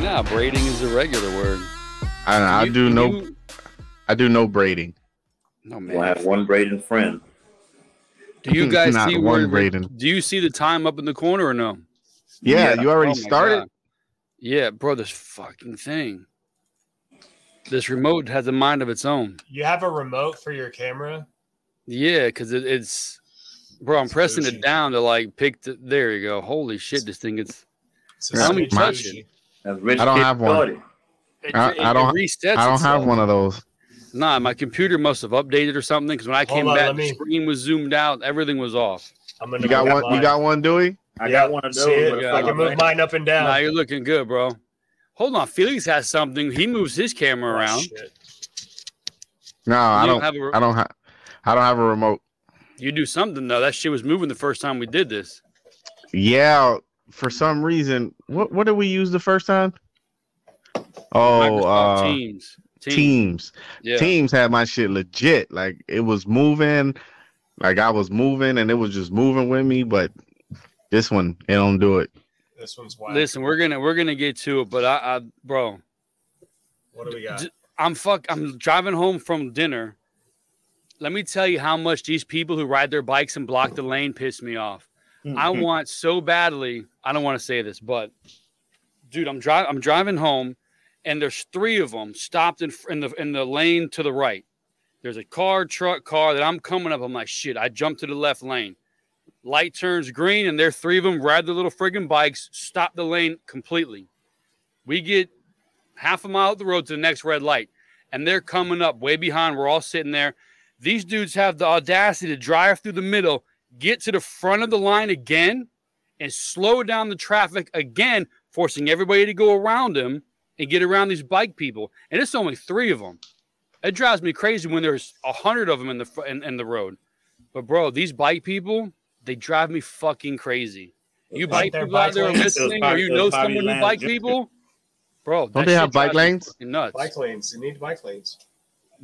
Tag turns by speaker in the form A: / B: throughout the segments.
A: Nah, braiding is a regular word.
B: I, I
A: You-
B: do no
A: you-
B: I do no braiding.
A: No
C: We'll have
A: man.
C: one braiding friend.
A: Do you guys
B: Not
A: see
B: one
A: where? the-
B: braiding.
A: Do you see the time up in the corner or no?
B: Yeah,
C: Yeah.
B: you already
A: Oh my
B: started.
A: God. Yeah, bro, this fucking thing. This remote has a mind of its own.
D: You have a remote for your camera.
A: Yeah, because it, it's, bro, I'm
D: It's
A: pressing
D: bougie.
A: it down to like pick. The, there you go. Holy shit, this thing gets.
D: So
B: Yeah,
D: it's
B: I mean,
D: really
B: touch
D: bougie.
C: That's rich
B: I don't
C: kid
B: have one.
C: Shorty.
A: It,
B: I-
A: it-
B: I
A: it
B: don't-
A: resets
B: I don't have
A: itself.
B: one of those.
A: Nah, my computer must have updated or something. Because when I
D: Hold
A: came
D: on,
A: back,
D: let
A: the
D: me-
A: screen was zoomed out. Everything was off.
D: I'm gonna
B: You got
D: move
B: one. You
D: mine.
B: got one, Dewey.
C: I
D: Yeah,
C: got one of
D: see
C: those.
D: it?
C: but it's
A: Yeah.
D: I
C: not
D: can move
C: right.
D: mine up and down.
A: Nah, you're looking good, bro. Hold on, Felix has something. He moves his camera
D: Oh,
A: around.
D: shit.
B: No, I
A: You
B: don't.
A: have a re-
B: I don't have. I don't have a remote.
A: You do something though. That shit was moving the first time we did this.
B: Yeah, for some reason, what what did we use the first time? Oh,
A: Microsoft
B: uh,
A: Teams. Teams.
B: teams.
A: Yeah.
B: Teams had my shit legit. Like it was moving. Like I was moving, and it was just moving with me. But this one, it don't do it.
D: This one's wild.
A: Listen, we're gonna we're gonna get to it, but I, I bro,
D: what do we got?
A: d- I'm fuck. I'm driving home from dinner. Let me tell you how much these people who ride their bikes and block the lane piss me off. I
C: Mm-hmm.
A: want so badly. I don't want to say this, but dude, I'm driving. I'm driving home, and there's three of them stopped in fr- in the in the lane to the right. There's a car, truck, car that I'm coming up. I'm like, shit. I jump to the left lane. Light turns green, and there three of them ride their little friggin' bikes, stop the lane completely. We get half a mile up the road to the next red light, and they're coming up way behind. We're all sitting there. These dudes have the audacity to drive through the middle, get to the front of the line again, and slow down the traffic again, forcing everybody to go around them and get around these bike people. And it's only three of them. It drives me crazy when there's a hundred of them in the fr- in, in the road. But bro, these bike people, they drive me fucking crazy. You bike
C: Like
D: their
A: people out
D: bike
A: there
D: lanes.
A: listening,
C: Those
A: or you
C: Bobby-
A: know
C: those Bobby
A: someone who
C: Lance
A: bike
C: Jr.
A: people, Bro,
B: Don't
A: that
B: they
A: shit
B: have bike
A: drives me
B: lanes?
A: fucking Nuts.
D: Bike lanes. You need bike lanes.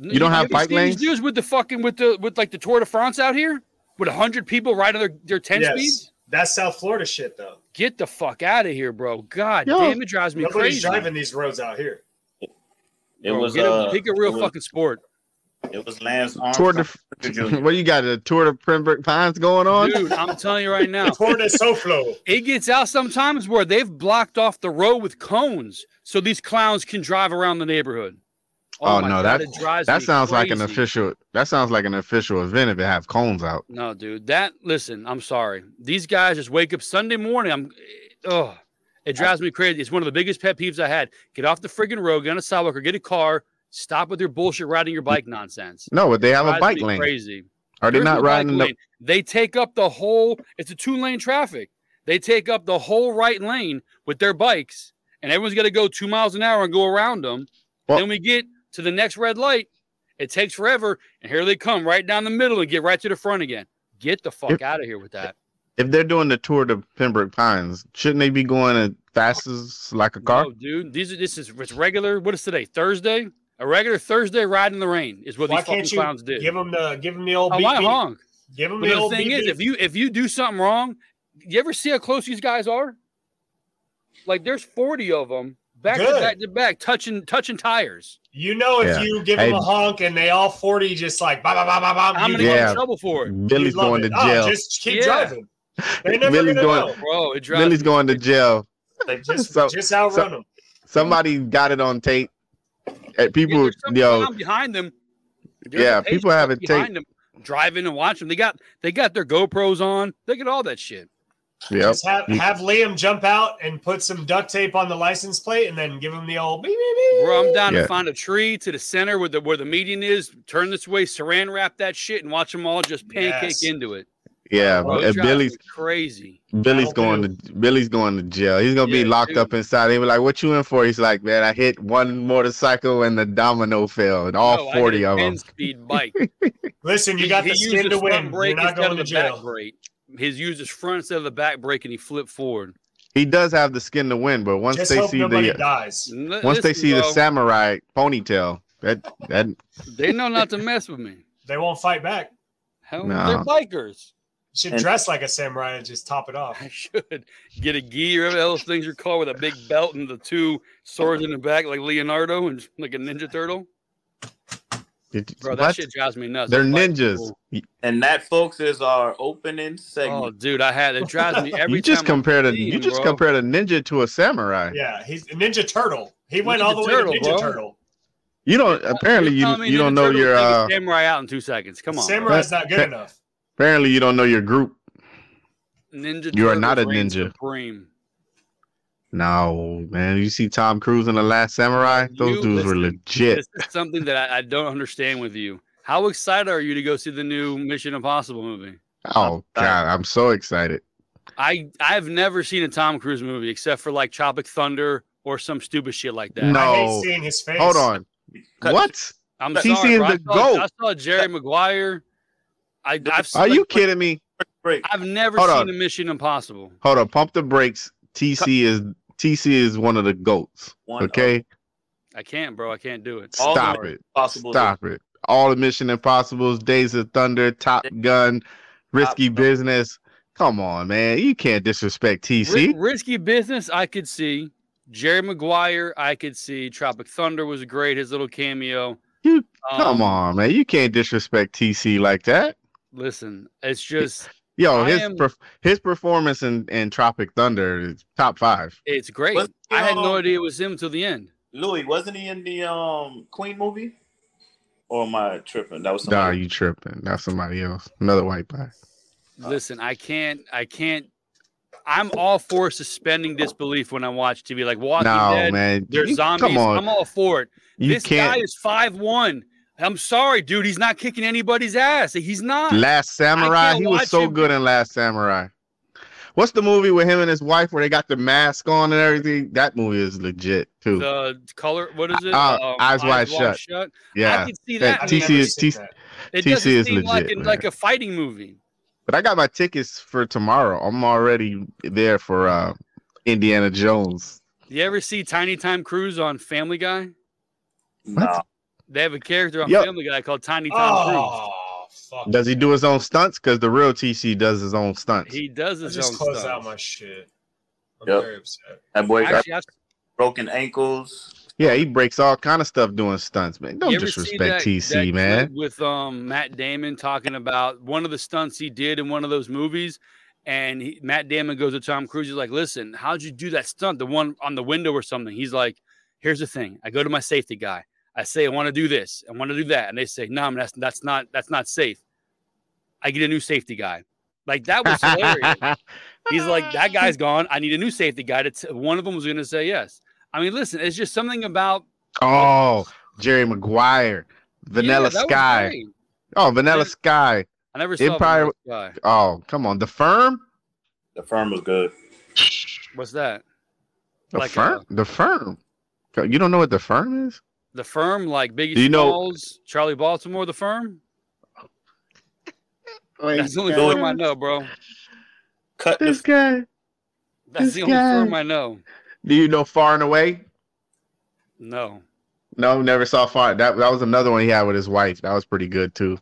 A: N-
B: You don't have
A: ever
B: bike
A: seen
B: lanes?
A: These dudes with the fucking with the with like the Tour de France out here with hundred people riding their their ten
D: yes.
A: speeds.
D: That's South Florida shit, though.
A: Get the fuck out of here, bro! God
B: Yo.
A: damn, it drives me
D: Nobody's
A: crazy.
D: driving these roads out here.
C: It
A: Bro,
C: was
A: get a,
C: uh,
A: pick a real
C: it was,
A: fucking sport,
C: It was Lance Armstrong.
B: Toward the.
C: Junior.
B: what you got? A tour to Pembroke Pines going on?
A: dude. I'm telling you right now,
D: Florida Soflo.
A: it gets out sometimes where they've blocked off the road with cones so these clowns can drive around the neighborhood.
B: Oh,
A: my
B: no,
A: God,
B: that-
A: it drives
B: that
A: me
B: sounds like an
A: crazy.
B: official. That sounds like an official event if it have cones out.
A: No, dude. That listen, I'm sorry. These guys just wake up Sunday morning. I'm oh it drives me crazy. It's one of the biggest pet peeves I had. Get off the friggin' road, get on a sidewalk or get a car. Stop with your bullshit riding your bike nonsense.
B: No, but they have a
A: Drives
B: bike
A: me
B: lane.
A: Crazy.
B: Are they
A: There's
B: not
A: no bike
B: riding the?
A: lane. They take up the whole it's a two-lane traffic. They take up the whole right lane with their bikes, and everyone's gotta go two miles an hour and go around them.
B: Well-
A: then we get to the next red light. It takes forever, and here they come right down the middle and get right to the front again. Get the fuck
B: If-
A: out of here with that.
B: If they're doing the tour to Pembroke Pines, shouldn't they be going as fast as like a car?
A: No, Oh, dude. These are this is it's regular. What is today? Thursday? A regular Thursday ride in the rain is what
D: Why
A: these fucking
D: can't you
A: clowns did.
D: Give them the give them the old
A: oh,
D: beep,
A: why
D: beep.
A: honk?
D: Give them
A: But
D: the
A: the
D: old
A: thing
D: beep
A: is,
D: beep.
A: if you if you do something wrong, you ever see how close these guys are? Like there's 40 of them back to
D: Good.
A: back to back, touching touching tires.
D: You know, if
B: Yeah.
D: you give
B: Hey.
D: them a honk and they all forty just like bah, bah, bah, bah, bah,
A: I'm
D: you
A: gonna
D: love
A: get
B: Yeah.
A: in trouble for it, Ah,
B: Billy's
D: love
B: going
D: it.
B: to
D: Oh,
B: jail.
D: just keep
A: Yeah.
D: driving. They're never
B: Billy's
D: gonna
B: doing-
D: know.
A: bro. It drives
B: Billy's going to jail.
D: They just
B: So-
D: just outrun them.
B: Somebody got it on tape. Hey, people,
A: There's some
B: yo,
A: clown behind them. There's
B: yeah,
A: a pace
B: people have it tape.
A: behind them, driving and watching. They got they got their GoPros on. They got all that shit.
B: Yep.
D: Just have,
B: You-
D: have Liam jump out and put some duct tape on the license plate, and then give him the old. Beep, beep, beep.
A: Bro, I'm down
B: Yeah.
A: to find a tree to the center where the where the median is. Turn this way, saran wrap that shit, and watch them all just pancake
D: Yes.
A: into it.
B: Yeah,
A: Bro, it
B: and
A: drives
B: Billy's
A: me crazy.
B: Billy's
D: That'll
B: going to Billy's going to jail. He's gonna
A: Oh, Yeah,
B: be locked
A: dude.
B: up inside. They were like, "What you in for?" He's like, "Man, I hit one motorcycle and the domino fell, and all
A: Yo, I
B: forty
A: hit a
B: of them."
A: 10-speed bike.
D: Listen, you
A: He-
D: got
A: he
D: the
A: used
D: skin
A: his
D: to
A: front
D: win. You're
A: brake
D: not
A: instead
D: going
A: of the
D: to
A: back
D: jail.
A: brake. His used his front instead of the back brake, and he flipped forward.
B: He does have the skin to win, but once
D: Just
B: they
D: hope
B: see
D: nobody
B: the uh,
D: dies.
A: N-
B: once they
A: listen,
B: see the
A: bro,
B: samurai ponytail, that that
A: they know not to mess with me.
D: They won't fight back.
A: Hell,
B: No.
A: they're bikers.
D: should
C: And-
D: dress like a samurai and just top it off.
A: I should get a gi or whatever else things are called with a big belt and the two swords in the back, like Leonardo and like a Ninja Turtle.
B: Did-
A: Bro, that
B: what?
A: shit drives me nuts.
B: They're
A: I'm like,
B: ninjas.
A: oh,
B: You-
C: And that, folks, is our opening segment.
A: Oh, dude, I had it drives me every
B: you just
A: time. I
B: compared a
A: see
B: you
A: him,
B: just
A: bro.
B: compared a ninja to a samurai.
D: Yeah, he's a Ninja Turtle. He went
A: Ninja
D: all the way
A: Turtle,
D: to Ninja
A: bro.
D: Turtle.
B: You don't
A: You're
B: apparently you
A: telling me
B: you don't
A: Ninja
B: know
A: Turtles
B: your
A: take a
B: uh,
A: samurai out in two seconds. Come on, bro.
D: Samurai's
B: That-
D: not good
B: that-
D: enough.
B: apparently you don't know your group.
A: Ninja.
B: You are
A: Turtles
B: not a
A: reigns
B: ninja.
A: Supreme.
B: No, man. You see Tom Cruise in the last samurai? Those
A: You
B: dudes were
A: listen.
B: legit.
A: This is something that I, I don't understand with you. How excited are you to go see the new Mission Impossible movie?
B: Oh god, I'm so excited.
A: I I've never seen a Tom Cruise movie except for like Tropic Thunder or some stupid shit like that.
B: No.
D: I hate seeing his face.
B: Hold on.
C: Cut-
B: What?
A: I'm
B: CC
A: sorry,
B: is
A: bro. I
B: the
A: saw,
B: GOAT.
A: I saw Jerry Maguire. I, I've seen,
B: Are
A: like,
B: you kidding me?
C: Break.
A: I've never
B: Hold
A: seen
B: on.
A: a Mission Impossible.
B: Hold on, pump the brakes. TC is TC is one of the goats.
C: One
B: Okay,
A: I can't, bro. I can't do it.
C: All the
B: stop it,
C: possible.
B: stop it. All the Mission Impossible's, Days of Thunder, Top Gun, Risky
C: Gun.
B: Business. Come on, man, you can't disrespect TC.
A: Ri- risky business, I could see. Jerry Maguire, I could see. Tropic Thunder was great. His little cameo.
B: You-
A: Um,
B: Come on, man, you can't disrespect TC like that.
A: Listen, it's just
B: Yo,
A: I
B: his
A: am-
B: perf- his performance in, in Tropic Thunder is top five.
A: it's great.
C: Let's get
A: I had no
D: Um,
C: on-
A: idea it was him till the end.
C: um, Louis, wasn't he in the um Queen movie? Or am I tripping? That was
B: Nah,
C: somebody.
B: you tripping? That's somebody else, another white guy.
A: Listen, I can't. I can't. I'm all for suspending disbelief when I watch TV. Like Walking
B: No,
A: Dead,
B: man,
A: they're
B: you-
A: zombies.
B: Come on,
A: I'm all for it.
B: you
A: this guy
B: can't.
A: is five one. I'm sorry, dude. He's not kicking anybody's ass. He's not.
B: Last Samurai.
A: can't
B: He was
A: watch
B: so
A: him.
B: good in Last Samurai. What's the movie with him and his wife where they got the mask on and everything? That movie is legit too.
A: the color. What is it? Um,
B: Uh, Eyes Wide Shut.
A: I
B: yeah,
A: can see
B: Yeah,
A: that.
D: I've
A: man.
B: TC
D: never
B: is-
D: seen
B: TC
D: that.
A: it
B: TC
A: doesn't
B: is
A: seem like,
B: legit,
A: a,
B: man.
A: like a fighting movie.
B: but I got my tickets for tomorrow. I'm already there for uh, Indiana Jones.
A: You ever see Tiny Time Cruise on Family Guy?
C: Nah.
A: They have a character on
B: Yep.
A: Family Guy called Tiny Time
D: Oh, fuck.
B: Does he do his own stunts? Because the real TC does his own
A: Cruise.
B: stunts.
A: He does
D: I
A: his
D: just
A: own
D: closed
A: stuff.
D: out my shit. I'm
C: Yep.
D: very upset.
C: That boy got
A: Actually, I've
C: broken ankles.
B: yeah, he breaks all kind of stuff doing stunts, man. Don't
A: You ever see
B: disrespect
A: that- that
B: TC,
A: clip
B: man.
A: With um, Matt Damon talking about one of the stunts he did in one of those movies, and he, Matt Damon goes to Tom Cruise, he's like, "Listen, how'd you do that stunt? The one on the window or something?" He's like, "Here's the thing. I go to my safety guy. I say I want to do this, I want to do that, and they say, no, man, that's that's not that's not safe. I get a new safety guy. Like that was hilarious. He's like, that guy's gone. I need a new safety guy. To t-. One of them was going to say yes. I mean, listen, it's just something about
B: Oh, Jerry Maguire, Vanilla
A: Yeah, that was
B: Sky.
A: great.
B: Oh, Vanilla
A: Then-
B: Sky.
A: I never saw
B: Empire-
A: Vanilla Sky.
B: Oh, come on. The firm?
C: The firm was good.
A: What's that?
B: The
A: Like, uh,
B: firm? the firm. You don't know what the firm is?
A: The firm, like Biggie
B: Do you know-
A: Smalls, Charlie Baltimore, the firm. That's the only
C: God.
A: firm I know, bro.
C: Cut the
B: This guy.
A: That's
B: This
A: the only
B: guy.
A: firm I know.
B: Do you know Far and Away?
A: No,
B: No, never saw Far. That that was another one he had with his wife. That was pretty good too.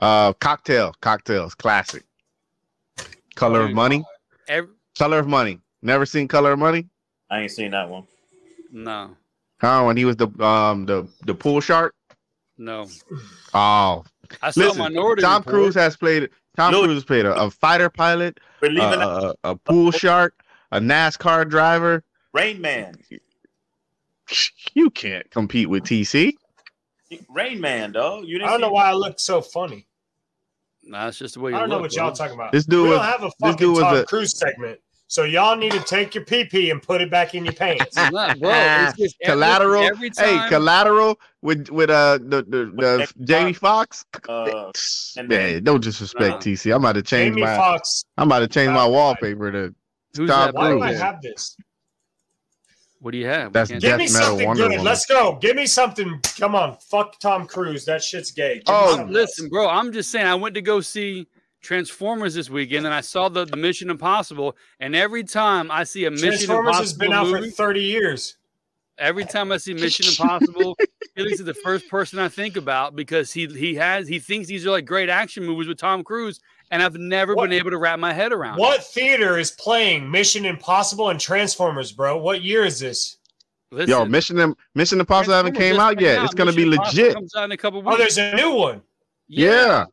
B: Uh cocktail. Cocktails. Classic. Color of
A: Dude.
B: Money.
A: Ev-
B: Color of Money. Never seen Color of Money?
C: I ain't seen that one.
A: no,
B: Huh? When he was the um the the pool shark.
A: no.
B: Oh,
A: I saw
B: Listen,
A: Minority
B: Tom
A: Report.
B: Cruise has played. Tom
C: Louis-
B: Cruise played a, a fighter pilot,
C: We're
B: a,
C: leaving out
B: a, Uh, a pool shark, a NASCAR driver.
C: Rain Man.
B: You can't compete with TC.
C: Rain Man, dog. You
D: I
C: didn't
D: don't
C: see
D: know why I looked so funny.
A: Nah, that's just the way
D: I
A: you
D: don't know
A: look,
D: what y'all
A: bro.
D: talking about.
B: This
D: we
B: dude
D: don't
B: was.
D: have a fucking
B: dude was
D: Tom
B: a-
D: Cruise segment. So y'all need to take your pee pee and put it back in your pants.
A: It's not, bro. It's just every-
B: Ah, Collateral.
A: Every time,
B: Hey, collateral with with uh the the, the
C: Nick
B: Jamie Fox.
C: Uh, and
B: Yeah,
C: then-
B: don't disrespect
A: Nah.
B: TC. I'm about to change
D: Jamie
B: my.
D: Fox.
B: I'm about to change my
D: Foxx.
B: wallpaper to.
A: who's
B: Tom
A: that?
D: Why do I
A: Cruise?
B: Cruise.
D: have this?
A: What do you have? We
B: That's
A: can't-
B: Death
D: Give me
B: Metal
D: something
B: Wonder
D: good.
B: Woman.
D: Let's go. Give me something. Come on. Fuck Tom Cruise. That shit's gay. Give
B: Oh,
D: me
A: I'm-
D: something
A: listen,
D: else.
A: bro. I'm just saying. I went to go see Transformers this weekend, and I saw the, the Mission Impossible. And every time I see a Mission
D: Transformers
A: Impossible
D: has been out
A: movie,
D: for 30 years.
A: every time I see Mission Impossible Achilles is the first person I think about because he he has he thinks these are like great action movies with Tom Cruise, and I've never
D: What-
A: been able to wrap my head around. it.
D: What theater is playing Mission Impossible and Transformers, bro? What year is this?
A: Listen,
B: Yo, Mission Im- Mission Impossible
A: Transformers
B: haven't came
A: just
B: out yet. It's gonna be
A: Mission Impossible
B: legit.
A: Comes out in a couple
D: Oh,
A: weeks.
D: there's a new one.
B: Yeah.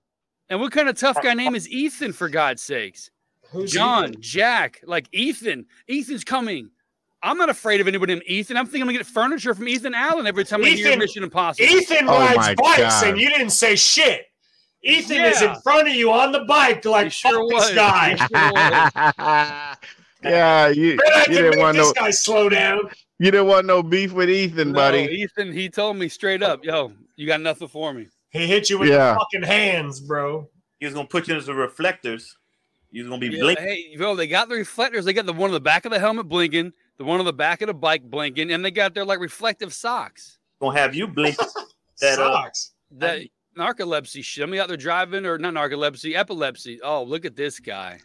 A: And what kind of tough guy name is Ethan? For God's sakes,
D: Who's
A: John,
D: he?
A: Jack, like Ethan. Ethan's coming. I'm not afraid of anybody named Ethan. I'm thinking I'm gonna get furniture from Ethan Allen every time I hear
D: Ethan-
A: Mission Impossible.
D: Ethan
B: Oh
D: rides
B: my
D: bikes,
B: God.
D: and you didn't say shit. Ethan is in
A: Yeah.
D: front of you on the bike,
A: He
D: like
A: sure
D: fuck
A: was.
D: this guy.
A: Sure was.
B: yeah, you,
D: Man, I
B: you
D: can
B: didn't
D: make
B: want
D: this
B: no
D: guy slow down.
B: you didn't want no beef with Ethan,
A: No,
B: buddy.
A: Ethan, he told me straight up, "Yo, you got nothing for me."
D: He hit you with
B: Yeah.
D: the fucking hands, bro.
C: He was gonna put you in the reflectors. You was gonna be
A: Yeah,
C: blinking.
A: hey, bro, they got the reflectors. They got the one on the back of the helmet blinking, the one on the back of the bike blinking, and they got their like reflective socks.
C: Gonna have you blink. That, uh,
D: Sucks.
A: That narcolepsy shit. I mean, out there driving or not narcolepsy, epilepsy. Oh, look at this guy.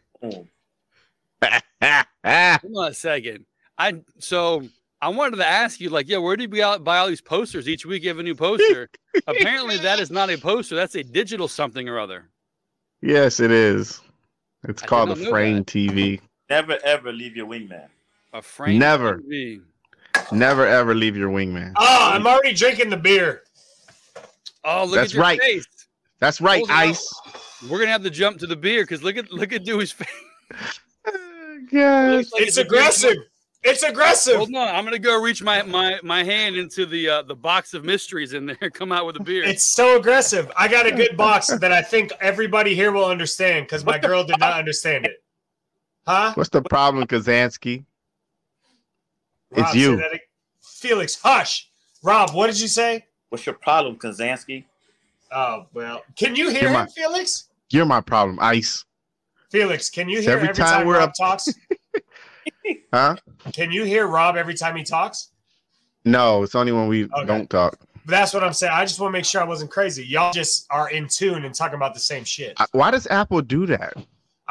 A: Hold on a second. I so I wanted to ask you, like, yeah, where do you buy- buy all these posters? Each week you have a new poster. Apparently, that is not a poster. That's a digital something or other.
B: yes, it is. It's
A: I did
B: called the
A: not know
B: Frame TV.
C: Never ever leave your wingman.
A: A frame.
B: Never.
A: TV.
B: Never ever leave your wingman.
D: Oh, I'm already drinking the beer.
A: Oh, look
B: That's
A: at your
B: right.
A: face.
B: That's right,
A: Hold it up.
B: Ice.
A: We're gonna have to jump to the beer because look at look at Dewey's face.
B: Yes.
A: Looks like
D: it's
A: a beer
D: aggressive. It's aggressive.
A: Hold on, I'm gonna go reach my my my hand into the uh, the box of mysteries in there. Come out with a beer.
D: It's so aggressive. I got a good box that I think everybody here will understand because my girl did not understand it. Huh?
B: What's the problem, Kazansky? It's
D: say
B: you.
D: that ag- Felix, hush. Rob, what did you say?
C: What's your problem, Kazansky?
D: Oh, well. Can you hear
B: You're
D: him,
B: my-
D: Felix?
B: You're my problem, Ice.
D: Felix, can you
B: It's
D: hear
B: every
D: every,
B: time
D: time,
B: we're
D: Rob
B: up-
D: talks?
B: Huh?
D: Can you hear Rob every time he talks?
B: No, it's only when we
D: Okay.
B: don't talk.
D: That's what I'm saying. I just want to make sure I wasn't crazy. Y'all just are in tune and talking about the same shit. I,
B: I- Why does Apple do that?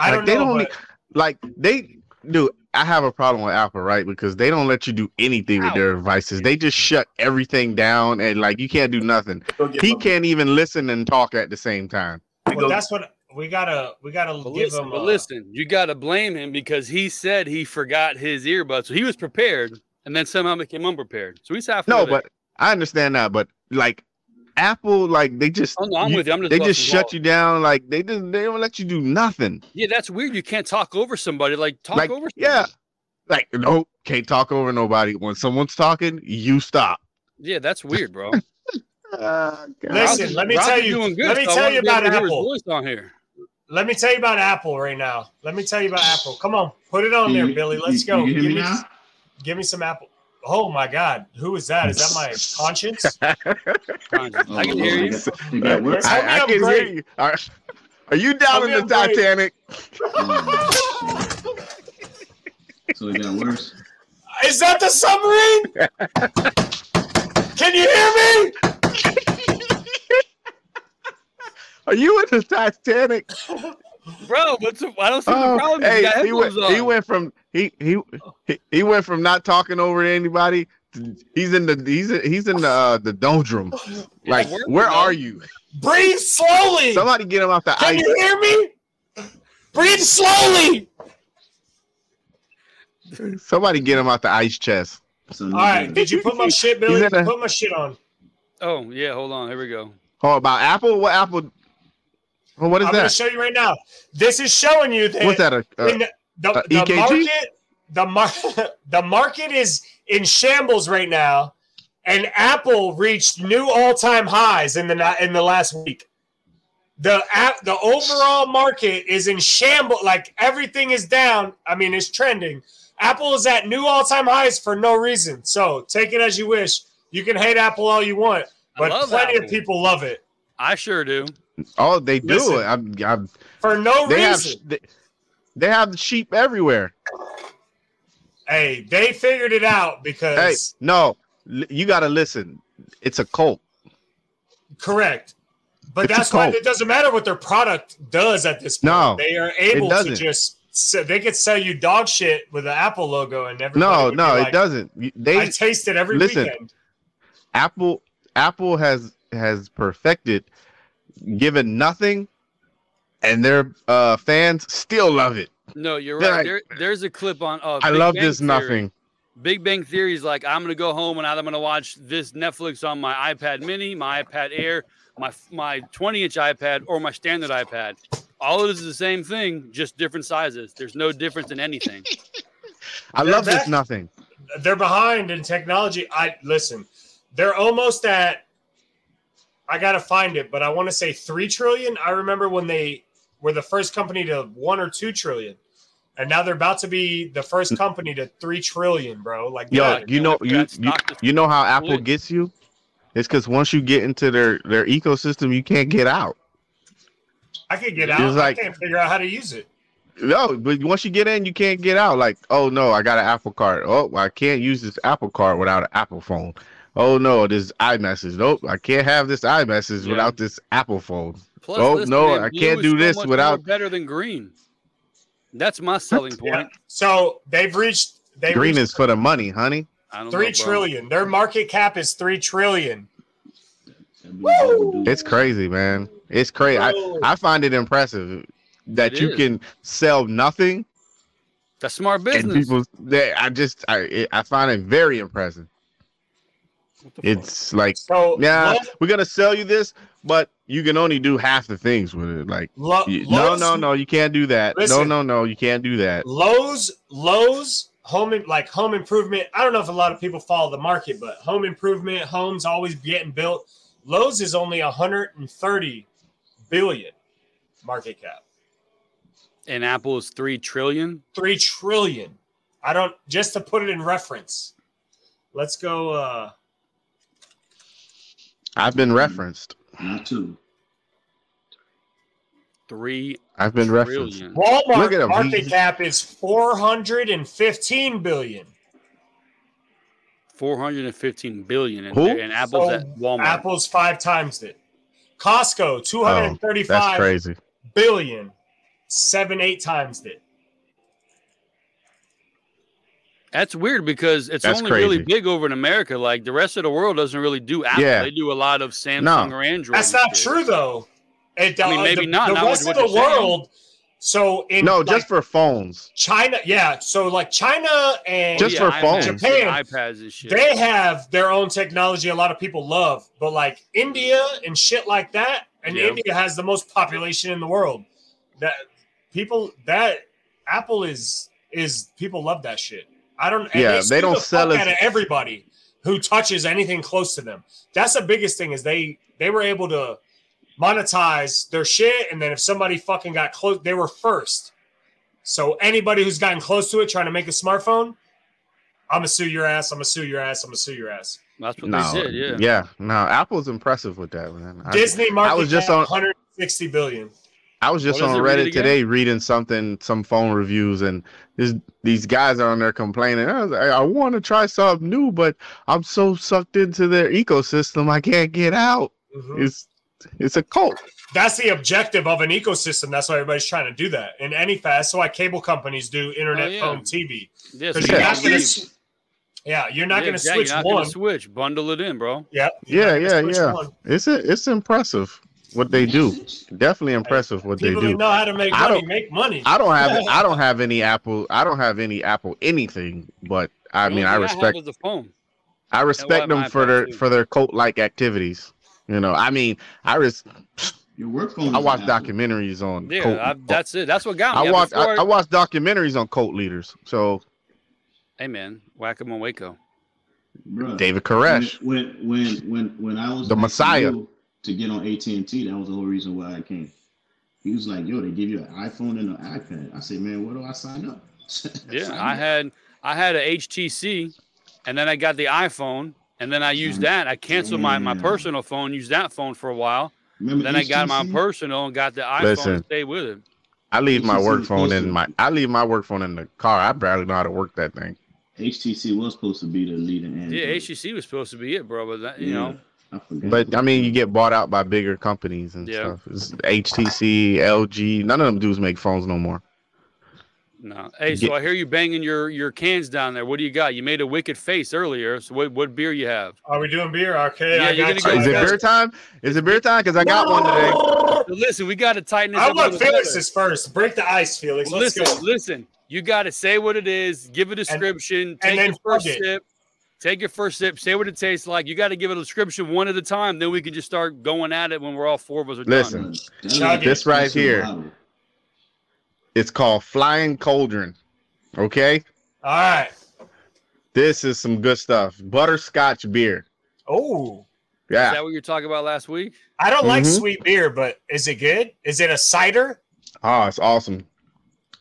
D: don't
B: like they
D: know.
B: don't
D: but-
B: like they do I have a problem with Apple, right? Because they don't let you do anything with their devices. They just shut everything down and like you can't do nothing.
C: Go get
B: He
C: my-
B: can't even listen and talk at the same time.
D: well, that's what we gotta. We gotta
A: But
D: give
A: listen,
D: him.
A: but
D: a-
A: listen, you gotta blame him because he said he forgot his earbuds. So he was prepared, and then somehow became unprepared. So he's halfway.
B: No,
A: there.
B: but I understand that, but like Apple, like they just
A: oh, no, I'm
B: you-
A: with you. I'm just
B: they just
A: busting
B: shut
A: balls.
B: you down. Like they just they don't let you do nothing.
A: Yeah, that's weird. You can't talk over somebody. Like talk
B: like
A: over. Somebody.
B: yeah. Like nope, can't talk over nobody. When someone's talking, you stop.
A: yeah, that's weird, bro.
D: Listen,
A: Rob is-
D: let me
A: Rob
D: tell
A: is
D: you-
A: doing good,
D: let me
A: so I
D: tell
A: wanna
D: you
A: be able
D: about
A: to hear his
D: Apple.
A: voice on here.
D: Let me tell you about Apple right now. Let me tell you about Apple. Come on, put it on there, Billy. Let's go. Give me, give me some Apple. Oh my God, who is that? Is that my conscience?
A: I can
B: Oh,
A: hear you.
E: Oh, You got what?
D: Tell me
B: I, I
D: I'm
B: can hear
D: great.
B: you. Are, are you down
D: Tell
B: in
D: me
B: the
D: I'm great.
B: Titanic?
E: So it got worse.
D: Is that the submarine? Can you hear me?
B: Are you in the Titanic?
A: Bro, what's the- I don't see the
B: Oh,
A: problem. You
B: hey,
A: got
B: he went,
A: headphones on.
B: he went from he, he he he went from not talking over to anybody. to- He's in the he's in, he's in the uh, the doldrum. Like,
A: working,
B: where are
A: though.
B: you?
D: Breathe slowly.
B: Somebody get him off the
D: Can
B: ice.
D: you hear me? Breathe slowly.
B: Somebody get him out the ice chest.
E: So
D: All right. Did you put my shit,
B: He's
D: Billy?
B: in a-
D: Put my shit on.
A: Oh yeah, hold on. Here we go.
B: Oh, about Apple? What Apple? Oh, what is
D: I'm going to
B: that?
D: show you right now. This is showing you that.
B: What's that? A, a-
D: in the, the,
B: uh,
D: the
B: EKG?
D: market the mar- the market is in shambles right now and apple reached new all-time highs in the na- in the last week the app the overall market is in shambles like everything is down i mean it's trending apple is at new all-time highs for no reason so take it as you wish you can hate apple all you want
A: I
D: but
A: love
D: plenty
A: Apple.
D: of people love it
A: I sure do.
B: oh, they do
D: Listen.
B: it. I'm, I'm,
D: for no
B: they have
D: reason
B: they, they have sheep everywhere.
D: hey they figured it out because
B: Hey, no, l- you gotta listen. It's a cult.
D: Correct. But
B: It's a
D: that's why
B: cult.
D: it doesn't matter what their product does at this point.
B: No,
D: they are able to
B: doesn't.
D: just so they could sell you dog shit with an Apple logo and everybody
B: No,
D: would be
B: no,
D: like,
B: it doesn't. You-
D: I
B: They
D: taste it every
B: Listen.
D: weekend.
B: Apple Apple has has perfected given nothing, and their uh, fans still love it.
A: No, you're
B: They're
A: right.
B: like-
A: There, there's a clip on. Uh,
B: I
A: Big
B: love
A: Bang
B: this
A: Theory.
B: nothing.
A: Big Bang Theory is like, I'm gonna go home and I'm gonna watch this Netflix on my iPad Mini, my iPad Air, my my 20 inch iPad, or my standard iPad. All of this is the same thing, just different sizes. There's no difference in anything.
B: I love
D: They're
B: this
D: back.
B: nothing.
D: they're behind in technology. I listen, they're almost at. I gotta find it, but I want to say three trillion. I remember when they were the first company to one or two trillion, and now they're about to be the first company to three trillion, bro. Like,
B: Mm. Yo,
A: Yeah,
B: you know
A: that's
B: you, you
A: stock that's
B: you know how Apple
A: split.
B: gets you. It's because once you get into their their ecosystem, you can't get out.
D: I could get
B: It's
D: out.
B: like-
D: I can't figure out how to use it.
B: No, but once you get in, you can't get out. Like, oh no, I got an Apple card. Oh, I can't use this Apple card without an Apple phone. Oh no, this iMessage. Nope, I can't have this iMessage
A: Yeah.
B: without this Apple phone.
A: Plus,
B: Oh,
A: listen,
B: no,
A: man,
B: I
A: blue
B: can't
A: is
B: do
A: so
B: this
A: much more
B: without-
A: better than green. That's my selling point.
D: Yeah. So they've reached they
B: Green
D: reached
B: is for the money, honey.
A: I don't
D: three
A: know, bro.
D: trillion. Their market cap is three trillion.
E: Woo!
B: It's crazy, man. It's crazy. I,
A: Oh,
B: I find it impressive that
A: It
B: you
A: is.
B: can sell nothing
A: That's smart
B: and
A: business.
B: people. That I just I it, I find it very impressive.
A: What the fuck?
B: It's like
D: So
B: yeah,
D: Lowe's-
B: we're gonna sell you this, but you can only do half the things with it. Like.
D: Lo-
B: You- no,
D: Lowe's-
B: no, no, you can't do that.
D: Listen.
B: no, no, no, you can't do that.
D: Lowe's, Lowe's home im- like home improvement. I don't know if a lot of people follow the market, but home improvement homes always getting built. Lowe's is only 130 billion market cap,
A: and Apple is three trillion.
D: three trillion. I don't just to put it in reference. Let's go. Uh,
B: I've been referenced.
E: Not two.
A: Three
B: I've been referenced.
A: trillion.
D: Walmart
B: Look at him.
D: market
B: He-
D: cap is 415 billion.
A: Four hundred and fifteen billion. And,
B: Who?
A: and Apple's
D: So,
A: at Walmart.
D: Apple's five times it. Costco
B: That's
D: 235
B: Oh, crazy.
D: billion, seven, eight times it.
A: That's weird because it's
B: That's
A: only really
B: crazy.
A: big over in America. Like the rest of the world doesn't really do Apple.
B: Yeah.
A: They do a lot of Samsung
B: No.
A: or Android.
D: That's
A: and
D: not
A: shit.
D: true though. It,
A: I mean,
D: uh,
A: maybe
D: the,
A: not,
D: The
A: not with
D: rest
A: what
D: of the
A: you're saying.
D: world. So in
B: No,
D: like,
B: just for phones.
D: China, yeah. So like China and
B: Just for
A: iPads
B: phones.
A: and
D: Japan,
A: iPads and shit.
D: they have their own technology. A lot of people love, but like India and shit like that, and
A: Yeah.
D: India has the most population in the world. That people that Apple is is people love that shit. I don't. and
B: Yeah, they
D: screw
B: don't
D: the
B: sell
D: fuck
B: as-
D: out of everybody who touches anything close to them. That's the biggest thing is they they were able to monetize their shit, and then if somebody fucking got close, they were first. So anybody who's gotten close to it trying to make a smartphone, I'm gonna sue your ass. I'm gonna sue your ass. I'm gonna sue your ass.
A: That's what
B: No,
A: they said. Yeah.
B: no. Apple's impressive with that, man. I,
D: Disney market
B: was just
D: cap,
B: on-
D: 160 billion.
B: I was just
A: What Oh, is
B: on
A: it? Read it
B: Reddit
A: again?
B: today reading something, some phone reviews, and this, these guys are on there complaining. I, was like, I want to try something new, but I'm so sucked into their ecosystem, I can't get out.
D: Mhm.
B: It's it's a cult.
D: That's the objective of an ecosystem. That's why everybody's trying to do that in any fast. That's why cable companies do internet
A: Oh, yeah.
D: phone TV.
A: Yes,
D: Because
A: you
D: you're
B: Yeah.
A: gotta
D: not gonna,
A: leave.
D: s- yeah, you're not
A: Yeah,
D: gonna
A: exactly,
D: switch
A: you're not
D: one.
A: Gonna switch. Bundle it in, bro.
D: yeah,
B: Yeah,
D: you're not
B: yeah,
D: gonna switch
B: yeah.
D: one.
B: It's it's impressive what they do. Definitely impressive what they
D: People who
B: do.
D: know how to make
B: I
D: money.
B: don't-
D: Make money.
B: I don't have I don't have any Apple I don't have any Apple anything, but I
A: The only
B: mean I
A: thing have
B: respect
A: is the phone.
B: I respect
A: have an
B: them for
A: iPad
B: their
A: too.
B: for their cult like activities. You know, I mean I res-
E: Your work phone.
B: I
E: is
B: watch
E: an Apple.
B: documentaries on
A: Yeah,
B: cult.
A: I, that's it. That's what got me.
B: I
A: Yeah,
B: watch I,
A: before-
B: I watch documentaries on cult leaders. So
A: hey man, whack 'em on Waco.
E: Bruh.
B: David Koresh.
E: When when when when I was
B: The
E: asking
B: Messiah.
E: you to get on AT and T, that was the whole reason why I came. He was like, "Yo, they give you an iPhone and an iPad." I said, "Man, where do I sign up?"
A: Yeah,
E: Sign
A: I
E: up.
A: had I had a HTC, and then I got the iPhone, and then I used
E: Mm.
A: that. I canceled my my
E: Yeah.
A: personal phone, used that phone for a while.
E: Remember
A: Then I got my
E: HTC?
A: personal and got the iPhone
B: Listen.
A: and stayed with it.
B: I leave my
E: Listen,
B: work phone in
E: listen.
B: my I leave my work phone in the car. I barely know how to work that thing.
E: HTC was supposed to be the leader. Android.
A: Yeah, HTC was supposed to be it, bro, but that, you know,
E: I forgot.
B: But I mean, you get bought out by bigger companies and
A: Yeah.
B: stuff. It's HTC, LG. None of them dudes make phones no more.
A: No. Hey, so
B: Get-
A: I hear you banging your your cans down there. What do you got? You made a wicked face earlier. So what, what beer you have?
D: Are we doing beer? Okay.
A: Yeah,
D: I
A: you're
D: got
A: gonna
D: you.
A: go-
B: Is it beer time? Is it beer time? Because I got one today.
A: So listen, we got to tighten this
D: I
A: up. a
D: want
A: little better.
D: Felix's first. Break the ice, Felix. Let's
A: Listen,
D: go.
A: listen. You got to say what it is. Give a description. take
D: then
A: your first
D: plug it.
A: sip. Take your first sip. Say what it tastes like. You got to give it a description one at a time. Then we can just start going at it when we're all four of us are
B: Listen.
A: done.
D: Chug it.
B: This right
E: That's a
B: here.
E: bottle.
B: It's called Flying Cauldron. Okay,
D: All right.
B: this is some good stuff. Butterscotch beer.
D: Oh,
A: Is
B: Yeah.
A: that what you were talking about last week?
D: I don't like
B: Mhm.
D: sweet beer, but is it good? Is it a cider?
B: Oh, it's awesome.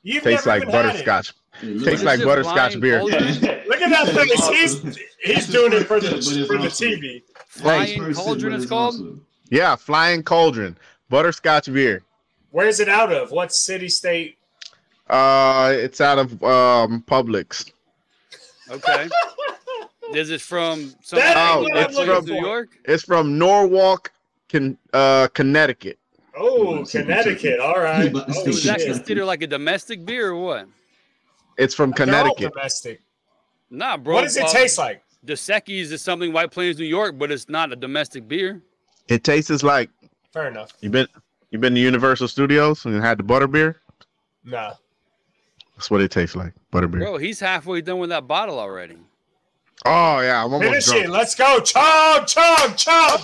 D: You've
B: Tastes
D: never
B: like
D: even had it.
B: butterscotch.
E: It looks
B: Tastes like
A: Is it
B: butterscotch
A: Flying
B: beer.
A: Cauldron?
D: Look at that Felix. He's he's
E: That's
D: doing it
E: just
D: for
E: what
D: the
E: it is, but it's
D: for the
E: awesome.
D: TV.
E: Hey,
A: Flying
E: first sip,
A: Cauldron
E: but
A: it's
E: it's
A: called?
E: also-
B: Yeah, Flying Cauldron. Butterscotch beer.
D: Where is it out of? What city, state?
B: Uh, it's out of um Publix.
A: Okay. This is from some
D: That
B: ain't what I'm
A: place in
B: looking
A: New
D: for.
A: York.
B: It's from Norwalk, Con- uh, Connecticut.
D: Oh,
E: Let's see.
D: Connecticut. All right.
E: But it's
D: Oh,
E: the
A: Was that
E: Yeah.
D: shit.
A: considered like a domestic beer or what?
B: It's from
D: They're all
B: Connecticut.
D: Domestic.
A: Nah, bro.
D: What does it
A: uh,
D: taste like?
A: Dos Equis is something White Plains, New York, but it's not a domestic beer.
B: It tastes like
D: Fair enough.
B: you been you been to Universal Studios and had the butter beer.
D: Nah.
B: That's what it tastes like, butter beer.
A: Bro, he's halfway done with that bottle already.
B: Oh yeah, I'm almost
D: Finish
B: drunk.
D: it. Let's go. Chug, chug, chug.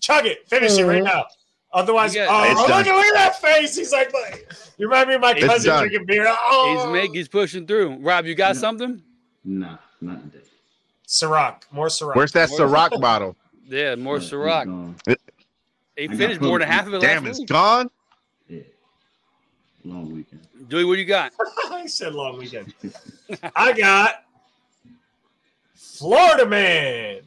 D: Chug it. Finish it
B: Uh-huh.
D: right now. Otherwise,
A: You
D: oh,
A: got-
B: It's
D: look,
B: done.
D: at- look at that face. He's like, "Look." you remind me of my
A: It's
D: cousin
B: done.
D: drinking beer. Oh.
A: He's make he's pushing through. Rob, you got
E: No.
A: something?
E: Nah, not today.
D: Ciroc. More Ciroc.
B: Where's that
A: Where's-
B: Ciroc bottle?
A: Yeah, more
E: But it's
A: Ciroc.
E: gone.
A: He
E: I got
A: finished more than
E: Coke.
A: half of it
B: Damn,
A: last
B: it's
A: week.
B: gone.
E: Yeah. Long weekend.
A: Dewey, what do you got?
D: I said long weekend. I got Florida Man.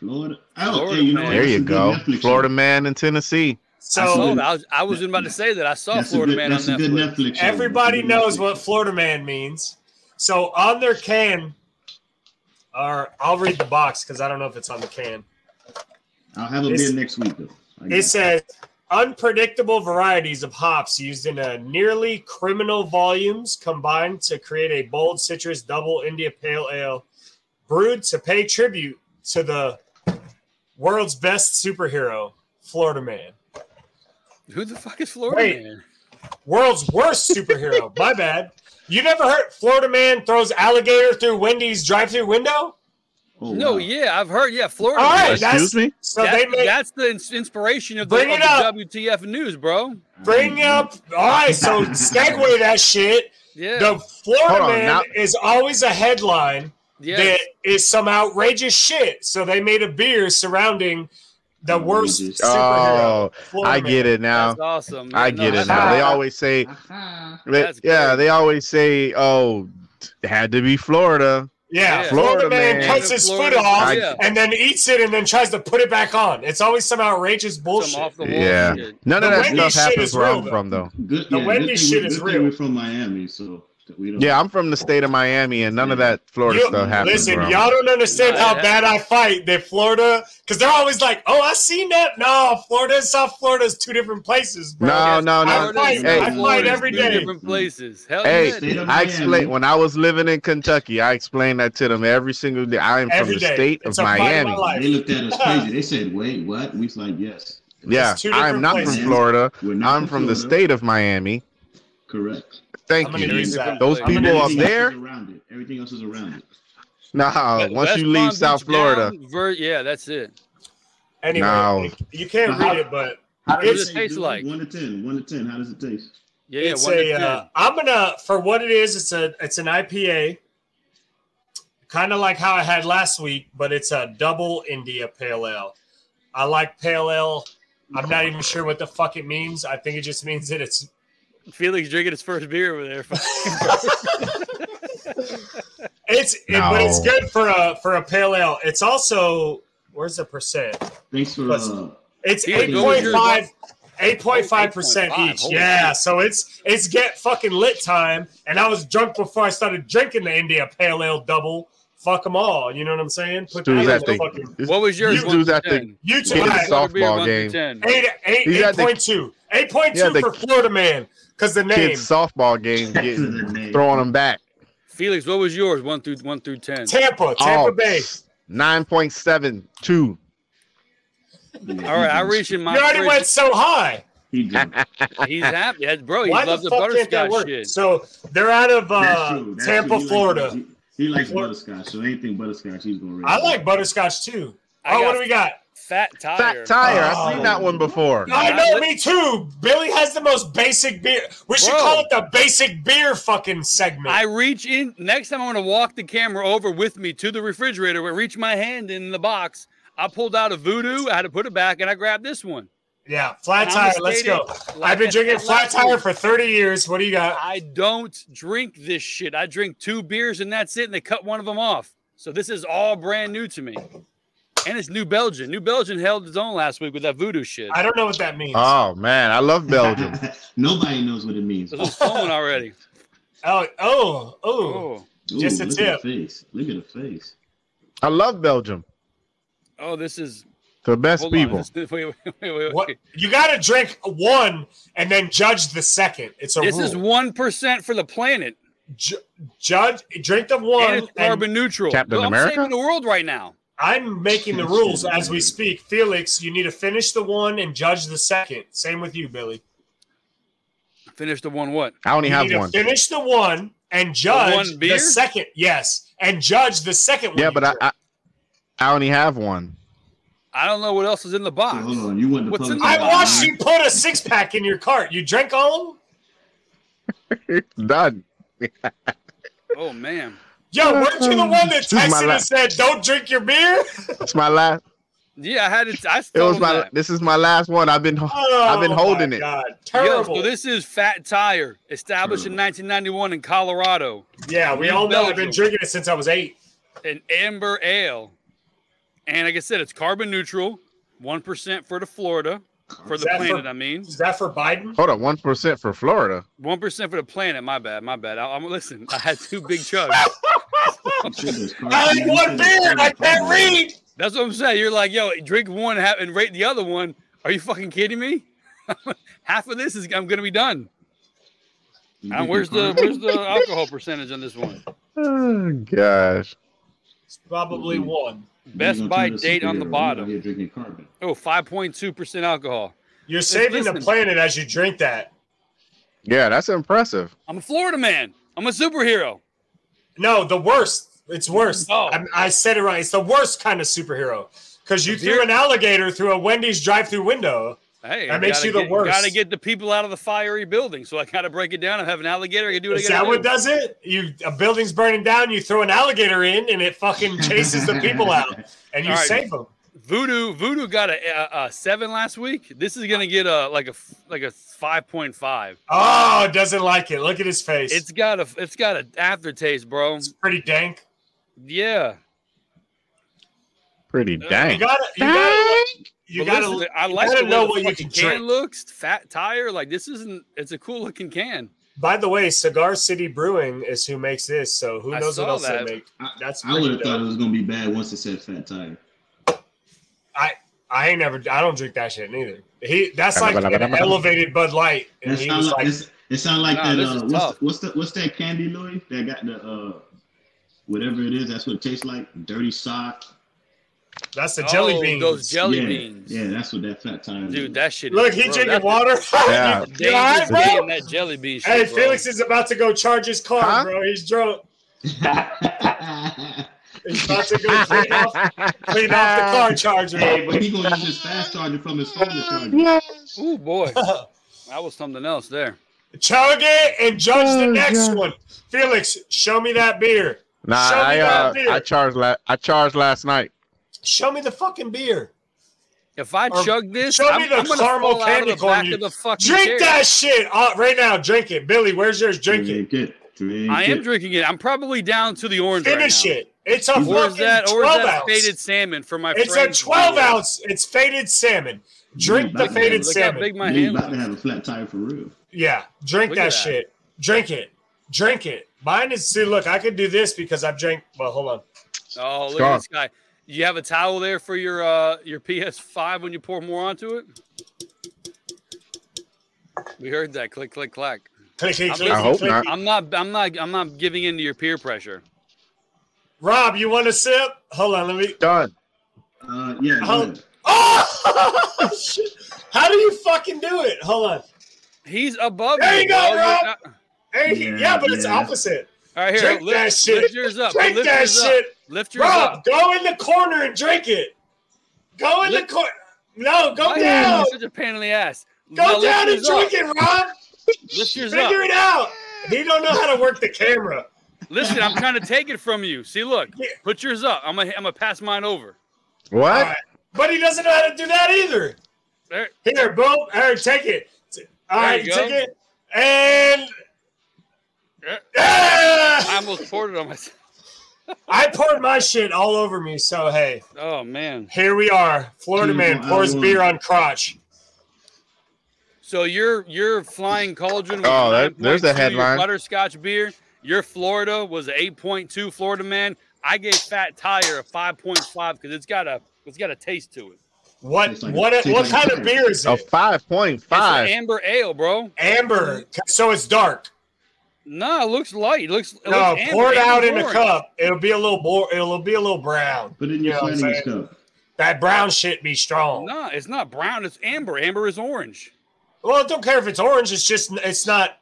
E: Florida. Oh,
A: Florida,
E: hey, you know,
A: man.
E: what?
B: There
E: That's
B: you
E: a good
B: go.
E: Netflix
B: Florida
E: show.
B: man in Tennessee.
E: I
A: Oh,
E: saw
D: So
E: that.
A: I was I was about to say that. I saw
E: That's a
A: Florida
E: good-
A: Man on
E: That's a good
A: Netflix.
E: Netflix. show.
D: everybody
E: That's a good
D: knows
E: Netflix
D: what
E: show.
D: Florida Man means. So on their can, or I'll read the box because I don't know if it's on the can.
E: I'll have a
D: It's-
E: beer next week though. I
D: It
E: guess.
D: says unpredictable varieties of hops used in a nearly criminal volumes combined to create a bold citrus double India pale ale brewed to pay tribute to the world's best superhero, Florida Man.
A: Who the fuck is Florida
D: Wait.
A: Man?
D: World's worst superhero. My bad. You never heard Florida Man throws alligator through Wendy's drive-through window?
E: Oh,
A: No,
E: wow.
A: yeah, I've heard. Yeah, Florida.
D: All
A: Man.
D: right,
A: That's-
B: Excuse me.
D: So
A: that's,
D: they make
A: that's the ins- inspiration of the,
D: Bring
A: of
D: it
A: the
D: up.
A: WTF news, bro.
D: bring up. All right, so segue that shit.
A: Yeah,
D: The Florida
B: Hold on,
D: Man
B: now-
D: is always a headline
A: yeah.
D: that is some outrageous shit. So they made a beer surrounding the worst
E: Outrageous.
D: superhero.
B: Mm-hmm. Oh, I get it now.
A: That's awesome.
B: I
A: Yeah, no,
B: get it
A: that's-
B: now. They
D: Ah.
B: always say,
E: Aha.
A: That's
B: yeah,
A: good.
B: they always say, oh, it had to be Florida.
D: Yeah,
A: Yeah.
D: Florida,
B: Florida
D: Man
B: Man.
D: cuts his
A: Florida-
D: foot off
A: Yeah.
D: and then eats it and then tries to put it back on. It's always some outrageous
A: Some
D: bullshit.
A: off the wall
B: Yeah.
A: shit.
B: None of
D: The
B: that
D: Wendy's
B: stuff
D: shit
B: happens
D: is
B: where
D: real,
B: I'm
D: though.
B: from, though.
E: Good,
D: The
E: yeah,
D: Wendy's
E: good thing
D: shit
E: we-
D: is
E: good thing
D: real.
E: We're from Miami, so that we don't.
B: Yeah, I'm from the state of Miami, and none of that Florida
D: You-
B: stuff happens.
D: listen,
B: where I'm
D: y'all don't understand
A: Nah,
D: how
A: that-
D: bad I fight that Florida, because they're always like, "Oh, I seen that." No, Florida and South Florida is two different places. Bro.
B: No, no, no.
D: I fight.
B: Hey.
D: I fight every
A: Florida's
D: day.
A: Different places. Hell
B: Hey,
A: yeah.
E: State of
B: I
E: Miami.
B: explain when I was living in Kentucky. I explained that to them every single day. I am from
D: Every
B: the
D: day.
B: state
D: It's
B: of
D: a fight of my
B: Miami.
D: life.
E: They looked at us crazy. They said, "Wait, what?" We was like, "Yes,
B: yeah,
D: It's two
B: I am
D: different
B: not
D: places.
B: from Florida.
E: we're not."
B: I'm from the
E: Florida."
B: state of Miami.
E: Correct.
D: I'm
B: Thank
D: gonna
B: you.
D: use that.
B: Those
A: I'm
E: And
B: people up
E: everything else
B: there.
E: is around it. Everything else is around it.
B: Nah,
A: West
B: uh, once you
A: Palm
B: leave
A: Beach
B: South Florida,
A: down, ver- yeah, that's it.
D: Anyway,
B: No.
D: you can't read it, but
E: How
D: does
A: it taste like?
E: One to ten. One to ten. How does it taste?
A: Yeah, yeah.
D: it's
A: one to
D: a.
A: ten.
D: Uh, I'm gonna for what it is. It's a. It's an IPA. Kind of like how I had last week, but it's a double India Pale Ale. I like Pale Ale. I'm not even sure what the fuck it means. I think it just means that it's
A: Felix drinking his first beer over there.
D: it's it, but it's
B: No.
D: good for a for a pale ale. It's also where's the percent?
E: Thanks for.
D: Plus-
E: Uh,
D: It's
A: Yeah,
D: eight
A: go Oh,
D: point
A: with your-
D: five. 8.5 percent
A: 8.5,
D: each.
A: holy
D: Yeah, so it's it's get fucking lit time. And I was drunk before I started drinking the India Pale Ale double fuck them all. You know what I'm saying? Put
B: Dude's
D: that
B: at
D: in
B: the-
D: the fucking
B: This-
A: What was yours?
B: this
A: one
B: dude's
A: to
B: at the-
A: 10?
D: YouTube.
B: Kid
D: All
B: is
D: right.
B: so-
A: Gotta be a
B: softball
A: one to
B: game.
A: 10.
D: Eight, eight,
B: He's at the-
D: 8.2. 8.2
B: Yeah, the-
D: for Florida man because the name.
B: Kids softball game getting throwing them back.
A: Felix, what was yours? One through one through ten.
D: Tampa, Tampa
B: Oh,
D: Bay.
B: Nine point seven two.
A: All right, I reached in
D: You
A: my.
D: already went
A: fridge.
D: so high.
E: He jumped.
A: He's happy, Yeah, bro. He
D: Why the
A: loves Oh, the,
D: fuck can't
A: butterscotch
D: that work?
A: shit.
D: So they're out of
E: That's
D: uh,
E: true. That's true.
D: Tampa,
E: He likes-
D: Florida.
E: he- He likes
D: Flor-
E: butterscotch, so anything butterscotch, he's gonna. raise
D: I
E: it.
D: like butterscotch too.
A: I
D: oh, what
A: got-
D: do we got?
A: Fat tire.
B: Fat tire.
D: Oh.
B: I've seen that one before.
A: Yeah,
D: I
A: I
D: know,
A: li-
D: me too. Billy has the most basic beer. We should
A: Bro.
D: call it the basic beer fucking segment.
A: I reach in. Next time, I'm gonna walk the camera over with me to the refrigerator. I reach my hand in the box. I pulled out a voodoo. I had to put it back, and I grabbed this one.
D: yeah, flat
A: And I'ma
D: tire. Let's
A: state
D: go.
A: it like
D: I've been
A: I
D: drinking
A: said
D: flat
A: last
D: tire
A: week.
D: for 30 years. What do you got?
A: I don't drink this shit. I drink two beers and that's it. And they cut one of them off. So this is all brand new to me. And it's New Belgian. New Belgian held its own last week with that voodoo shit.
D: I don't know what that means.
B: Oh man, I love Belgium.
E: Nobody knows what it means.
A: It was stolen already.
D: oh, oh, oh.
A: Oh,
E: Ooh,
D: Just a
E: look
D: tip.
E: At the face. Look at the face.
B: I love Belgium.
A: oh, this is
B: The best
A: hold on.
B: people.
A: This, wait, wait, wait, wait,
D: What
A: wait.
D: you got to drink one and then judge the second. It's a
A: This
D: rule.
A: is one percent for the planet,
D: Ju- judge, drink the
A: and
D: one.
A: it's
D: and
A: carbon neutral.
B: Captain
A: Look,
B: America?
A: I'm saving the world right now.
D: I'm making the rules as we speak. Felix, you need to finish the one and judge the second. Same with you, Billy.
A: Finish the one. What?
B: I only
D: You
B: have
D: need to
B: one.
D: finish the one and judge
A: one
D: the,
A: beer?
D: second. Yes, and judge the second one.
B: Yeah,
D: you
B: but I,
D: drink.
B: I I only have one.
A: I don't know what else is in the
E: So,
A: box.
E: hold on, you want the
A: Ah, What's
E: public?
A: in the
D: I
A: box?
D: watched you put a six pack in your cart. You drank all of them.
B: Done.
A: Oh man,
D: Yo, weren't you the one that
B: This is my
D: texted and
B: life.
D: said, "Don't drink your beer"?
B: It's my last.
A: yeah, I had it. I
B: It
A: stole
B: was my.
A: that.
B: This is my last one. I've been.
D: Oh,
B: I've been holding
D: my
B: it.
D: God.
A: Yo,
D: Terrible.
A: so this is Fat Tire, established in 1991 in Colorado.
D: yeah, we all know. I've been
A: Belgium.
D: drinking it since I was eight.
A: An amber ale. And like I said, it's carbon neutral, 1% for the Florida, for the
D: Is that
A: planet,
D: for-
A: I mean.
D: Is that for Biden?
B: Hold on, one percent for Florida.
A: 1% for the planet, my bad, my bad. I, am listen, I had two big chugs.
D: I had one beer. and I can't read.
A: That's what I'm saying. You're like, yo, drink one ha- and rate the other one. Are you fucking kidding me? Half of this is I'm gonna be done. Uh, where's the where's the alcohol percentage on this one?
B: Oh gosh.
D: It's probably
A: Mm-hmm.
E: Mhm.
D: one.
A: Best by date on the bottom.
E: You're drinking carbon.
A: Oh, 5.2% alcohol.
D: You're saving the
A: listen.
D: planet as you drink that.
B: Yeah, that's impressive.
A: I'm a Florida man. I'm a superhero.
D: No, the worst. It's worse.
A: Oh.
D: I, I said it right. It's the worst kind of superhero because you
A: Beer-
D: threw an alligator through a Wendy's drive-through window.
A: Hey,
D: That
A: I
D: makes
A: gotta
D: you the
A: get-
D: worst.
A: Gotta get the people out of the fiery building, so I gotta break it down. I have an alligator. I can do it
D: Is that what does it? You a building's burning down. You throw an alligator in, and it fucking chases the people out, and you
A: All right.
D: save them.
A: Voodoo, Voodoo got a, a, a seven last week. This is gonna get a like a f- like a five point five.
D: Oh, doesn't like it. Look at his face.
A: It's
D: It's,
A: got a it's got an aftertaste, bro.
D: pretty dank.
A: Yeah,
B: Pretty
A: Dang.
B: dang.
D: Uh, You gotta, you gotta, you
A: But
D: gotta,
A: listen, I like
D: gotta
A: the
D: know
A: know
D: what
A: what
D: you
A: fucking
D: can
A: can
D: drink.
A: looks. Fat tire, like this isn't. It's a cool looking can.
D: By the way, Cigar City Brewing is who makes this, so who
A: I
D: knows what
A: saw
D: else
A: that.
D: they make. That's
E: I would
D: pretty
E: have thought it
D: dope.
E: was gonna be bad once it said fat tire.
D: I ain't never. I don't drink that shit neither. He that's like
B: Blah, blah, blah,
D: an
B: blah, blah.
D: elevated Bud Light, and
E: That
D: he
E: sound
D: was
E: like,
D: like,
E: it's- it sound like
A: Nah,
E: that.
A: this
E: Uh,
A: is
E: what's,
A: tough.
E: the, what's the what's that candy, Louis? That got the uh, whatever it is. That's what it tastes like. Dirty sock.
D: "That's the jelly
A: Oh,
D: beans."
A: Those jelly
E: yeah,
A: beans,
E: Yeah, that's what that fat tire. is.
A: dude. That shit.
D: Look,
A: is,
D: he
A: bro,
D: drinking
A: that's
D: water.
B: Yeah.
D: You alright,
A: dangerous being
D: bro?
A: that jelly bean. Shit,
D: Hey,
A: bro.
D: Felix is about to go charge his car,
B: Huh?
D: bro. He's drunk.
E: hey,
D: He's about to go clean off, clean off the car charger.
E: but he gonna use his fast charger from his phone to charge. it.
A: Oh boy, that was something else there.
D: Chug it and judge the
B: Oh,
D: next
B: God.
D: one. Felix, show me that beer.
B: Nah,
D: Show me
B: I
D: that
B: uh,
D: beer.
B: I charged last I charged last night.
D: Show me the fucking beer.
A: If I
D: Or
A: chug this,
D: show
A: I'm,
D: me the
A: I'm gonna
D: caramel
A: fall out
D: candy
A: of the
D: corn
A: back
D: you-
A: of the fucking
D: Drink
A: chair.
D: that shit uh, right now. Drink it, Billy. Where's yours? Drink it.
E: Drink it. Drink
A: I am
E: it.
A: drinking it. I'm probably down to the orange. right
D: Finish
A: now.
D: it. It's a
A: Or is
D: fucking
A: that or is
D: twelve
A: that
D: ounce.
A: faded salmon for my
D: It's a
A: friends?
D: twelve ounce. It's faded salmon. Drink
E: Mm,
D: the
E: that's
D: faded
E: good.
A: Look how
D: salmon.
A: big my
E: Louis
A: hand
E: about to
A: is.
E: have a flat tire for real.
D: Yeah, drink
A: Look
D: that,
A: at that.
D: shit. Drink it. Drink it. Mine is see. Look, I could do this because I've drank. Well, hold on.
A: Oh, look
B: Scar.
A: at this guy. You have a towel there for your uh your PS5 when you pour more onto it? We heard that click click clack.
D: Click, click,
A: I
D: click,
B: hope
D: click.
B: not.
A: I'm not I'm not I'm not giving in to your peer pressure.
D: Rob, you want a sip? Hold on, let me.
B: Done.
E: Uh, yeah,
D: How-
E: yeah.
D: Oh, shit. how do you fucking do it? Hold on.
A: He's above
D: There you go,
A: dog. You're
D: Rob.
A: not-
D: Hey, yeah,
E: Yeah,
D: but it's
E: yeah.
D: opposite.
A: All right, here.
D: Drink
A: lift,
D: that shit.
A: lift yours up.
D: Drink
A: lift
D: that
A: yours
D: shit.
A: Up. Lift yours
D: Rob,
A: up.
D: go in the corner and drink it. Go in
A: Lick-
D: the corner. No, go
A: Why are you
D: down.
A: Such a pain in the ass. Now
D: Go
A: lift
D: down and
A: yours up.
D: drink it, Rob.
A: Lift yours
D: Figure
A: up.
D: it out. He don't know how to work the camera.
A: Listen, I'm trying to take it from you. See, look.
D: Yeah.
A: Put yours up. I'm gonna I'm gonna pass mine over.
D: All
B: What?
D: right. But he doesn't know how to do that either.
A: There.
D: Here, boom. Eric, take it. All
A: There
D: right,
A: you
D: you
A: go.
D: take it. And
A: Yeah. I
D: Ah!
A: almost poured it on myself.
D: I poured my shit all over me, so hey,
A: Oh man.
D: here we are. Florida
E: Dude,
D: man
E: I
D: pours
E: won.
D: beer on crotch.
A: So your your flying cauldron. Was
B: Oh, that- there's a
A: 9.2, your
B: headline.
A: Butterscotch beer. Your Florida was an 8.2 Florida man. I gave Fat Tire a 5.5 because it's got a it's got a taste to it.
D: What
E: Tastes like-
D: what
E: tastes
D: what
E: like
D: kind
E: fire.
D: of beer is
B: A
D: it?
B: five point
A: It's an
B: five.
A: amber ale, bro.
D: Amber. So it's dark.
A: No, it looks light. It looks it
D: No,
A: looks amber,
D: pour it
A: amber
D: out in a
A: orange.
D: cup. It'll be a little more. It'll be a little brown.
E: Put it in
D: You
E: your
D: know what I'm
E: Flanagan's
D: saying?
E: cup.
D: That brown shit be strong.
A: No, it's not brown. It's amber. Amber is orange.
D: Well, I don't care if it's orange. It's just it's not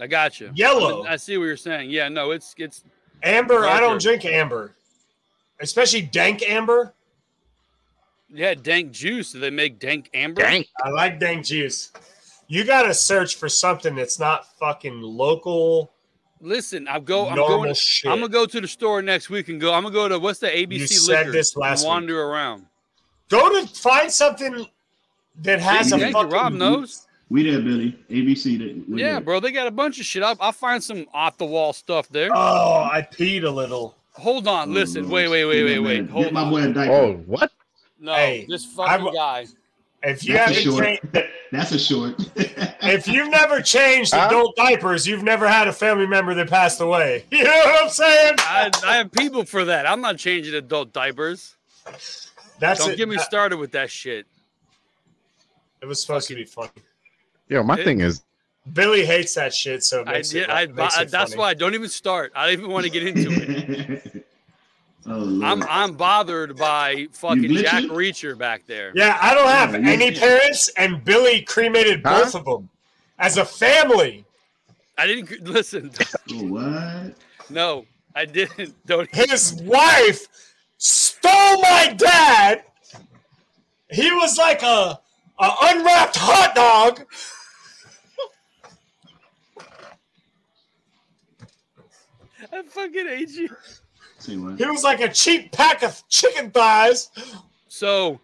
A: I got you.
D: Yellow.
A: I see what you're saying. Yeah, no, it's it's
D: amber. I don't
A: Darker.
D: drink amber, especially dank amber.
A: yeah dank juice. Do they make dank amber?
B: Dang.
D: I like dank juice. You gotta search for something that's not fucking local.
A: Listen, I'll go. I'm
D: normal
A: going.
D: shit.
A: I'm gonna go to the store next week and go. I'm gonna go to what's the ABC
D: You said
A: liquor
D: this last
A: and
D: week.
A: wander around.
D: Go to find something that has a
A: Thank you,
D: fucking.
A: Rob knows.
E: We there, Billy. ABC. There. We
A: Yeah,
E: there.
A: bro, they got a bunch of shit. I'll, I'll find some off the wall stuff there.
D: Oh, I peed a little.
A: Hold on,
E: Oh,
A: listen,
E: Lord.
A: wait, wait, wait,
E: Get
A: wait,
E: my
A: wait.
E: man-
A: Hold
E: Get my
A: on.
E: boy a diaper.
B: Oh, what?
A: No,
D: Hey,
A: this fucking
D: I'm-
A: guy.
D: If you
E: That's a
D: haven't
E: short.
D: changed,
E: That's a short.
D: if you've never changed
B: Huh?
D: adult diapers, you've never had a family member that passed away. You know what I'm saying?
A: I, I have people for that. I'm not changing adult diapers.
D: That's
A: Don't
D: it.
A: get me started with that shit.
D: It was supposed to be funny.
B: Yo, my
A: It-
B: thing is
D: Billy hates that shit, so it
A: I
D: makes
A: did.
D: it,
A: I,
D: it makes
A: I-
D: it
A: that's
D: funny.
A: why I don't even start. I don't even want to get into it.
E: oh, Lord.
A: I'm I'm bothered by fucking
E: glitching?
A: Jack Reacher back there.
D: Yeah, I don't have
E: Yeah, you-
D: any parents, and Billy cremated
B: Huh?
D: both of them as a family.
A: I didn't listen.
E: oh, what?
A: No, I didn't. Don't.
D: His wife stole my dad. He was like a, a unwrapped hot dog.
A: I fucking hate you.
E: Say what?
D: He was like a cheap pack of chicken thighs.
A: So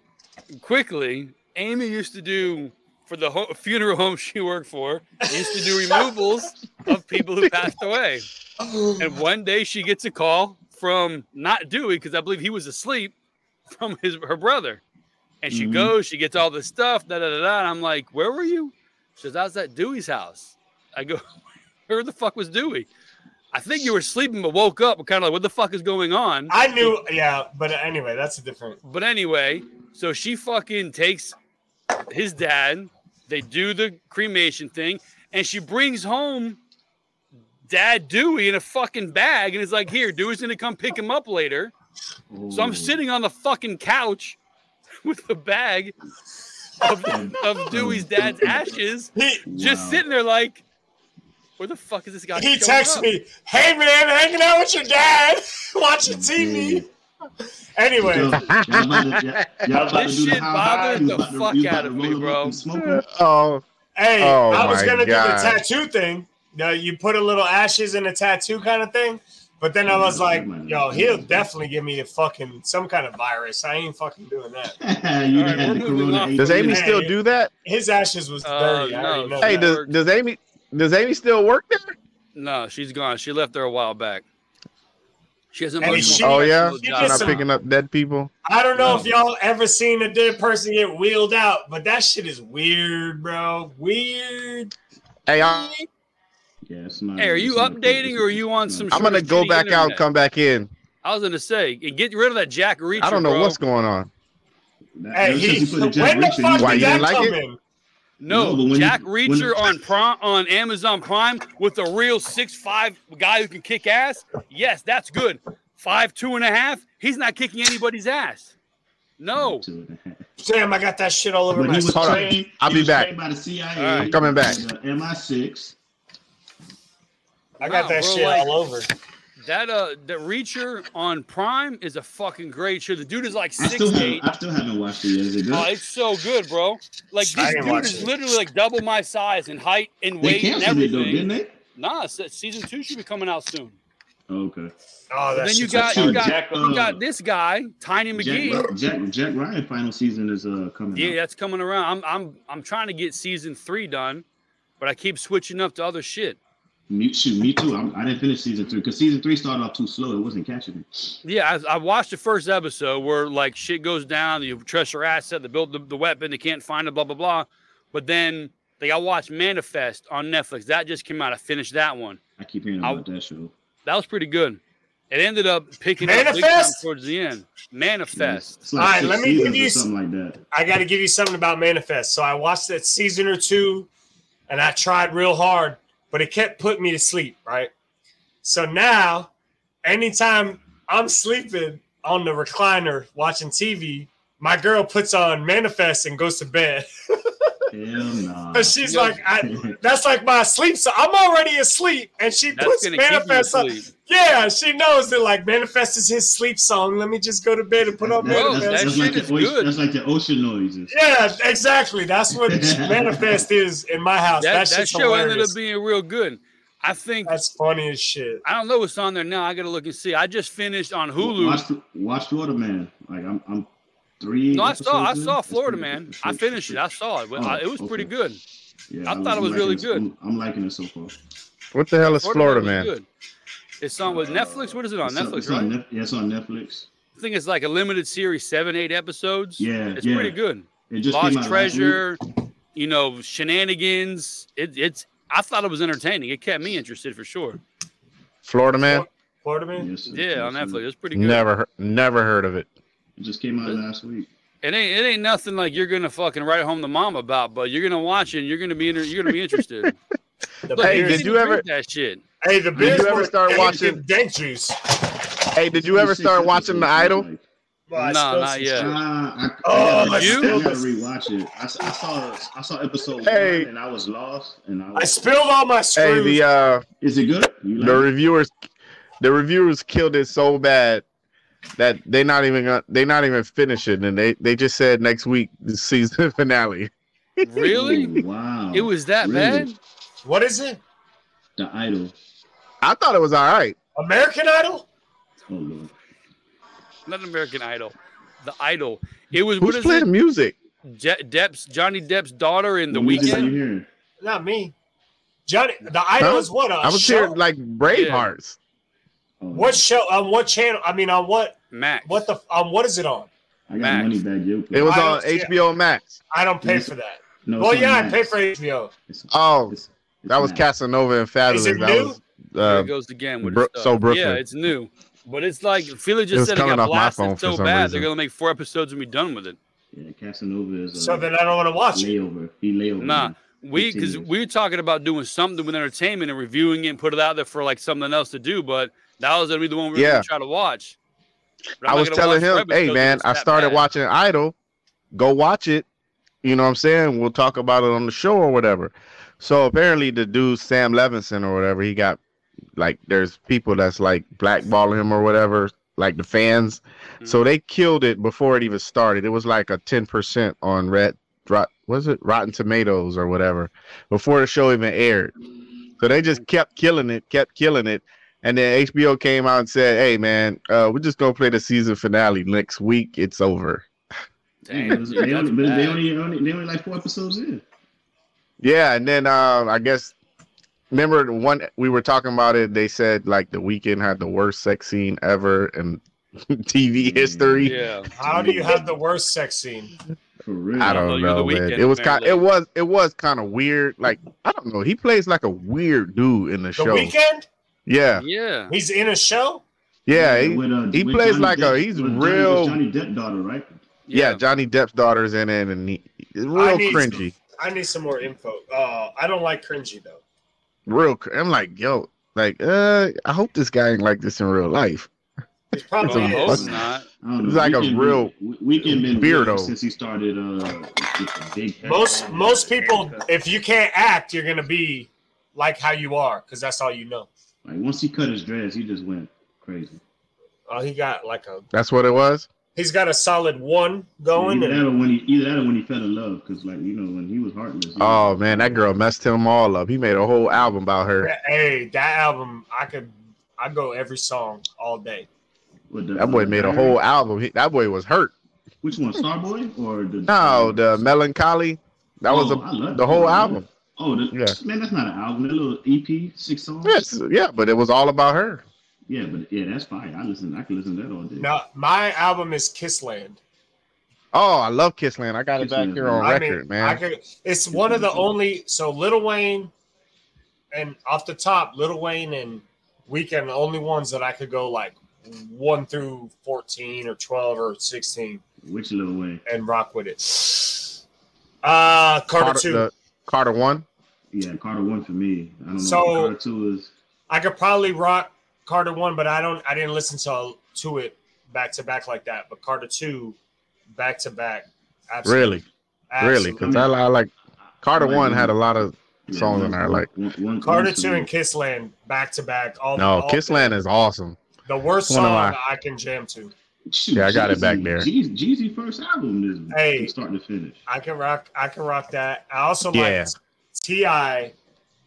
A: quickly, Amy used to do for the ho- funeral home she worked for. Used to do removals of people who passed away. And one day she gets a call from not Dewey because I believe he was asleep from his her brother. And she
E: Mhm.
A: goes, she gets all this stuff, da da da da. And I'm like, where were you? She says, I was at Dewey's house. I go, where the fuck was Dewey? I think you were sleeping but woke up. Kind of like, what the fuck is going on?
D: I knew, yeah, but anyway, that's a different.
A: But anyway, so she fucking takes his dad. They do the cremation thing, and she brings home Dad Dewey in a fucking bag, and it's like, "Here, Dewey's gonna come pick him up later." So
E: Oh.
A: I'm sitting on the fucking couch with the bag of, of Dewey's dad's ashes,
D: He,
A: just
E: Wow.
A: sitting there like, "Where the fuck is this guy?"
D: he
A: showing
D: texts
A: up?"
D: me, "Hey man, hanging out with your dad, watching TV." Anyway,
E: Y'all about to, y'all about
A: This
E: to do
A: shit
E: the how
A: bothered
E: high, you
A: the
E: about to- you
A: fuck
E: about
A: out
E: to
A: of
E: roll
A: me,
E: them up
A: bro.
E: and smoke them?
B: oh
D: hey,
B: Oh,
D: I was
B: my
D: gonna
B: God.
D: do the tattoo thing. You, know, you put a little ashes in a tattoo kind of thing, but then I was like, "Yo, he'll definitely give me a fucking some kind of virus. I ain't fucking doing that."
E: you done
A: right,
E: had the
A: we're moving
E: corona.
A: on.
E: eight
B: does
E: years.
B: Amy still do that?
D: His ashes was
A: Uh,
D: dirty. I already
A: no.
D: know
B: Hey,
D: that.
B: does does Amy does Amy still work there?
A: No, she's gone. She left there a while back. She hasn't.
D: Hey,
A: worked in a
D: she-
B: Oh, yeah?
A: professional
D: She
A: job.
D: did
B: Not
D: some-
B: picking up dead people.
D: I don't know if y'all ever seen a dead person get wheeled out, but that shit is weird, bro. Weird.
B: Hey, I'm,
E: Yeah, it's not.
A: Hey, are
E: it's
A: you
E: not-
A: updating or are you on some?
B: I'm gonna
A: sort of
B: go
A: shitty
B: back out,
A: internet?
B: come back in.
A: I was gonna say, and get rid of that Jack Reacher.
B: I don't know
A: bro.
B: what's going on.
E: That-
D: Hey,
E: ever since
D: he,
E: you put the
D: when
E: Jack
D: the
E: Reacher,
D: fuck
E: you-
B: Why
D: did
B: you
D: that
B: didn't like
D: come
B: it?
D: in?
A: No,
E: No, but when
A: Jack
E: you- when-
A: Reacher on Prime on Amazon Prime with a real six five guy who can kick ass. Yes, that's good. Five two and a half. He's not kicking anybody's ass. No,
E: Two and a half.
D: Damn, I got that shit all over
E: But
D: my.
E: he was
B: Hold on.
E: trained.
B: I'll
E: he
B: be
E: was
B: back.
E: trained By the CIA,
A: Oh. All
B: right, coming back.
E: the MI6.
D: I got
A: Nah,
D: that
A: bro,
D: shit
A: like-
D: all over.
A: that uh, the Reacher on Prime is a fucking great show. The dude is like
E: I
A: six
E: still
A: eight.
E: haven't. I still haven't watched it yet. Is it good?
A: Oh, it's so good, bro. Like this
D: I ain't
A: dude
D: watching
A: is
D: it.
A: literally like double my size in height and
E: they
A: weight and
E: canceled it though,
A: everything.
E: didn't they?
A: Nah, se- season two should be coming out soon.
E: Okay.
D: Oh, that
A: then you
D: shit's
A: got you
E: Dude,
A: got
C: Jack,
A: you
E: uh,
A: got this guy, Tiny McGee.
E: Jack, Jack Jack Ryan final season is uh coming
A: Yeah,
E: out.
A: that's coming around. I'm I'm I'm trying to get season three done, but I keep switching up to other shit.
E: Me, shoot, me too. I'm, I didn't finish season three because season three started off too slow. It wasn't catching me.
A: Yeah, I, I watched the first episode where like shit goes down. You trust your asset. They build the, the weapon. They can't find it. Blah blah blah. But then like I watched Manifest on Netflix. That just came out. I finished that one.
E: I keep hearing
A: I'll-
E: about that show.
A: That was pretty good. It ended up picking up big time
D: Manifest?
A: towards the end.
E: Yeah,
A: Manifest.
E: It's like
D: All right,
E: six
D: let me give
E: seasons
D: you
E: or
D: s-
E: something like that.
D: I got to give you something about Manifest. So I watched that season or two, and I tried real hard, but it kept putting me to sleep. Right. So now, anytime I'm sleeping on the recliner watching TV, my girl puts on Manifest and goes to bed.
E: Hell nah.
D: But she's like, I, that's like my sleep. So I'm already asleep, and she
A: That's
D: puts
A: gonna keep you
D: Manifest on.
A: asleep.
D: Yeah, she knows that like Manifest is his sleep song. Let me just go to bed and put on
A: Bro,
D: Manifest.
A: that
E: that's, like
A: shit is
E: the ocean,
A: good.
E: that's like the ocean noises.
D: Yeah, exactly. That's what manifest is in my house.
A: That,
D: That,
A: that
D: shit's
A: show ended
D: hilarious.
A: up being real good. I think
D: That's funny as shit.
A: I don't know what's on there now. I gotta look and see. I just finished on Hulu.
E: Watch, watch Florida Man. Like I'm, I'm three.
A: No, I
E: episodes
A: saw I
E: in.
A: saw
E: It's
A: Florida
E: pretty-
A: Man.
E: it's
A: I
E: pretty-
A: finished it. I saw it. But
E: Oh,
A: I, it was pretty
E: okay.
A: good.
E: Yeah,
A: I
E: I'm-
A: thought it
E: I'm
A: was
E: liking
A: really
E: this-
A: good.
E: I'm, I'm liking it so far.
B: What the hell is Florida,
A: was
B: man?
A: good. It's on with Netflix. What is it on
E: It's
A: Netflix?
E: it's
A: right?
E: On Nef- yeah, it's on Netflix.
A: I think it's like a limited series, seven, eight episodes.
E: Yeah,
A: it's
E: yeah.
A: pretty good.
E: It just came out
A: Lost
E: last week.
A: treasure, you know, shenanigans. It, it's. I thought it was entertaining. It kept me interested for sure.
B: Florida man?
D: Florida man.
E: Yes, sir.
A: Yeah, on
E: Yes, sir.
A: Netflix, it's pretty good.
B: Never, heard- never heard of it.
E: It just came out last week.
A: It ain't. It ain't nothing like you're gonna fucking write home to mom about, but you're gonna watch it. and You're gonna be. Inter- you're gonna be interested.
D: The
A: Look,
B: Hey,
A: you
B: did
D: beers-
A: didn't
B: you
A: even
B: ever-
A: drink that shit?
D: hey, the beers
B: you ever
D: were
B: start
D: aged
B: watching-
D: in dank juice.
B: Hey, did you ever start watching The Idol?
D: Well, I
A: Nah,
D: spilled
A: not
D: some
A: yet.
D: shit.
E: Ah, I,
D: Oh,
E: I, gotta-
A: you?
E: I gotta rewatch it. I, s- I saw I saw episode
B: Hey.
E: one and I was lost and I
D: I
E: was.
D: spilled all my
B: Hey,
D: screws.
B: the uh,
E: is it good? You
B: the
E: like it?
B: reviewers, the reviewers killed it so bad that they not even gonna, they not even finish it, and they they just said next week the season finale.
A: Really?
E: Oh, wow.
A: It was that
E: Really?
A: bad?
D: what is it?
E: The Idol.
B: I thought it was all right.
D: American Idol?
E: Oh lord.
A: Not American Idol. The Idol. It was what
B: Who's
A: is
B: playing
A: it?
B: music?
A: Je- Depp's Johnny Depp's daughter in The
E: What music
A: Weekend.
E: Are you hearing?
D: Not me. Johnny, the Idol
B: Huh?
D: is what? A
B: I was
D: show?
B: hearing like Bravehearts.
E: Oh,
D: what show? On what channel? I mean, on what?
A: Max.
D: What
B: Uh,
D: the? On what is it on?
E: I got
A: Max.
E: money back. Yo,
B: It was Oh,
D: I
B: on
D: don't see it.
B: HBO Max.
D: I don't pay
E: Yes.
D: for that.
E: No,
D: well,
E: it's
D: yeah,
E: on
D: I
E: Max.
D: pay for HBO.
E: It's-
B: Oh,
E: it's- it's
B: that was
E: Max.
B: Casanova and Fabulous.
D: Is it
B: That
D: new?
B: was
A: There
B: uh,
A: it goes again with
B: Bro-
A: his
B: so
A: stuff.
B: Brooklyn.
A: Yeah, it's new, but it's like Philly
B: It
A: just
B: was
A: said it
B: coming
A: got
B: off my phone
A: blasted
B: for
A: so
B: some
A: bad
B: reason.
A: they're gonna make four episodes and be done with it.
E: Yeah, Casanova is a
D: So then I don't want to watch it.
E: layover. He layover.
A: Nah,
E: man.
A: We
E: 15
A: because
E: years.
A: we were talking about doing something with entertainment and reviewing it and put it out there for like something else to do, but that was gonna be the one we were
B: Yeah.
A: gonna try to watch. But I'm
B: I
A: not
B: was
A: gonna
B: telling
A: watch four
B: him, hey
A: episodes
B: man,
A: if it's
B: I
A: that
B: started
A: bad."
B: watching Idol. Go watch it. You know what I'm saying? We'll talk about it on the show or whatever. So apparently the dude Sam Levinson or whatever, he got like there's people that's like blackballing him or whatever, like the fans.
A: Mm-hmm.
B: So they killed it before it even started. It was like a 10% on Red Rot was it Rotten Tomatoes or whatever before the show even aired. So they just
A: Mm-hmm.
B: kept killing it, kept killing it. And then HBO came out and said, "Hey man, uh, we're just gonna play the season finale next week. It's over."
E: Dang,
A: Damn,
E: it was- they,
A: that's
E: only, but they
A: bad.
E: only, only they only like four episodes in.
B: Yeah, and then uh, I guess remember the one we were talking about it. They said like the weekend had the worst sex scene ever in TV history.
A: yeah.
D: How do you have the worst sex scene?
E: For real.
B: I
A: Well,
B: don't
A: you're the
B: know, man.
A: Weeknd,
B: It was kind. It
A: apparently.
B: was. It was kind of weird. Like I don't know. He plays like a weird dude in the,
D: The
B: show.
D: weekend?
B: Yeah,
A: Yeah.
D: He's in a show?
B: Yeah, he,
E: with, uh,
B: he
E: with
B: plays like
E: Depp-
B: a- he's
E: with
B: real-
E: Johnny, with Johnny Depp daughter, right?
B: yeah, Johnny Depp's daughter's in it, and he, it's real
D: need
B: cringy.
D: I need some more info. Uh, I don't like cringy though.
B: Real, cr- I'm like, yo, like, uh, I hope this guy ain't like this in real life.
D: It's probably
A: I hope
D: is.
B: That's-
A: not.
E: I don't know.
B: He's like a
E: Weekend
B: real
E: been, weekend been
B: weirdo.
E: weird since he started. Uh, with the big hair.
D: most most people. If you can't act, you're gonna be like how you are because that's all you know.
E: like once he cut his dress, he just went crazy.
D: Uh, he got like a
B: That's what it was.
D: he's got a solid one going.
E: either
D: and-
E: that or when he either that or when he fell in love, because like you know when he was heartless. he-
B: Oh man, that girl messed him all up. He made a whole album about her.
D: Hey, that album, I could, I go every song all day.
E: with the-
B: That boy made a whole album. He, that boy was hurt.
E: Which one, Starboy or the?
B: No, the melancholy. That was
E: Oh, I love
B: a,
E: it.
B: the whole
E: I love
B: album.
E: it. Oh, the,
B: Yeah.
E: man, that's not an album. That little EP, six songs.
B: Yes, yeah, but it was all about her.
E: Yeah, but yeah, that's fine. I listen. I can listen to that all day.
D: Now, my album is Kissland.
B: Oh, I love Kissland. I got it
E: Kiss
B: back
E: Land,
B: here on
E: man.
B: record,
D: I mean, I
B: man.
D: could, it's one of the only. So Little Wayne, and off the top, Little Wayne and Weekend, the only ones that I could go like one through fourteen or twelve or sixteen
E: Which little way?
D: and rock with it. Uh Carter, two.
B: the- Carter one.
E: Yeah, Carter one for me. I don't
D: So-
E: know. Carter two is.
D: I could probably rock Carter one, but I don't. I didn't listen to to it back to back like that. But Carter two, back to back. absolute-
B: Really, really,
D: absolute.
B: because I, I like Carter
E: Like,
B: one had a lot of
E: yeah,
B: songs in
E: one-
B: there. Like
E: one- one-
D: Carter
E: one for
D: two
E: me.
D: and Kissland back to back. All
B: no,
D: all-
B: Kissland is awesome.
D: The worst
B: One of
D: song
B: my-
D: I can jam to.
E: Shoot,
B: Yeah, I got it back
E: Jeezy-
B: there.
E: Jeezy, Jeezy first album is
D: Hey.
E: from start to finish.
D: I can rock. I can rock that. I also
B: Yeah.
D: like Ti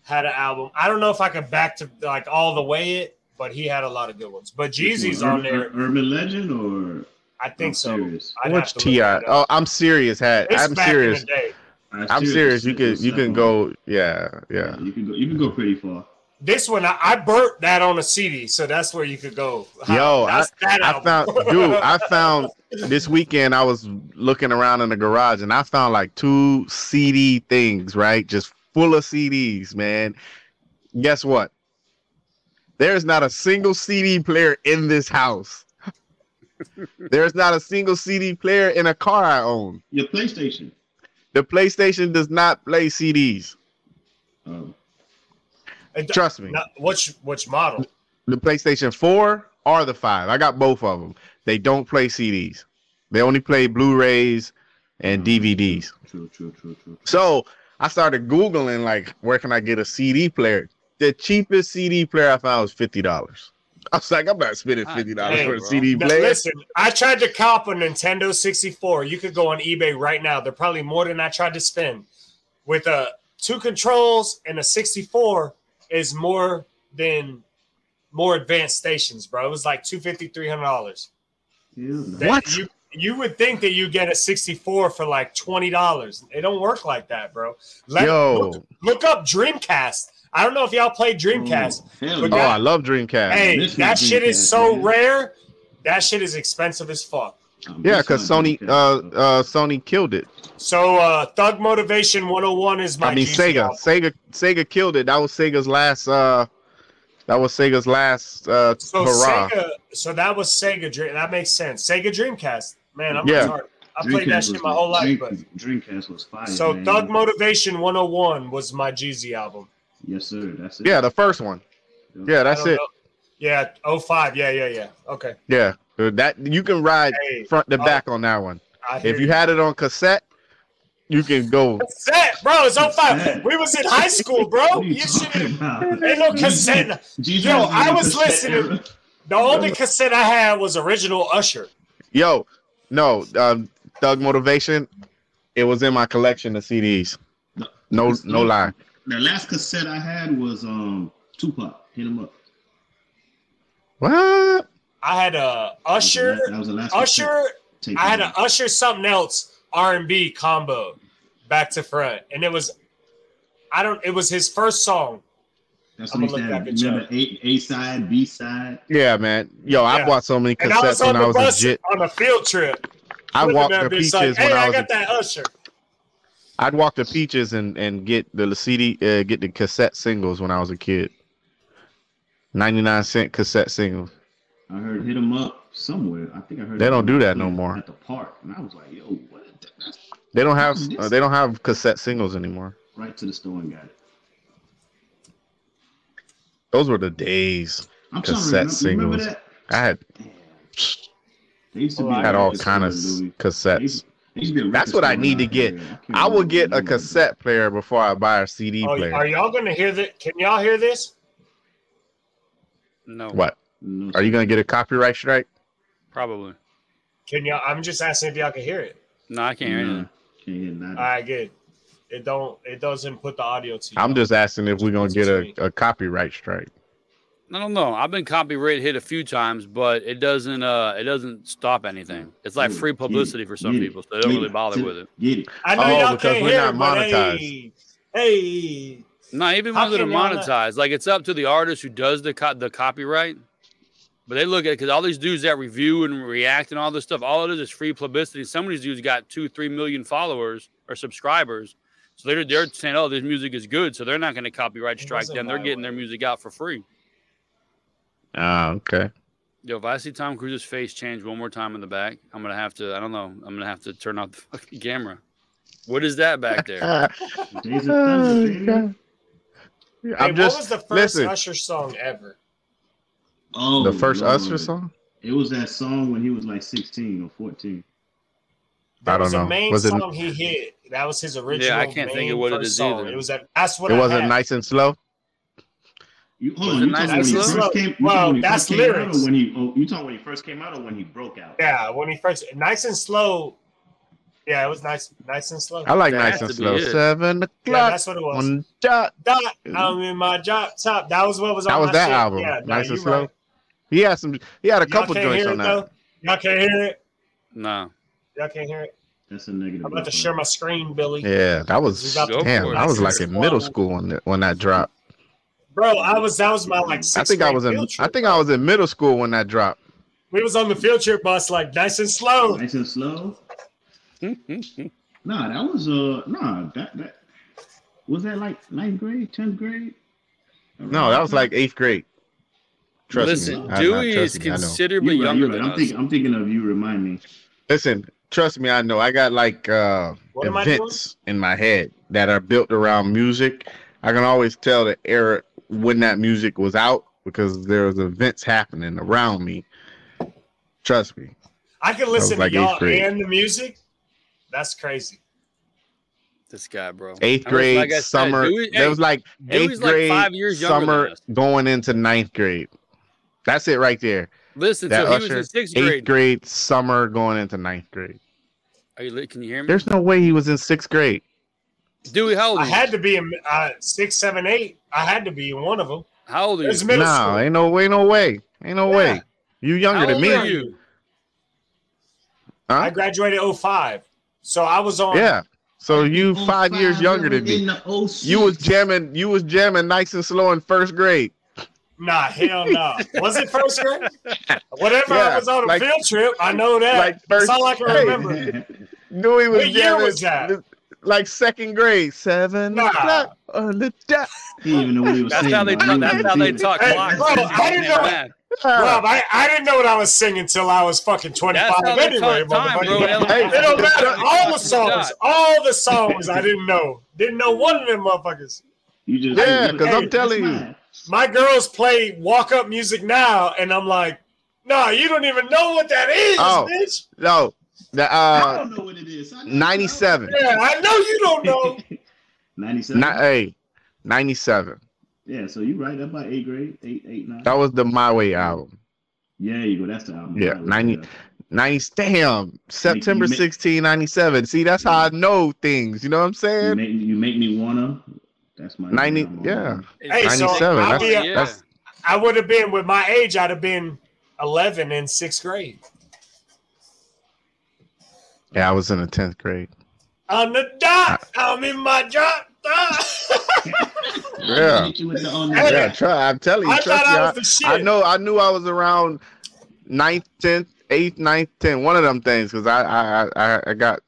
D: had an album. I don't know if I could back to like all the way it, but he had a lot of good ones. But Jeezy's
E: Ur-
D: on
E: Ur-
D: there.
E: Urban Legend or
D: I
E: I'm
D: think so.
E: serious.
D: I'd have
B: Which
D: to look
B: Ti?
D: that up.
B: Oh, I'm serious. Had
D: It's
B: I'm
D: back in the
B: serious.
D: day.
E: I'm,
B: I'm serious. You
E: Shit
B: can
E: was
B: you can
E: up.
B: go. Yeah, yeah.
E: You can go. You can go pretty far.
D: This one I, I burnt that on a CD, so that's where you could go.
B: Yo, I-
D: That's that
B: I
D: album.
B: found, dude, I found this weekend. I was looking around in the garage and I found like two CD things, right? Just full of CDs, man. Guess what? There's not a single CD player in this house. There's not a single CD player in a car I own.
E: Your PlayStation.
B: The PlayStation does not play CDs.
E: Oh,
D: It-
B: Trust me.
D: no, which which model?
B: The PlayStation 4 or the 5. I got both of them. They don't play CDs. They only play Blu-rays
D: Mm.
B: and DVDs.
E: true, true, true, true. true.
B: So I started Googling like where can I get a CD player? The cheapest CD player I found was fifty dollars. I was like, I'm not spending
A: God
B: fifty dollars
D: Ah, dang,
B: for a
A: bro.
B: CD
D: Now,
B: player.
D: listen, I tried to cop a Nintendo 64. You could go on eBay right now. They're probably more than I tried to spend. With uh, two controls and a 64 is more than more advanced stations, bro. It was like 250 $300.
E: Yeah,
D: That-
B: What?
D: You, you would think that you get a 64 for like $20. It don't work like that, bro. Let-
B: Yo,
D: Look up Dreamcast. I don't know if y'all played Dreamcast.
E: Hell
D: But
E: yeah.
B: oh, I love Dreamcast.
D: Hey,
E: This
D: that
E: is
D: shit
E: Dreamcast,
D: is so
E: man.
D: rare. That shit is expensive as fuck.
E: Um,
B: yeah,
E: that's
B: because
E: not
B: Sony,
E: Dreamcast,
B: uh,
E: though.
B: uh, Sony killed it.
D: So uh Thug Motivation 101 is my
B: I mean,
D: Jeezy
B: Sega,
D: album.
B: Sega, Sega killed it. That was Sega's last. Uh, that was Sega's last uh,
D: So
B: hurrah.
D: Sega, so that was Sega Dream. That makes sense. Sega Dreamcast. Man, I'm
B: Yeah.
D: retarded. I played that
E: Dreamcast
D: shit
E: was-
D: my whole life, but
E: Dream- Dreamcast was fire.
D: so
E: man.
D: Thug Motivation 101 was my Jeezy album.
E: Yes, sir. That's it.
B: Yeah, the first one. Yeah,
D: I
B: that's
D: don't
B: it.
D: know. Yeah, 05. Yeah, yeah, yeah. Okay.
B: Yeah, that you can ride
D: Hey,
B: front to
D: Oh.
B: back on that one.
D: I hear
B: If you had it on cassette, you can go
D: cassette, bro, it's 05.
E: Cassette.
D: We was in high school, bro.
E: What are you
D: You shouldn't
E: talking about?
D: ain't no cassette.
E: Jesus
D: Yo,
E: was in
D: I
E: the
D: was
E: cassette
D: listening.
E: era.
D: The only cassette I had was original Usher.
B: Yo, no, um, Thug Motivation. It was in my collection of CDs. No, no
D: Mm-hmm.
B: lie.
E: The last cassette I had was um Tupac. Hit him up.
B: What?
D: I had a Usher,
E: That was the last
D: Usher.
E: Cassette.
D: I had a Usher something else R and B combo, back to front, and it was, I don't. It was his first song.
E: That's
D: I'ma
E: what he
D: look that
E: said.
D: bitch
E: Remember
D: up.
E: A A side, B side.
B: Yeah, man. Yo, I
D: Yeah.
B: bought so many
D: And I was
B: cassettes
D: on
B: when I
D: the
B: was
D: bus
B: legit.
D: on a field trip.
B: I
D: Look at
B: walked the
D: that bitch
B: peaches when
D: like, hey,
B: I
D: I
B: was.
D: got that Usher.
B: I'd walk the peaches and and get the CD, uh, get the cassette singles when I was a kid. Ninety nine cent cassette singles.
E: I heard hit him up somewhere. I think I heard
B: They
E: him
B: don't do that no
E: at
B: more.
E: at the park, and I was like, "Yo, what? is that? That's
B: They don't have
A: Mm-hmm.
E: This-
B: uh, they don't have cassette singles anymore.
E: right to the store and got it."
B: Those were the days.
E: I'm
B: Cassette
E: trying to remember, you remember
B: singles.
E: that.
B: I had
E: Damn. They used to
C: Oh,
E: be
C: I
B: had all
E: records
B: kind of
E: store, Louis. They used
B: cassettes.
E: to- they used to be a
B: That's
E: record
B: what I
E: store
B: need to
E: out
B: get.
E: here. can't
B: I will
E: remember
B: get
E: the
B: a
E: name of it.
B: cassette player before I buy a CD
D: Oh,
B: player.
D: are y'all gonna hear that? Can y'all hear this?
A: No,
B: what?
E: No,
B: Are you gonna get a copyright strike?
A: probably.
D: Can y'all? I'm just asking if y'all can hear it.
A: No, I can't hear
B: Mm.
E: Nah,
A: anything.
E: can't hear nothing.
D: All right, good. It don't. It doesn't put the audio to.
B: I'm
D: y'all.
B: just asking if we're gonna
D: That's
B: get
D: what you
B: a, a copyright strike.
A: I don't know. I've been copyright hit a few times, but it doesn't uh it doesn't stop anything. It's like
B: Mm.
E: Get it,
A: free
E: get it,
A: publicity for some
E: get it,
A: people, so they don't
E: get
A: really
E: it,
A: bother
E: get
A: with it.
E: Get it.
D: I know
B: Oh,
D: y'all
B: because
D: can't
B: we're
D: hear
B: not
D: it, but
B: monetized.
D: Hey, hey.
A: No, even
D: How
A: ones that are
D: can y'all not-
A: monetized, like it's up to the artist who does the co- the copyright. But they look at because all these dudes that review and react and all this stuff, all it is is free publicity. Some of these dudes got two, three million followers or subscribers, so they're they're saying, "Oh, this music is good," so they're not going to copyright
D: It
A: strike
D: wasn't
A: them. They're
D: my
A: getting their
D: way.
A: music out for free.
B: Ah, okay.
A: Yo, if I see Tom Cruise's face change one more time in the back, I'm gonna have to. I don't know. I'm gonna have to turn off the fucking camera. What is that back there?
B: Ah,
E: Days of
B: oh,
E: Thunder, baby.
B: God. I'm
D: Hey, what was
B: just
D: the first
B: listen.
D: Usher song ever?
E: Oh,
B: the first
E: Lord.
B: Usher song.
E: It was that song when he was like 16 or 14.
D: That
B: I don't
D: was
B: know.
D: The main
B: Was it-
D: song he hit. That was his original.
A: I can't think of
D: main
A: what it
D: first
A: is
D: song.
A: either.
D: It was that. That's what
B: It
D: I
B: wasn't
D: had.
B: nice and slow.
E: You, hold
A: Was
E: on,
A: it
E: you talking
A: Nice
E: when he
A: and
E: first
D: Slow?
E: came? You
D: Wow,
E: talking when he
D: that's
E: first came out
D: lyrics.
E: or when he? Oh, you talking when he first came out or when he broke out?
D: Yeah, when he first nice and slow. Yeah, it was nice, nice and slow.
B: I like
A: That
B: nice
A: had
B: and
A: to be
B: slow.
A: it.
B: Seven
D: yeah,
B: o'clock
D: that's what it was.
B: on dot.
D: Dot, I'm in my job top. That was what was on
B: That was
D: my
B: that
D: shit.
B: album.
D: Yeah, no,
B: nice
D: you
B: and slow.
D: right.
B: He had some. He had a
D: Y'all
B: couple
D: can't
B: joints
D: hear
B: on
D: it
B: that.
D: though. Y'all can't hear it.
A: No.
D: Y'all can't hear it.
E: That's a negative.
D: I'm about to
E: reference.
D: share my screen, Billy.
B: Yeah, that was
D: Go
A: for
B: damn.
A: it.
B: I was like
D: Nice and
B: in middle
D: slow.
B: school when that, when that dropped.
D: Bro, I was that was my like. Sixth
B: I think I
D: grade
B: was in.
D: field
B: I
D: trip.
B: think I was in middle school when that dropped.
D: we was on the field trip bus, like nice and slow.
E: Nice and slow.
A: Mhm.
E: Nah, that was uh nah that that was that like ninth grade, tenth grade.
B: No, that was like eighth grade. Trust
A: Listen,
B: me. I- I-
A: Dewey
B: trust
A: is
B: me, I know.
A: considerably
E: You're right,
A: younger
E: you're right.
A: than
E: I'm
A: us.
E: thinking. I'm thinking of you. Remind me.
B: Listen, trust me. I know. I got like uh,
D: What am I doing?
B: events in my head that are built around music. I can always tell the era when that music was out because there was events happening around me. Trust me.
D: I could listen
B: like
D: to
B: eighth
D: y'all
B: grade.
D: and the music. That's crazy.
A: this guy, bro.
B: Eighth
A: And listen,
B: grade,
A: like I said,
B: summer.
A: Dewey-
B: there
A: hey,
B: was like
A: Dewey's
B: eighth
A: like
B: grade,
A: five years younger than
B: summer
A: us.
B: going into ninth grade. That's it right there.
A: listen,
B: that
A: so he was
B: Usher,
A: in sixth
B: Eighth
A: grade. Mm-hmm.
B: grade, summer going into ninth grade.
A: Are you? li- Can you hear me?
B: There's no way he was in sixth grade.
A: Dewey, how old?
D: I
A: are you?
D: had to be in uh, six, seven, eight. I had to be in one of them.
A: How old are you?
D: There's
B: No,
D: middle school.
B: ain't no way, no way, ain't no
D: Yeah.
B: way. You younger
A: How
B: than
A: old
B: me?
A: are you?
B: Huh?
D: I graduated 05. So I was on.
B: Yeah. So you five years younger than me.
E: Oh
B: You was jamming. You was jamming nice and slow in first grade.
D: Nah, hell no. was it first grade? Whatever
B: Yeah,
D: I was on a
B: like-
D: field trip, I know that.
B: like
D: That's
B: first-
D: all I can
B: Hey.
D: remember.
B: Knew he was
D: What year
B: jamming.
D: was that?
B: Like second grade, seven
D: Nah.
B: o'clock on the dot.
E: He didn't even know what he was
A: That's
E: saying.
A: how they
E: bro.
A: talk.
E: He
A: That's
E: was
A: how they
E: thinking-
A: talk.
D: Hey,
A: Clock.
D: bro, I didn't know-
A: Man,
D: Rob, I, I didn't know what I was singing till I was fucking 25
A: That's how they
D: anyway,
A: taught time, bro. in
D: motherfucker.
A: elementary
D: It don't matter.
A: school.
D: All the songs, all the songs I didn't know. Didn't know one of them motherfuckers.
E: You just
B: Yeah, 'cause
D: I'm
B: telling you.
D: My girls play walk up music now, and I'm like, nah, you don't even know what that is,
B: Oh.
D: bitch.
B: No, the
E: I
B: uh,
E: don't know what it is. I know-
B: ninety-seven.
D: Yeah, I know you don't know.
E: Ninety-seven.
B: Not hey, ninety-seven.
E: yeah, so you right up by eight grade, eight, eight, nine.
B: That was the My Way album.
E: Yeah, you go. That's the album.
B: Yeah,
E: Right,
B: 90
E: yeah.
B: 90 damn September
E: you ma-
B: 16, 97. See, that's how I know things. You know what I'm
E: uh, You
B: saying?
E: make, you make me wanna. That's my
B: 90
E: album.
B: yeah.
D: Hey, so
B: 97,
D: I'll
B: that's-
D: be,
A: yeah.
B: that's-
D: I would have been with my age. I'd have been eleven in sixth grade.
B: Yeah, I was in the tenth grade.
D: On the dot, I'm in my job.
B: Yeah.
E: Hit you with the oh, on the
D: Hey,
B: Yeah, try. I'm telling you,
D: I
B: trust
D: thought
B: me. I,
D: I was the shit.
B: I know. I knew I was around ninth, tenth, eighth, ninth, tenth. One of them things because I, I, I, I got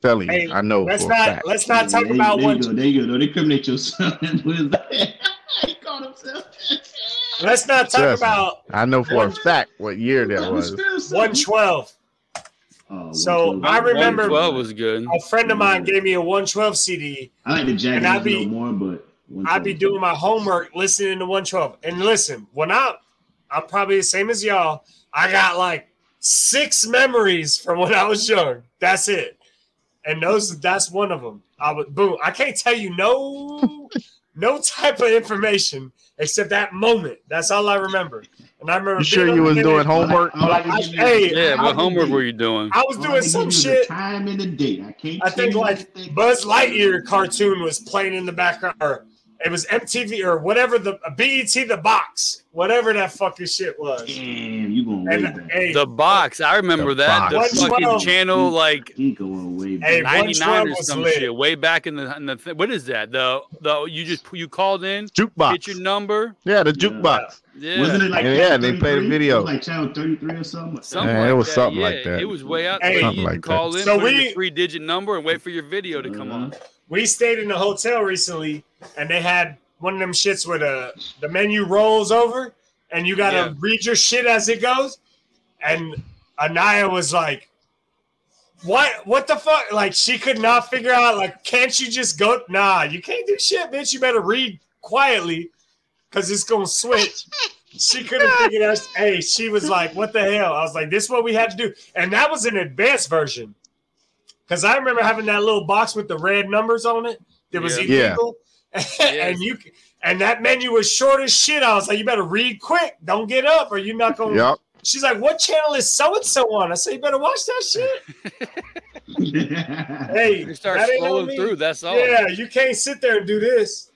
B: telling you,
D: Hey,
B: I know
D: Let's
B: for a
D: not
B: fact.
D: let's not talk
E: there, you-
D: about
E: there
D: one.
E: You go, there you go. Don't incriminate yourself. What is that? he called himself.
D: Let's not talk
B: Trust me.
D: about
B: I know for a fact what year that was.
D: 112.
E: Oh,
D: So,
E: 112.
D: I remember-
A: 12 was good.
D: A friend of mine gave me a 112 CD.
E: I like the
D: and I
E: Jaguars
D: be-
E: no more, but
D: I'd be doing my homework listening to 112. And listen, when I I'm probably the same as y'all. I got like six memories from when I was young. That's it. And those that's one of them. I would boom. I can't tell you no no type of information except that moment. That's all I remember. And I remember
B: You sure
D: being
B: you
D: on
B: was
D: the
B: doing
D: internet-
B: homework?
E: All I can
D: I-
E: give you-
D: hey,
A: Yeah,
E: all I
A: what
E: can
A: homework
E: give
A: were
E: you-
A: you doing?
D: I was
E: all I
D: doing
E: can
D: some
E: give you is
D: shit.
E: The time and the date. I can't.
D: I think
E: tell you
D: like
E: anything.
D: Buzz Lightyear cartoon was playing in the background, or it was MTV or whatever the BET the box, whatever that fucking shit was.
E: Damn, you going way
D: And
E: back.
D: hey,
A: The box. I remember
B: The
A: that.
B: box.
A: The fucking
D: 112.
A: channel, like
E: He going way back.
D: Hey,
A: 99
D: 112
A: or
D: was
A: some
D: lit.
A: shit, way back in the, in the th- what is that? The the you just you called in, get your
B: Jukebox.
A: number.
B: Yeah, the
E: Yeah.
B: jukebox.
A: Yeah,
E: Wasn't it like
B: Yeah,
E: Channel
B: they played a
E: 33?
B: video.
E: It was like channel thirty three or something.
A: Something
B: Yeah, it
A: like
B: was
A: that.
B: something
A: yeah,
B: like that.
A: It was way out
D: Hey.
A: there.
B: Something
A: You
B: like
A: could call
B: that.
A: in,
D: So
A: put in
D: we-
A: your three-digit number, and wait for your video to
E: Uh-huh.
A: come on.
D: we stayed in a hotel recently, and they had one of them shits where the the menu rolls over, and you gotta
A: Yeah.
D: read your shit as it goes. And Anaya was like, "What? What the fuck?" Like she could not figure out. Like, can't you just go? Nah, you can't do shit, bitch. You better read quietly, cause it's gonna switch. She couldn't figure out. Hey, she was like, "What the hell?" I was like, "This is what we had to do," and that was an advanced version. Cause I remember having that little box with the red numbers on it that was
A: Yeah.
B: Yeah.
D: illegal, and you and that menu was short as shit. I was like, you better read quick. Don't get up, or you're not gonna.
B: Yup.
D: She's like, what channel is so and so on? I said, you better watch that shit. Hey,
A: You start
D: that ain't on
A: scrolling
D: me.
A: through. That's all.
D: Yeah, you can't sit there and do this.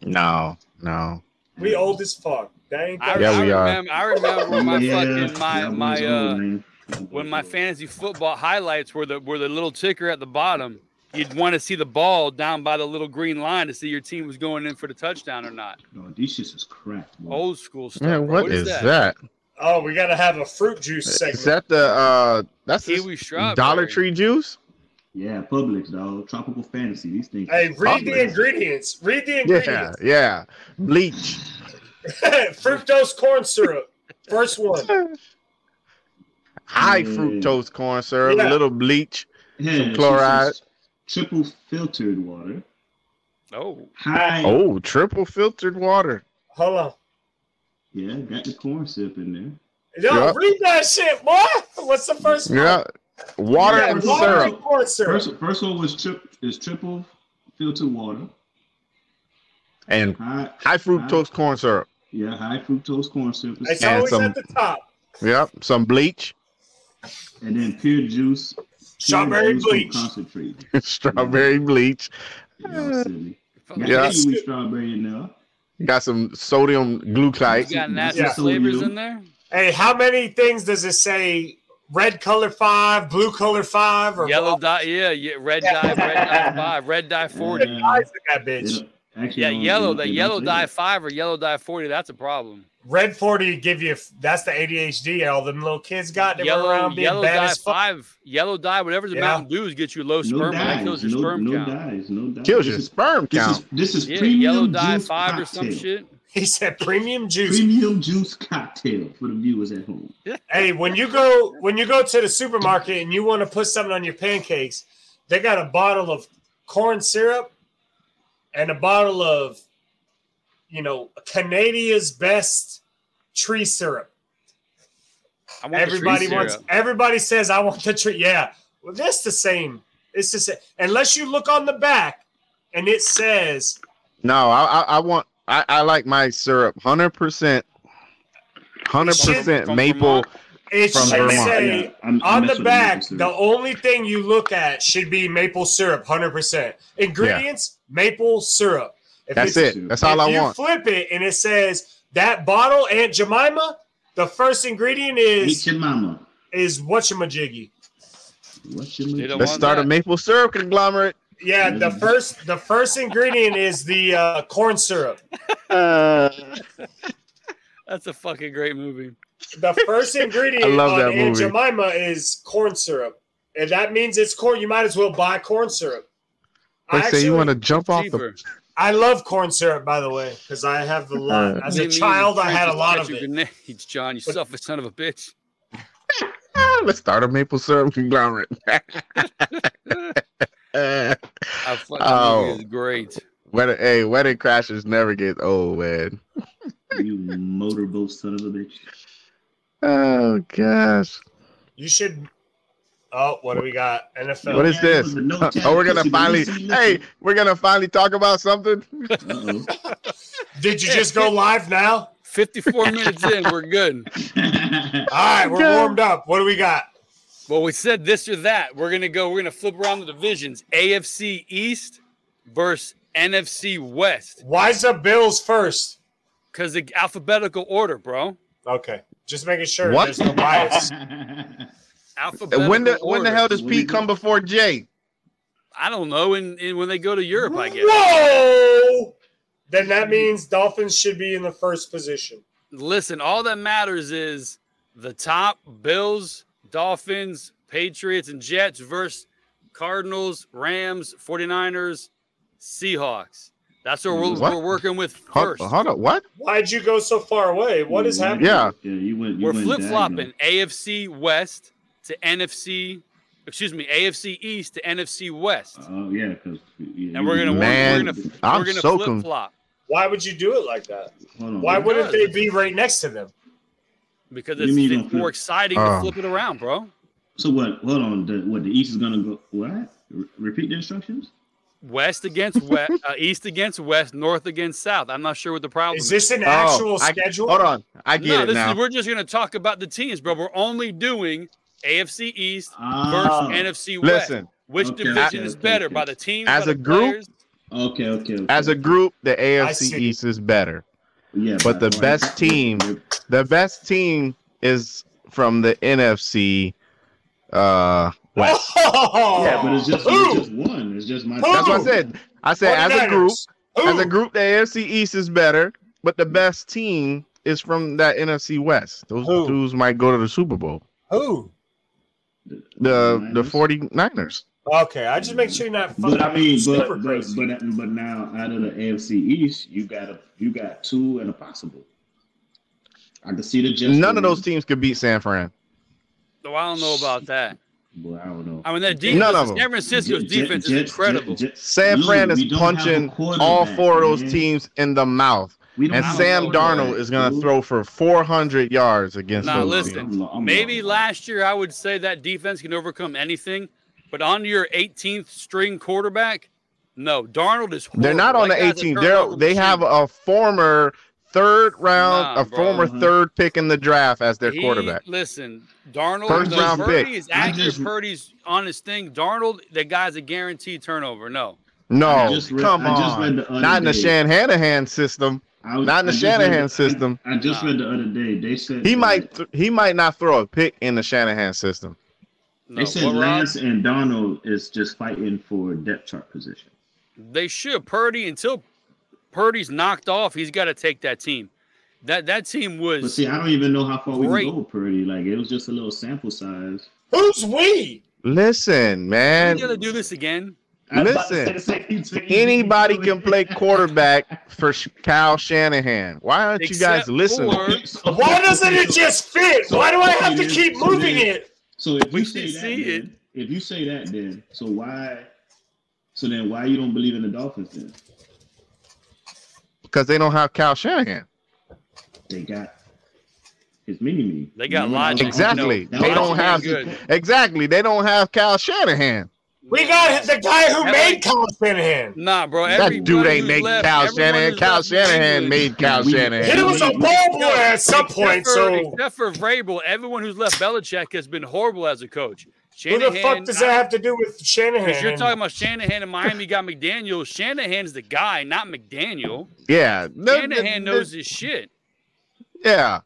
B: No, no.
D: We old as fuck. That ain't
A: Mm-hmm. I,
D: that.
B: Yeah,
A: I
B: we are.
A: remember, I remember when my
E: Yeah,
A: fucking my
E: that was
A: my
E: old,
A: uh
E: man.
A: when my fantasy football highlights were the were the little ticker at the bottom. You'd want to see the ball down by the little green line to see your team was going in for the touchdown or not.
E: No, Oh, these shits is crap. bro.
A: Old school stuff.
B: Yeah,
A: bro.
B: what is that?
D: Oh, we gotta have a fruit juice segment.
B: Is that the uh? That's this
A: Kiwi strawberry.
B: Dollar Tree juice.
E: Yeah, Publix, dog. Tropical fantasy. These things.
D: hey, read the
B: Publix.
D: ingredients. Read the
B: Yeah,
D: ingredients.
B: yeah. Bleach.
D: Fructose corn syrup. First one.
B: High
E: Mm.
B: fructose corn syrup.
D: Yeah.
B: Little bleach.
E: Yeah,
B: some
E: she
B: chloride.
E: says Triple filtered water.
A: Oh,
E: High.
B: Oh, triple filtered water.
D: Hold on.
E: Yeah, got the corn syrup in there.
D: Yo,
B: Yup.
D: read that shit, boy. What's the first one?
B: Yeah. Water
D: Yeah,
B: and
D: water
B: syrup.
D: and corn syrup.
E: First, first one was trip is triple filtered water.
B: And
E: High,
B: high fructose corn syrup.
E: yeah, high fructose corn syrup, is-
D: It's
B: And
D: always
B: some-
D: at the top.
B: Yep. Some bleach.
E: and then pure juice, pure
D: Strawberry
E: juice from
D: bleach.
E: concentrate.
B: Strawberry bleach.
E: Y'all silly. Got
B: Yeah.
E: kiwi strawberry in there.
B: Got some sodium
A: you
B: glucose.
A: got natural
D: Yeah.
A: flavors
E: Sodium.
A: in there.
D: Hey, how many things does it say? Red color five, blue color five, or
A: Yellow dye, yeah, yeah, red dye, red dye five, red dye forty.
E: Yeah.
D: eyes in that bitch?
E: uh, It- actually,
A: Yeah,
E: it don't-
A: yellow.
E: it
A: That
E: don't
A: yellow
E: say
A: dye
E: that.
A: five or yellow dye forty. That's a problem.
D: Red forty give you that's the ADHD all them little kids got. They were
A: Yellow,
D: around being
A: yellow
D: bad
A: dye
D: as fuck.
A: five. Yellow dye, whatever's the
D: Yeah.
A: Mountain Dews, gets you low
E: No
A: sperm. count. That
E: dyes,
A: kills your
E: no,
A: sperm
E: no
A: count.
E: dyes, no dyes.
B: Kills
E: This
B: your
E: is-
B: sperm
E: This
B: count.
E: is this is
A: Yeah,
E: premium
A: yellow dye
E: juice
A: five
E: cocktail.
A: or some shit.
D: He said premium juice.
E: Premium juice cocktail for the viewers at home.
D: Hey, when you go when you go to the supermarket and you want to put something on your pancakes, they got a bottle of corn syrup and a bottle of you know Canada's best tree syrup.
A: I want the tree
D: Everybody wants.
A: syrup.
D: Everybody says, "I want the tree." Yeah, well, that's the same. It's the same. Unless you look on the back, and it says,
B: No, I, I, I want. I, I like my syrup hundred percent, hundred
A: Shit.
B: percent
A: From
B: maple.
A: Vermont.
D: "It
B: From
D: should
B: Vermont,
D: say
E: I'm- I
D: on
E: mess
D: the
E: with
D: back."
E: maple syrup.
D: The only thing you look at should be maple syrup, hundred percent. Ingredients: maple syrup. If
B: That's
D: it's-
B: it. That's all I
D: if you
B: want.
D: Flip it, and it says that bottle, Aunt Jemima. The first ingredient
E: Meet
D: is
E: your mama.
D: is whatchamajiggy.
E: What's your
A: They don't
B: Let's
A: want
B: start a
A: that.
B: maple syrup conglomerate.
D: Yeah, the
E: Mm.
D: first the first ingredient is the uh, corn syrup.
A: That's a fucking great movie.
D: The first ingredient
B: I love
D: on
B: that
D: Aunt
B: movie.
D: Jemima is corn syrup, and that means it's corn. You might as well buy corn syrup. I
B: They say you
D: actually-
B: want to jump off the.
A: Cheaper.
D: I love corn syrup, by the way, because I have a lot.
B: Uh,
D: As a
A: Leave me
D: child,
A: in the
D: I had a
A: trenches,
D: lot
A: catch
D: of
A: your
D: it.
A: Grenades, John, you selfish son of a bitch.
B: Ah, let's start a maple syrup conglomerate. Uh,
A: I fucking
B: Oh.
A: movie is great.
B: wedding, hey, wedding crashers never get old, man.
E: You motorboat son of a bitch.
B: Oh gosh,
D: You should. Oh, what do we got? NFL.
B: what is this?
E: No
B: Huh,
E: tap,
B: oh, we're gonna
E: pussy,
B: finally.
E: pussy,
B: Hey, we're gonna finally talk about something.
E: Uh-oh.
D: Did you just go live now?
A: 54 minutes in, we're good.
D: All right, we're
B: Okay.
D: warmed up. What do we got?
A: Well, we said this or that. We're gonna go. We're gonna flip around the divisions. AFC East versus NFC West
D: Why's the Bills first?
A: because the alphabetical order, bro.
D: Okay, just making sure
B: What?
D: there's no bias.
A: Alphabetical.
B: When the when the
A: order.
B: hell does Pete come before Jay?
A: I don't know. In, in when they go to Europe, I guess.
D: Whoa! Then that means Dolphins should be in the first position.
A: Listen, all that matters is the top Bills, Dolphins, Patriots, and Jets versus Cardinals, Rams, 49ers, Seahawks. That's what we're,
B: What?
A: we're working with
B: Hold,
A: first.
B: hold up, what?
D: Why'd you go so far away? What is happening?
B: Mm, Yeah.
E: Yeah, you went. You
A: We're
E: went
A: flip flopping AFC West to NFC, excuse me, AFC East to NFC West.
E: diagonal. Oh yeah, because
A: And we're gonna
B: Man,
A: we're gonna
B: I'm
A: we're gonna
B: so
A: flip
B: con-
A: flop
D: Why would you do it like that?
B: Mm,
E: Hold on.
D: Why
E: Why?
D: wouldn't they be right next to them?
A: because
E: What do you
A: it's
E: mean
A: it's
E: on
A: more
E: flip?
A: exciting
B: Oh.
A: to flip it around, bro.
E: So what? Hold on. The, what the East is gonna go? What? Re- repeat the instructions.
A: West against west, uh, East against West, North against South. I'm not sure what the problem
D: Is
A: is.
D: this an
B: Oh,
D: actual
B: I-
D: schedule?
B: Hold on, I get
A: no,
B: it
A: this
B: now.
A: is we're just gonna talk about the teams, bro. We're only doing AFC East versus
E: Ah,
A: NFC West.
B: Listen,
A: which
E: Okay,
A: division
E: okay,
A: is
E: okay,
A: better
E: okay.
A: by the team
B: As
A: by
B: a
A: the
B: group,
A: players?
E: okay, okay, okay.
B: as a group, the AFC
D: see.
B: East is better.
E: yeah,
B: but the best team- The best team is from the NFC. Uh, West.
D: Oh!
E: Yeah, but it's just,
D: Who?
E: it's just one. It's just my.
B: That's what I
D: Ooh.
B: said. I said as a
D: 49ers.
B: group,
D: Who?
B: as a group, the AFC East is better, but the best team is from that NFC West. Those
D: Who?
B: dudes might go to the Super Bowl.
D: Who?
B: The the
E: Niners.
B: 49ers.
D: Okay, I just make sure you're not.
E: But I mean, but
D: super
E: but,
D: crazy.
B: uh,
E: but but now out of the AFC East, you got a you got two and a possible. I can see the Jets.
B: None of
E: winning,
B: those teams could beat San Fran.
A: So I don't know about that.
E: but I don't know.
A: I mean, that
E: None
A: defense,
B: of 'em.
A: San Francisco's
E: Jet-
A: defense
E: Jet-
A: is incredible.
E: Jet- Jet-
B: San
E: No,
B: Fran is
E: we don't have a
B: punching all
E: quarterback,
B: four of those
E: man.
B: teams in the mouth.
E: We don't
B: And
A: I'm
E: have a
B: Sam
A: going
E: quarterback,
B: Darnold is going to
E: dude.
B: throw for 400 yards against
A: Nah,
B: those
A: listen.
B: teams.
E: I'm lo- I'm
A: Maybe
E: lo-
A: last year I would say that defense can overcome anything, but on your 18th string quarterback, no, Darnold is. Horrible.
B: They're not on
A: That
B: the
A: guy's a
B: 18.
A: turnover
B: They're, they
A: machine.
B: have a former third round,
A: Nah,
B: a
A: bro.
B: former
E: Mhm.
B: third pick in the draft as their
A: He-
B: quarterback.
A: Listen, Darnold.
B: First
A: though
B: round
A: Purdy
B: pick.
A: is
E: I
A: accurate.
E: just-
A: Purdy's on his thing. Darnold, the guy's a guaranteed turnover. No,
B: No,
E: I just read-
B: Oh, come
E: I just
B: on.
E: read the other
B: Not in the
E: day.
B: Shanahan system.
E: I was-
B: Not in the
E: I just
B: Shanahan
E: read I-
B: system.
E: I, just read the other day. They said
B: He
E: that-
B: might th- he might not throw a pick in the Shanahan system.
A: no.
E: They said
A: What, Rob?
E: Lance and Donald is just fighting for depth chart position.
A: They should Purdy until Purdy's knocked off. He's got to take that team. That that team
E: But
A: was
E: see, I don't even know how far we
A: Great.
E: can go with Purdy. Like it was just a little sample size.
D: Who's we?
B: Listen,
A: We're
B: man.
A: gonna do this again.
E: I was about to
B: Listen,
E: say the same thing.
B: Anybody can play quarterback for Sh- Kyle Shanahan. Why aren't you
A: Except
B: guys listening?
A: for-
E: So-
D: Why doesn't it just fit? Why do I have to keep moving it?
E: So if you say
A: You
E: that,
A: see
E: then, if you say that, then so why? So then why you don't believe in the Dolphins? Then
B: Because they don't have Kyle Shanahan.
E: they got his mini me.
A: They got logic.
B: Exactly.
A: No,
B: They
A: no,
B: don't
A: no,
B: have
A: good.
B: exactly. They don't have Kyle Shanahan.
D: We got the guy who
A: That
D: made
A: ain't-
D: Kyle Shanahan.
A: Nah, bro.
B: That dude ain't make Kyle Shanahan. Kyle Shanahan made Kyle
E: We-
B: Shanahan.
E: Hit
D: He
E: him.
D: was a ball boy at some point,
A: for,
D: so
A: except for Vrabel, everyone who's left Belichick has been horrible as a coach.
D: who
A: Shanahan,
D: the fuck does that have to do with
A: Because
D: Shanahan?
A: you're talking about Shanahan and Miami got McDaniel. Shanahan's the guy, not McDaniel.
B: Yeah. No,
A: Shanahan
B: no, no,
A: knows his shit.
B: Yeah.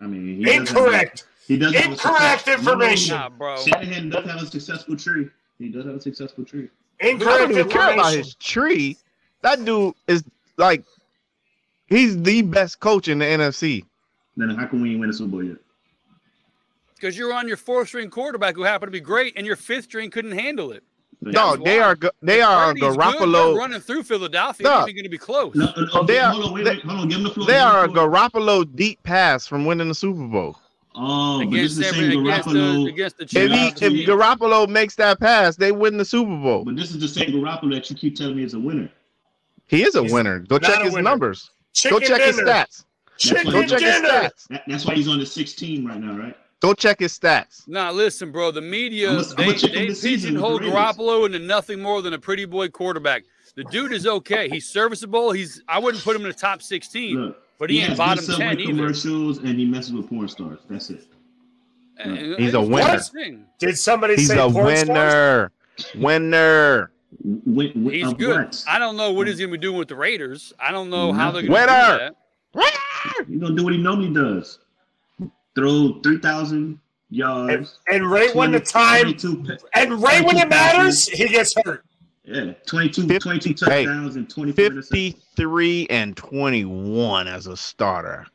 E: I mean, he doesn't have a-
D: Incorrect.
E: he doesn't have a
D: Incorrect
E: success-
D: information.
A: Nah, bro.
E: Shanahan does have a successful tree. He does have a successful tree.
B: I
D: Incorrect
B: don't even care about
D: information.
B: his tree. That dude is like, he's the best coach in the NFC.
E: Then how can we ain't win a Super Bowl yet?
A: Because you're on your fourth string quarterback who happened to be great, and your fifth string couldn't handle it.
B: No,
A: That's
B: they
A: why.
B: are go- they are on
A: Brady's good,
B: Uh, Garoppolo.
A: they're running through Philadelphia.
B: No.
A: It's even going to be close.
E: No, no, okay,
B: They are-
E: hold on, wait,
B: they-
E: wait, hold on, give him the floor.
B: They
E: give him
B: are a
E: the floor.
B: Garoppolo deep pass from winning the Super Bowl.
E: Oh, but this
A: against,
E: is the
A: San-
E: same
A: against, the,
E: Garoppolo.
A: against the
B: If
A: Chiefs.
B: he,
E: Yeah,
B: if Garoppolo makes that pass, they win the Super Bowl.
E: But this is the same Garoppolo that you keep telling me is a winner.
B: He is a
D: He's
B: winner. Go
D: not
B: check
D: a
B: his
D: winner.
B: numbers.
D: Chicken
B: Go check
D: dinner.
B: his stats.
D: Chicken
B: Go
D: dinner.
E: Chicken
B: check his stats.
E: That, that's why he's on the 16 right now, right?
B: Go check his stats.
A: Nah, listen, bro. The media
E: I'm gonna- I'm
A: they,
E: gonna check
A: they
E: him this season,
A: pigeonhole
E: the Raiders.
A: Garoppolo into nothing more than a pretty boy quarterback. The dude is okay. He's serviceable. He's I wouldn't put him in the top sixteen,
E: Look,
A: but he, ain't
E: has
A: bottom
E: good Subway
A: ten either.
E: commercials and he messes with porn stars. That's it.
A: And- and
B: He's a
A: it's
B: winner.
A: his thing.
D: Did somebody
B: He's
D: say
B: a
D: porn stars?
B: winner. Winner.
E: W- w-
A: He's
E: of
A: good.
E: uh, what?
A: I don't know what
E: Mm.
A: he's gonna be doing with the Raiders. I don't know how they're gonna
B: Winner.
A: do that.
E: He's gonna do what he normally does. Throw three thousand yards.
D: And right when the
E: 20
D: time
E: 22 pa-
D: and right when it matters, he gets hurt.
E: yeah, 22,
B: Fifty-
E: 22
B: hey,
E: touchdowns and 24 interceptions.
B: 53 and 21 as a starter.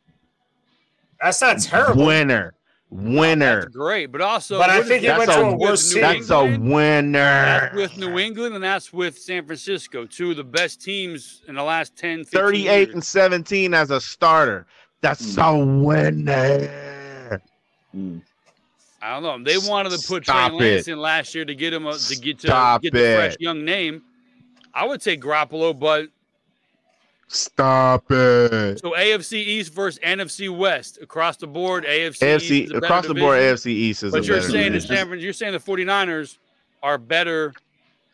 D: That's not terrible.
B: Winner. Winner.
A: That's great, but also
D: But I
A: what is
D: think he
A: that
D: went
B: That's
D: to
B: a-
D: a
A: with
D: worse
A: New
D: team.
B: That's a
A: England?
B: winner.
A: That's with New England and that's with San Francisco, two of the best teams in the last 10, 15
B: 38
A: years.
B: and 17 as a starter.
A: Hmm.
B: That's a winner.
E: Mm.
A: I don't know. They wanted to put
B: Stop
A: Trey Lance
B: it.
A: in last year to get him a, to get to
B: Stop
A: get the fresh
B: it.
A: young name. I would say Garoppolo, but
B: Stop it.
A: so AFC East versus NFC West across the board. AFC East is
B: AFC
A: a better
B: across the board,
A: division,
B: AFC East is a
A: But you're
B: better
A: saying that
E: division.
B: division.
A: San Fran- you're saying the 49ers are better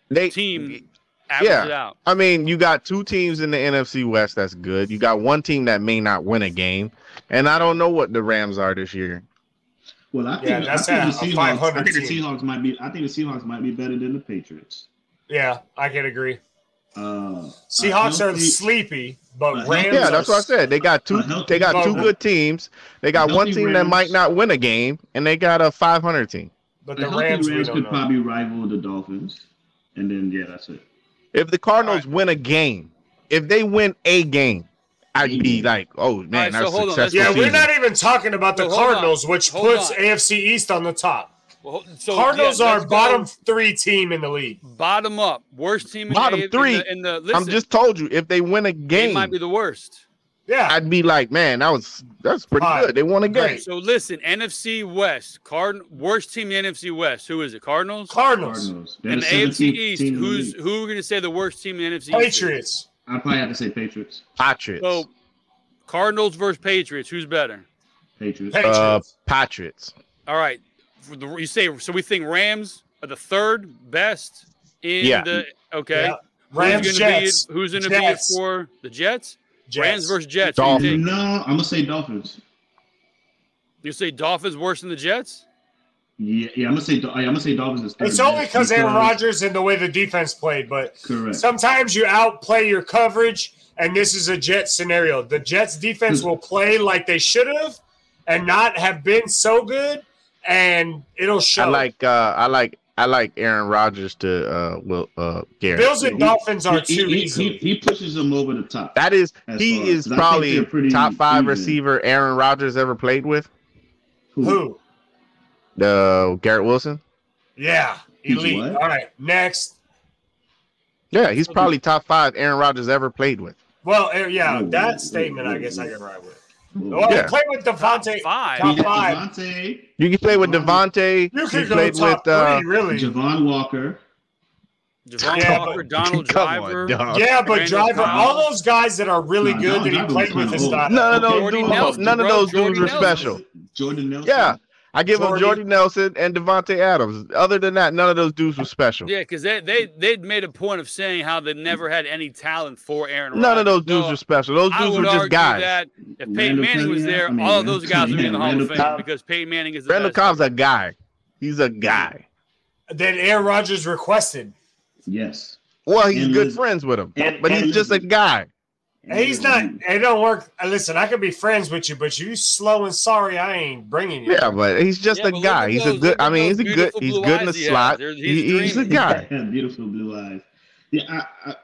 B: they,
A: team. Average
B: Yeah.
A: it out.
B: I mean, you got two teams in the NFC West that's good. You got one team that may not win a game, and I don't know what the Rams are this year.
E: Well, I think,
D: Yeah,
E: I
D: that's
E: think
D: a- a
E: the Seahawks.
D: 500
E: I think the
D: team.
E: Seahawks might be. I think the Seahawks might be better than the Patriots.
D: Yeah, I can agree.
E: Uh,
D: Seahawks
E: a
D: are
E: healthy-
D: sleepy, but
E: Uh,
D: Rams.
B: Yeah,
D: are
B: that's what I said. They got two. They got two good teams. They got one team that might not win a game, and they got a 500 team.
D: But
E: The
D: the
E: healthy
D: Rams,
E: Rams,
D: we don't
E: could
D: know.
E: probably rival the Dolphins, and then yeah, that's it.
B: If the Cardinals win a game, if they win a game, I'd be like, oh man,
A: Alright, so
B: that's
A: hold on, let's-
B: successful.
D: Mm-hmm. Yeah, we're
B: season.
D: not even talking about the
A: Well, hold on.
D: Cardinals, which
A: Hold
D: puts
A: on.
D: AFC East on the top.
A: Well, so
D: Cardinals
A: yeah,
D: are
A: let's go
D: bottom three team in the league.
A: bottom up, worst team. In
B: Bottom
A: the, in
B: three.
A: the- In the,
B: I'm
A: listen,
B: just told you if they win a
A: they
B: game,
A: might be the worst.
D: Yeah,
B: I'd be like, man, that was that's pretty
D: Alright,
B: good. They won a game.
D: great.
A: So listen, NFC West, Card worst team in the NFC West. Who is it? Cardinals.
D: Cardinals,
E: Cardinals. They're
A: And the
E: the
A: AFC
E: 17th
A: East,
E: team in the
A: who's
E: league.
A: who are gonna say the worst team in the NFC East? is?
D: Patriots.
E: I probably have to say Patriots.
B: Patriots.
A: So Cardinals versus Patriots, who's better?
E: Patriots.
D: Hey.
B: uh,
D: Patriots.
B: Patriots.
A: All right. For the, you say so we think Rams are the third best in
B: Yeah.
A: the okay.
D: Yeah.
A: Who's
D: Rams,
A: gonna be
D: Jets.
A: it- who's gonna be it
D: Jets.
A: for the Jets? Rams
D: Jets.
A: versus Jets. Who You,
B: Dolphins.
A: take?
E: No, I'm gonna say Dolphins.
A: You say Dolphins worse than the Jets?
E: Yeah, yeah, I'm gonna say. Dol- I'm gonna say Dolphins is. third
D: It's only
E: best
D: because Aaron Rodgers and the way the defense played, but
E: Correct.
D: sometimes you outplay your coverage, and this is a Jets scenario. The Jets defense will play like they should have and not have been so good, and it'll show.
B: I like. Uh, I like. I like Aaron Rodgers to uh, Will uh, Garrett.
D: Bills and Dolphins are
E: he,
D: too
E: he,
D: easy.
E: he- he pushes them over the top.
B: that is,
E: That's
B: he
E: far.
B: is
E: I think
B: probably
E: they're pretty
B: top five
E: even.
B: receiver Aaron Rodgers ever played with.
D: Who?
B: Uh, Garrett Wilson.
D: Yeah,
E: He's
D: elite.
E: what?
D: All right, next.
B: Yeah, he's probably top five Aaron Rodgers ever played with.
D: Well, eh, yeah,
E: Ooh, ooh,
D: that statement I
E: ooh,
D: guess I
E: ooh.
D: can ride with.
E: Who?
D: Well,
B: Yeah.
D: play with Devontae.
A: Five.
D: Top
E: He-
D: Oh, five.
E: Devontae,
B: You can play with Devontae.
D: You
B: He
D: could go
B: played
D: top
B: with. Uh,
D: three, really.
E: Javon Walker.
A: Javon
D: Yeah,
A: Walker,
D: but-
A: Donald
B: come
A: Driver.
B: on, dog.
D: Yeah, but
A: Brandon
D: Driver,
A: Brown.
D: all those guys that are really
E: Nah,
D: good
E: Donald
D: that he
E: Driver
D: played
E: was
D: with his
E: kinda
D: dad.
E: old.
B: None of those
A: Jordy
B: dudes.
A: Nelson,
B: none of
A: bro.
B: those
A: Jordy
B: dudes were
A: Nelson.
B: special.
E: Jordan Nelson.
B: Yeah. I give him
D: Jordy.
B: Jordy Nelson and Devontae Adams. Other than that, none of those dudes were special.
A: Yeah, because they they they'd made a point of saying how they never had any talent for Aaron.
B: None of those
A: Rodgers.
B: dudes
A: So
B: were special. Those
A: I
B: dudes
A: would
B: were
A: argue
B: just guys.
A: that if Peyton
E: Randall
A: Manning was
E: Cunningham,
A: there,
E: I mean,
A: all of those guys would be in the Hall
E: Randall
A: of Fame
E: Cobb.
A: because Peyton Manning is the
B: Randall
A: best.
B: Cobb's a guy. He's a guy.
D: That Aaron Rodgers requested.
E: Yes.
B: Well, he's
E: And
B: good
E: Liz-
B: friends with him,
E: and-
B: but
E: and
B: he's just a
E: Lizzie.
B: guy.
D: And he's not.
E: Mm-hmm.
D: It don't work. uh, Listen, I could be friends with you, but you slow and sorry, I ain't bringing you.
B: Yeah, but he's just
A: Yeah,
B: a
A: but look
B: guy.
A: at
B: He's
A: those-
B: a good.
A: look
B: I
A: at
B: mean, he's
A: those
B: a good.
A: beautiful
B: He's
A: blue
B: good in the
A: eyes he has.
B: slot.
A: They're-
B: He-
A: he's
B: He's, a
A: dreaming.
B: guy.
E: Beautiful blue eyes. Yeah, I, I,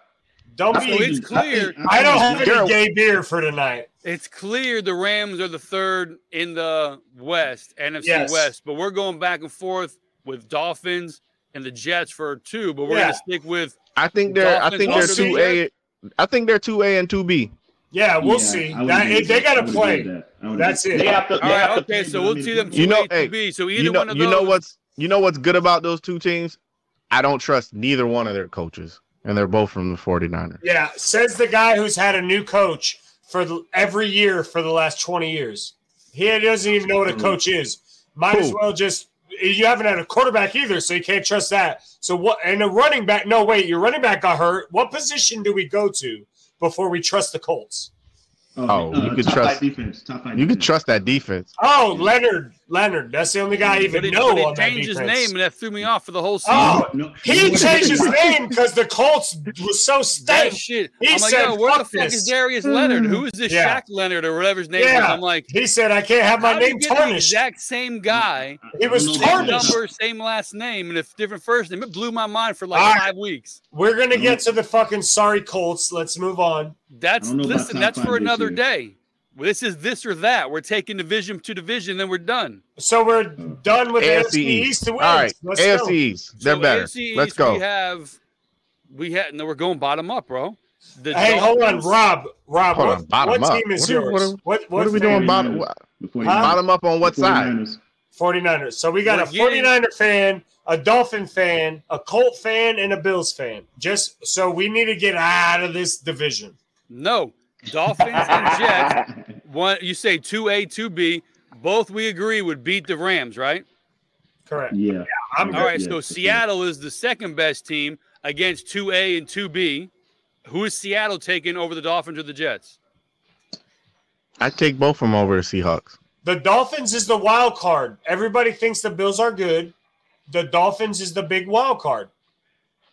D: Don't
E: I
A: So
D: be.
E: think-
A: it's clear-
E: think-
D: I don't
E: think-
D: have any
B: Gerald-
D: gay beer for tonight.
A: It's clear the Rams are the third in the West, NFC
D: Yes.
A: West, but we're going back and forth with Dolphins and the Jets for two, but we're
D: Yeah.
A: gonna stick with
B: I think they're I
A: Dolphins
B: think they're
D: under
B: two A. I think they're two A and two B.
D: Yeah, we'll
E: Yeah,
D: see.
E: I would
D: That-
E: agree
D: it- they
E: with that.
D: got
E: I
D: to
E: would
D: play.
E: agree with that. I would
D: That's
E: agree.
D: it.
C: They have to. They
A: all
C: have
A: right,
C: to
A: okay.
E: play
A: So
E: them.
A: we'll
E: I mean,
A: see them
E: you
A: two
B: know-
A: A,
B: hey,
A: two B. So either
B: You know,
A: one of those
B: you know what's you know what's good about those two teams? I don't trust neither one of their coaches, and they're both from the 49ers.
D: Yeah, says the guy who's had a new coach for the, every year for the last 20 years. He doesn't even know what a coach is. Might as
B: Who?
D: well just you haven't had a quarterback either, so you can't trust that. So what and a running back? No, wait, your running back got hurt. What position do we go to before we trust the Colts?
B: Oh, you could
E: uh, top
B: trust-
E: five defense. Top five
B: You can
E: defense.
B: trust that defense.
D: Oh, Leonard, Leonard. That's the only guy I even
A: but it,
D: know
A: but it
D: on that
A: changed his
D: defense.
A: name, and that threw me off for the whole season.
D: Oh,
E: No,
D: He changed his name because the Colts was so
A: that
D: stank.
A: shit.
D: He
A: I'm like,
D: said,
A: yo, where the
D: "Fuck
A: fuck is
D: this."
A: Darius Leonard? Who is this
D: Yeah.
A: Shaq Leonard or whatever his name is?
D: Yeah.
A: I'm like,
D: He said, "I can't have my
A: how do
D: name
A: you get the
D: tarnished."
A: exact same guy,
D: It was
E: I don't know
A: same
E: about
D: tarnished.
E: that.
A: number, same last name, and a different first name. It blew my mind for like
D: All right.
A: five weeks.
D: We're gonna
E: Mhm.
D: get to the fucking sorry Colts. Let's move on.
A: That's
E: I don't know about
A: listen,
E: top
A: that's
E: five
A: for
E: this
A: another
E: year.
A: day. This is this or that. We're taking division to division, then we're done.
D: So we're done with AFC,
B: AFC
D: East.
B: East.
D: to
B: All
D: win.
B: right,
D: Let's
B: AFC
D: go.
B: East, they're
A: So
B: better.
A: AFC
B: Let's
A: East,
B: go.
A: We have, we had, no, we're going bottom up, bro. The
D: Hey, hold on,
A: Dolphins-
D: Rob. Rob,
B: Hold
D: what,
B: on, bottom
D: what
B: up.
D: team is
B: What are-
D: yours?
B: what are-
D: what,
B: What are we doing? Bottom,
E: Before
D: Huh?
B: bottom up on what side?
D: Forty 49ers. So we got
A: We're
D: a
A: getting-
D: 49er fan, a Dolphin fan, a Colt fan, and a Bills fan. Just so we need to get out of this division.
A: No, Dolphins and Jets. One, you say two A, two B. Both we agree would beat the Rams, right?
D: Correct.
E: Yeah.
D: I'm
A: All
D: good.
A: right.
E: Yeah,
A: So
E: for sure.
A: Seattle is the second best team against two A and two B. Who is Seattle taking over the Dolphins or the Jets?
B: I take both of them over the Seahawks.
D: The Dolphins is the wild card. Everybody thinks the Bills are good. The Dolphins is the big wild card.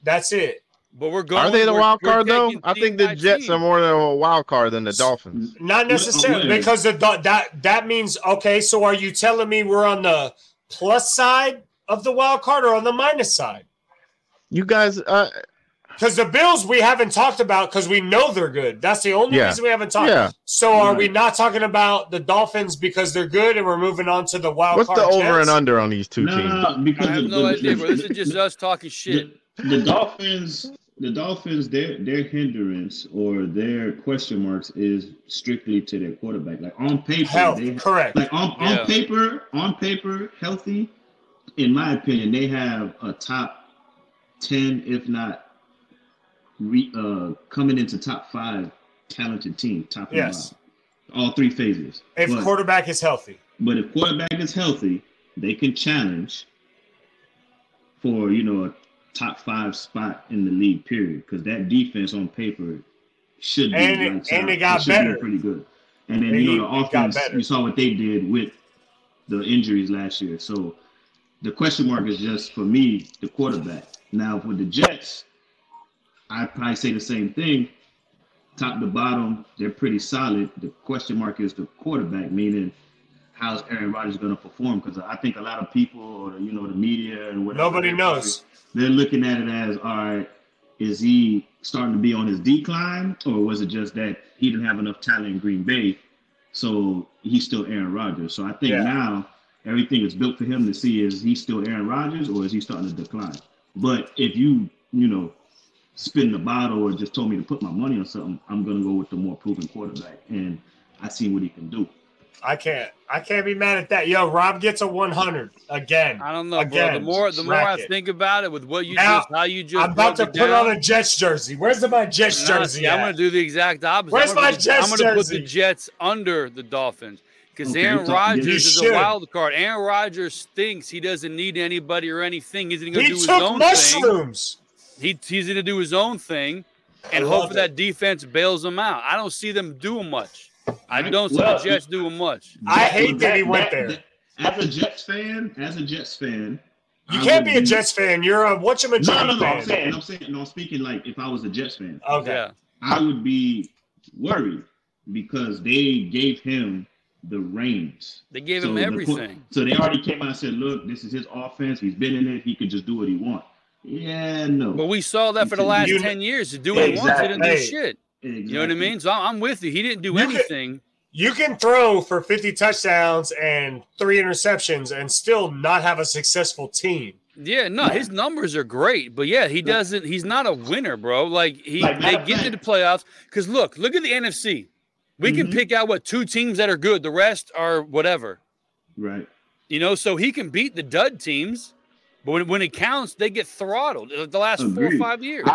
D: That's it.
A: But we're going.
B: Are they the
A: we're-
B: wild
A: we're
B: card though?
A: taking
B: I think
A: team
B: the
A: by
B: Jets
A: team.
B: are more of a wild card than the Dolphins.
D: Not necessarily
E: where?
D: because the do- that that means okay. So are you telling me we're on the plus side of the wild card or on the minus side?
B: You guys, uh,
D: Because the Bills we haven't talked about because we know they're good. That's the only
B: Yeah.
D: reason we haven't talked.
B: yeah.
D: So are we
E: Right.
D: not talking about the Dolphins because they're good and we're moving on to the wild
B: What's
D: card?
B: the over
D: Jets?
B: and under on these two
E: No,
B: teams?
E: no, no, because
A: I have
E: of
A: no
E: the-
A: idea,
E: the-
A: bro. This is just us talking shit.
E: The, the Dolphins, the Dolphins, their their hindrance or their question marks is strictly to their quarterback. Like on paper, they
D: Health, correct.
E: like on, on
A: Yeah.
E: paper, on paper, healthy. In my opinion, they have a top ten, if not re, uh, coming into top five talented team, top and
D: Yes.
E: bottom. all three phases.
D: If
E: But-
D: quarterback is healthy,
E: but if quarterback is healthy, they can challenge for you know a top five spot in the league. Period. Because that defense on paper should be
D: And it-
E: lights out.
D: and it got
E: should be
D: better.
E: pretty good. And then
D: They-
E: you know
D: it
E: the
D: got
E: offense.
D: better.
E: You saw what they did with the injuries last year. So the question mark is just for me the quarterback. Now for the Jets, I probably say the same thing. Top to bottom, they're pretty solid. The question mark is the quarterback, meaning how's Aaron Rodgers going to perform? Because I think a lot of people, or you know, the media and whatever,
D: nobody
E: they're
D: knows.
E: probably- They're looking at it as, all right, is he starting to be on his decline, or was it just that he didn't have enough talent in Green Bay, so he's still Aaron Rodgers? So I think
D: Yeah.
E: now everything is built for him to see is he still Aaron Rodgers, or is he starting to decline? But if you, you know. Spin the bottle, or just told me to put my money on something. I'm gonna go with the more proven quarterback, and I see what he can do.
D: I can't. I can't be mad at that. Yo, Rob gets a 100 again.
A: I don't know, bro.
D: Again,
A: The more the more I
D: rack it.
A: think about it, with what you
D: Now,
A: just how you just
D: I'm about to
A: broke it
D: put
A: down,
D: on a Jets jersey. Where's the- my Jets
A: Nah,
D: jersey?
A: see, I'm
D: at?
A: going to do the exact opposite.
D: Where's
A: I'm gonna
D: my
A: put-
D: Jets
A: I'm gonna put the
D: jersey?
A: Jets under the Dolphins because
E: Okay,
A: Aaron
E: so-
A: Rodgers
E: You
A: is a
D: should.
A: wild card. Aaron Rodgers thinks he doesn't need anybody or anything. He's going to do
D: he
A: his
D: took
A: own thing.
D: mushrooms.
A: He, he's going to do his own thing and
D: I
A: hope
D: love
A: for that defense bails him out. I don't see them doing much. I
E: Right.
A: don't see
C: Well,
A: the Jets doing much.
D: I hate that he
E: That-
D: went
E: that-
D: there.
E: that- as a Jets fan, as a Jets fan,
D: You
E: I
D: can't
E: would
D: be a Jets fan. You're a whatcha
E: No, no, no. I'm
D: fan.
E: saying, I'm saying, no. I'm speaking like if I was a Jets fan,
D: Okay.
A: Yeah.
E: I would be worried because they gave him the reins.
A: They gave
E: So
A: him
E: the qu-
A: everything.
E: so they already came out and said, "Look, this is his offense. He's been in it. He could just do what he wants." Yeah, no.
A: But we saw that for the
E: You-
A: last
D: you-
A: 10 years. To do what he wants, he didn't do
D: Exactly.
A: shit.
E: Exactly.
A: You know what I mean? So I'm I'm with you. He didn't do
D: You could-
A: anything.
D: You can throw for 50 touchdowns and three interceptions and still not have a successful team.
A: Yeah, no, his numbers are great, but yeah, he doesn't. He's not a winner, bro. Like he,
E: Like,
A: they
E: matter of
A: get to
E: fact-
A: the playoffs because look, look at the NFC. We can
E: Mhm.
A: pick out what two teams that are good. The rest are whatever,
E: Right.
A: you know. So he can beat the dud teams, but when, when it counts, they get throttled. uh, The last four or
E: Agreed.
A: five years.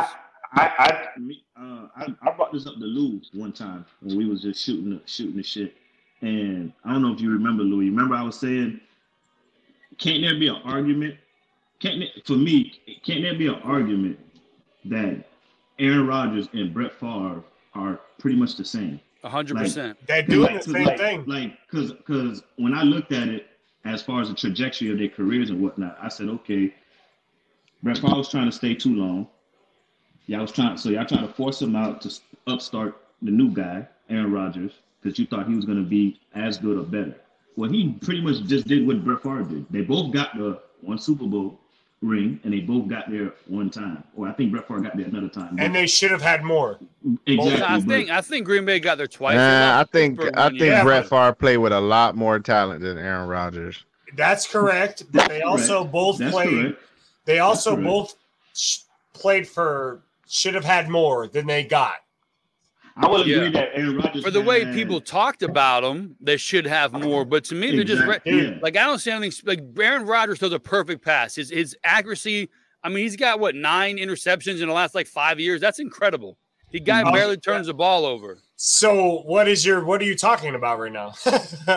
E: I, I, I, me- uh, I, I brought this up to Lou one time when we was just shooting, the, shooting the shit. And I don't know if you remember, Lou. You remember I was saying, can't there be an argument? Can't there, for me, can't there be an argument that Aaron Rodgers and Brett Favre are pretty much the same?
A: A hundred percent.
D: They're doing the
E: Like,
D: same
E: like,
D: thing.
E: Like, cause, cause when I looked at it as far as the trajectory of their careers and whatnot, I said, okay, Brett Favre was trying to stay too long. Y'all was trying, so y'all trying to force him out to upstart the new guy, Aaron Rodgers, because you thought he was gonna be as good or better. Well, he pretty much just did what Brett Favre did. They both got the one Super Bowl ring, and they both got there one time. Or I think Brett Favre got there another time.
D: And they should have had more.
E: exactly.
A: I
E: but-
A: think I think Green Bay got there twice.
B: Nah, I think
A: for
B: I
A: one
B: think
A: year.
B: Brett Favre played with a lot more talent than Aaron Rodgers.
D: That's correct. But they also
E: correct.
D: both
E: That's
D: played.
E: correct.
D: They also
E: correct.
D: both sh- played for should have had more than they got.
E: I would agree
A: Yeah.
E: that Aaron Rodgers
A: for the way
E: had-
A: people talked about them, they should have more. But to me, they're just re-
E: Exactly, yeah.
A: like I don't see anything sp- like Aaron Rodgers throws a perfect pass. His his accuracy. I mean, he's got what nine interceptions in the last like five years. That's incredible. The guy
D: Oh,
A: barely turns the ball over.
D: So what is your what are you talking about right now?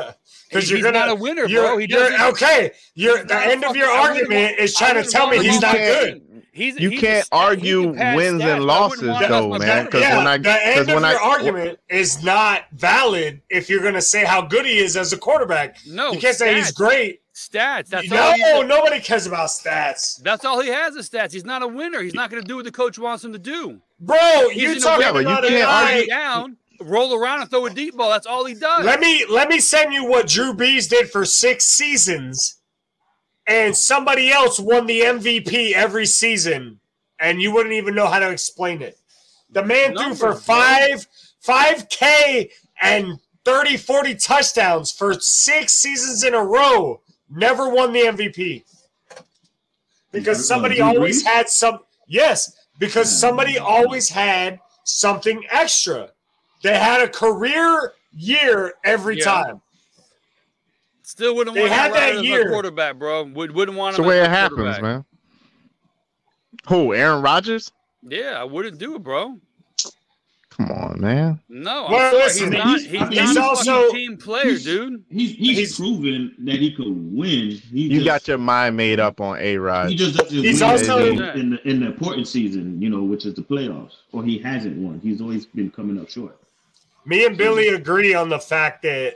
D: Because
A: He-
D: you're
A: he's
D: gonna
A: not a winner,
D: you're,
A: bro. He
D: you're-
A: doesn't.
D: okay. You're the
A: not a
D: end of
A: fucking-
D: your
A: I wouldn't
D: argument
A: want-
D: is
A: I
D: trying to
A: wouldn't
D: tell me
A: want
D: he's
A: him
D: not
A: to
B: can't-
D: good.
A: win. He's
B: You
A: he's a
B: can't
A: stat- he
B: argue
A: can pass stats.
B: wins and
A: I wouldn't
B: losses,
A: want that as
B: though,
A: my
B: man, 'cause
A: quarterback.
D: yeah,
B: when I-
D: the end
B: 'cause
D: of
B: when I-
D: your argument is not valid if you're gonna say how good he is as a quarterback.
A: no,
D: you can't say he's
A: stats.
D: great.
A: Stats. That's all. he-
D: no, nobody cares about stats.
A: That's all he has is stats. He's not a winner. He's not going to do what the coach wants him to do.
D: Bro,
A: He's in
D: you
A: the
D: talking
B: window. You
D: about
B: can't
D: a
B: argue-
D: guy.
A: Get down, roll around, and throw a deep ball. That's all he does.
D: Let me let me send you what Drew Brees did for six seasons, and somebody else won the MVP every season, and you wouldn't even know how to explain it. The man
A: Numbers,
D: threw for
A: bro.
D: five five K and 30, 40 touchdowns for six seasons in a row. Never won the MVP because somebody
E: Drew Brees?
D: always had some. Yes, because
E: Yeah.
D: somebody always had something extra. They had a career year every
A: Yeah.
D: time.
A: Still wouldn't
D: They
A: want
D: had
A: Aaron
D: that
A: Rodgers as my
D: year.
A: quarterback, bro. Would wouldn't want
B: That's
A: him
B: the way
A: as
B: it
A: my
B: happens,
A: quarterback.
B: man. Who? Aaron Rodgers?
A: Yeah, I wouldn't do it, bro.
B: Come on, man.
A: No, I'm
D: Well,
A: sorry,
D: listen,
A: he's
E: man,
A: not.
E: he's-
A: He's,
E: I mean,
A: not
E: he's
A: a
D: also-
A: fucking team player, dude.
E: He's, he's,
D: He's-
E: proven that he could win. He
B: You
E: just,
B: got your mind made up on A
E: He
B: Rod.
E: just doesn't
D: He's
E: win
D: also-
E: in, the- in the in the important season, you know, which is the playoffs, or he hasn't won. He's always been coming up short.
D: Me and Billy agree on the fact that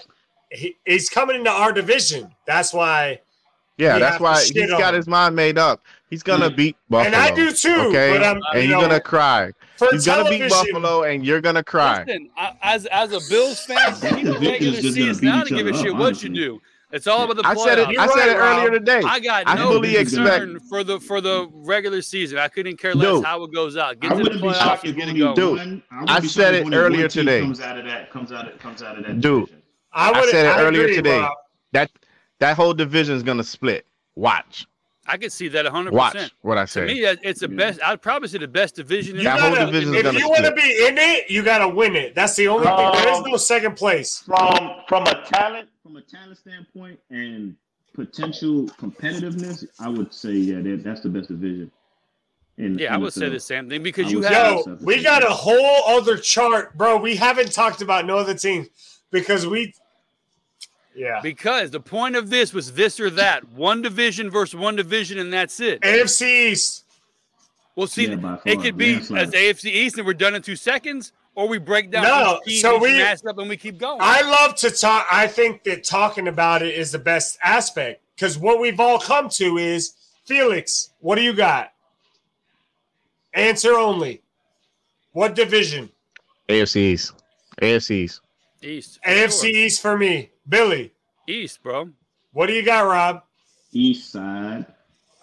D: he, he's coming into our division. That's why,
B: Yeah,
D: You
B: that's
D: have
B: why
D: to
B: he's
D: shit on
B: got
D: him.
B: his mind made up. He's gonna
E: Yeah.
B: beat Buffalo.
D: and I do too.
B: Okay,
D: But I'm,
B: and
D: you
B: you're
D: know,
B: gonna cry.
D: for
B: He's gonna beat
D: television-
B: Buffalo, and you're gonna cry.
A: Listen, I, as as a Bills fan,
E: think the
A: people
E: Vikings
A: regular
E: just
A: season,
E: gonna
A: I
E: beat
A: don't give a
E: each other
A: shit
E: up,
A: what you
E: honestly.
A: do. It's all about the
B: I said it.
A: playoffs.
B: I said it
D: You're right,
B: earlier
D: Rob.
B: today.
A: I got
B: I
A: no
B: fully expect-
A: concern for the for the regular season. I couldn't care less
B: Dude.
A: how it goes out. Get
E: I
A: to the
E: wouldn't be shocked
A: playoffs
E: if
A: and get it
E: only
A: going.
B: Dude,
E: one. I, wouldn't
B: I
E: be shocked
B: said
E: if
B: it
E: only one
B: earlier
E: team
B: today.
E: Comes out of that. Comes out of comes out of that.
B: Dude.
E: division.
D: I,
B: I
D: would,
B: said it
D: I
B: earlier
D: agree,
B: today.
D: Rob.
B: That that whole division's gonna split. Watch,
A: I could see that 100.
B: watch
A: percent
B: what I
A: To me,
B: say.
A: that it's the
E: Yeah.
A: best. I'd probably say the best division. in
D: You
A: the
B: That
A: league.
B: whole
D: gotta,
B: division's
D: if
B: gonna
D: you want to
B: split.
D: be in it, you gotta win it. That's the only thing. There is no second place.
C: From from a talent,
E: from a talent standpoint and potential competitiveness, I would say yeah, that, that's the best division. In,
A: Yeah, I
E: in
A: would
E: the
A: say
E: NFL.
A: the same thing because
E: I
A: you
E: would
A: have
E: say-
D: Yo, we got a whole other chart, bro. We haven't talked about no other team because we, yeah,
A: because the point of this was this or that one division versus one division, and that's it.
D: AFC East.
A: Well, see,
E: Yeah, by
A: it
E: far,
A: could be
E: landslide.
A: as AFC East, and we're done in two seconds, or we break down
D: No,
A: each team,
D: so
A: each
D: we-
A: matchup, and we keep going.
D: I love to talk. I think that talking about it is the best aspect because what we've all come to is Felix. What do you got? Answer only. What division?
B: AFC East. AFC East.
A: East, for
D: AFC
A: sure.
D: East for me. Billy,
A: East, bro.
D: what do you got, Rob?
E: East Side.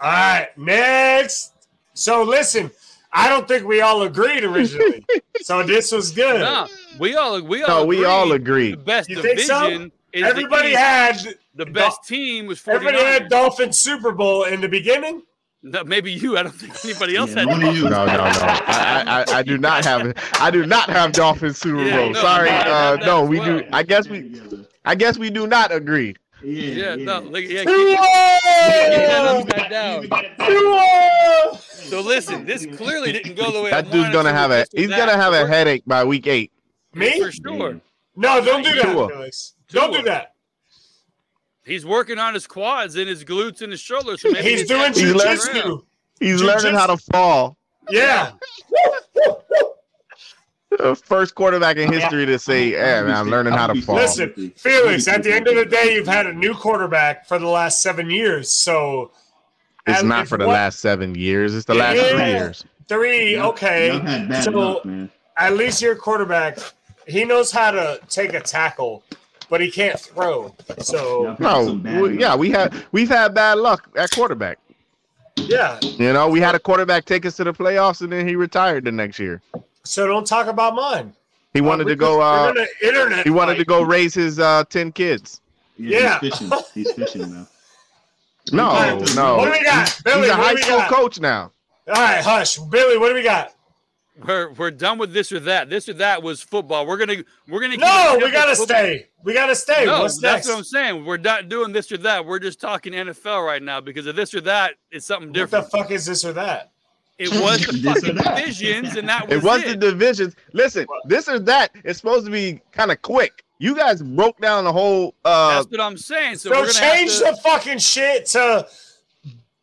D: All right, next. So listen, I don't think we all agreed originally. so this was good.
A: No, we all we all
B: No, we all
A: agree
B: agree.
A: the best
D: You think
A: division
D: so?
A: is
D: Everybody
A: the, East.
D: had
A: the best team was 49ers.
D: everybody had Dolphin Super Bowl in the beginning.
A: No, maybe you. I don't think anybody else
E: Yeah,
A: had.
E: one of you.
B: No, no, no. I, I, I, I do not have I do not have Dolphins Super
A: Yeah,
B: Bowl.
A: no,
B: Sorry.
A: no,
B: Uh,
A: no,
B: no,
A: as
B: we
A: well.
B: do. I guess we. I guess we do not agree.
A: Yeah,
E: Yeah,
A: no, like, yeah, keep-
D: Tua!
A: Yeah, upside down.
D: Tua!
A: So listen, this clearly didn't go the way I
B: That dude's
A: wanted
B: gonna
A: to
B: have a
A: with this
B: he's
A: with
B: gonna
A: that.
B: have a headache by week eight.
D: Me?
A: for sure.
D: No, don't do that,
B: Tua.
D: Felix. Don't do
A: Tua.
D: that.
A: He's working on his quads and his glutes and his shoulders. So maybe
D: He's doing
B: He's learning.
D: jujitsu.
B: He's
D: Dude,
B: learning how to fall.
D: Yeah.
B: The first quarterback in history to say, "Yeah, man, I'm learning how to fall."
D: Listen, Felix, at the end of the day, you've had a new quarterback for the last seven years. So
B: It's
D: and
B: not
D: if
B: for the
D: what-
B: last seven years. It's the last
D: Yeah.
B: three years.
D: three, okay.
E: Y'all had bad
D: So-
E: luck, man.
D: At least your quarterback, he knows how to take a tackle, but he can't throw. So Oh,
E: Y'all had
B: No,
E: some bad
B: we-
E: luck.
B: yeah, we had we've had bad luck at quarterback.
D: yeah.
B: You know, we had a quarterback take us to the playoffs, and then he retired the next year.
D: So don't talk about mine.
B: He wanted
D: We're
B: to go.
D: gonna-
B: Uh,
D: we're gonna internet.
B: he wanted to
D: fight.
B: go raise his uh, ten kids.
E: Yeah,
D: Yeah.
E: he's fishing. He's fishing now.
B: No,
E: Right.
D: What do
B: no.
D: we got, Billy?
B: uh, He's a
D: what
B: high
D: do we
B: school
D: got?
B: coach now.
D: All right, hush, Billy. What do we got?
A: we're we're done with this or that. This or that was football. We're gonna we're gonna. keep
D: No,
A: it
D: we gotta
A: simple.
D: stay. We gotta stay.
A: No,
D: What's
A: that's
D: next?
A: what I'm saying. We're not doing this or that. We're just talking NFL right now because of this or that. It's something
D: what
A: different.
D: the fuck is this or that?
A: it was the
E: This or
A: fucking
E: that.
A: divisions, and that was
B: It
A: it.
B: was the divisions. Listen, this or that is supposed to be kind of quick. You guys broke down the whole. uh
A: That's what I'm saying. So,
D: So
A: we're gonna have
D: change
A: to-
D: the fucking shit to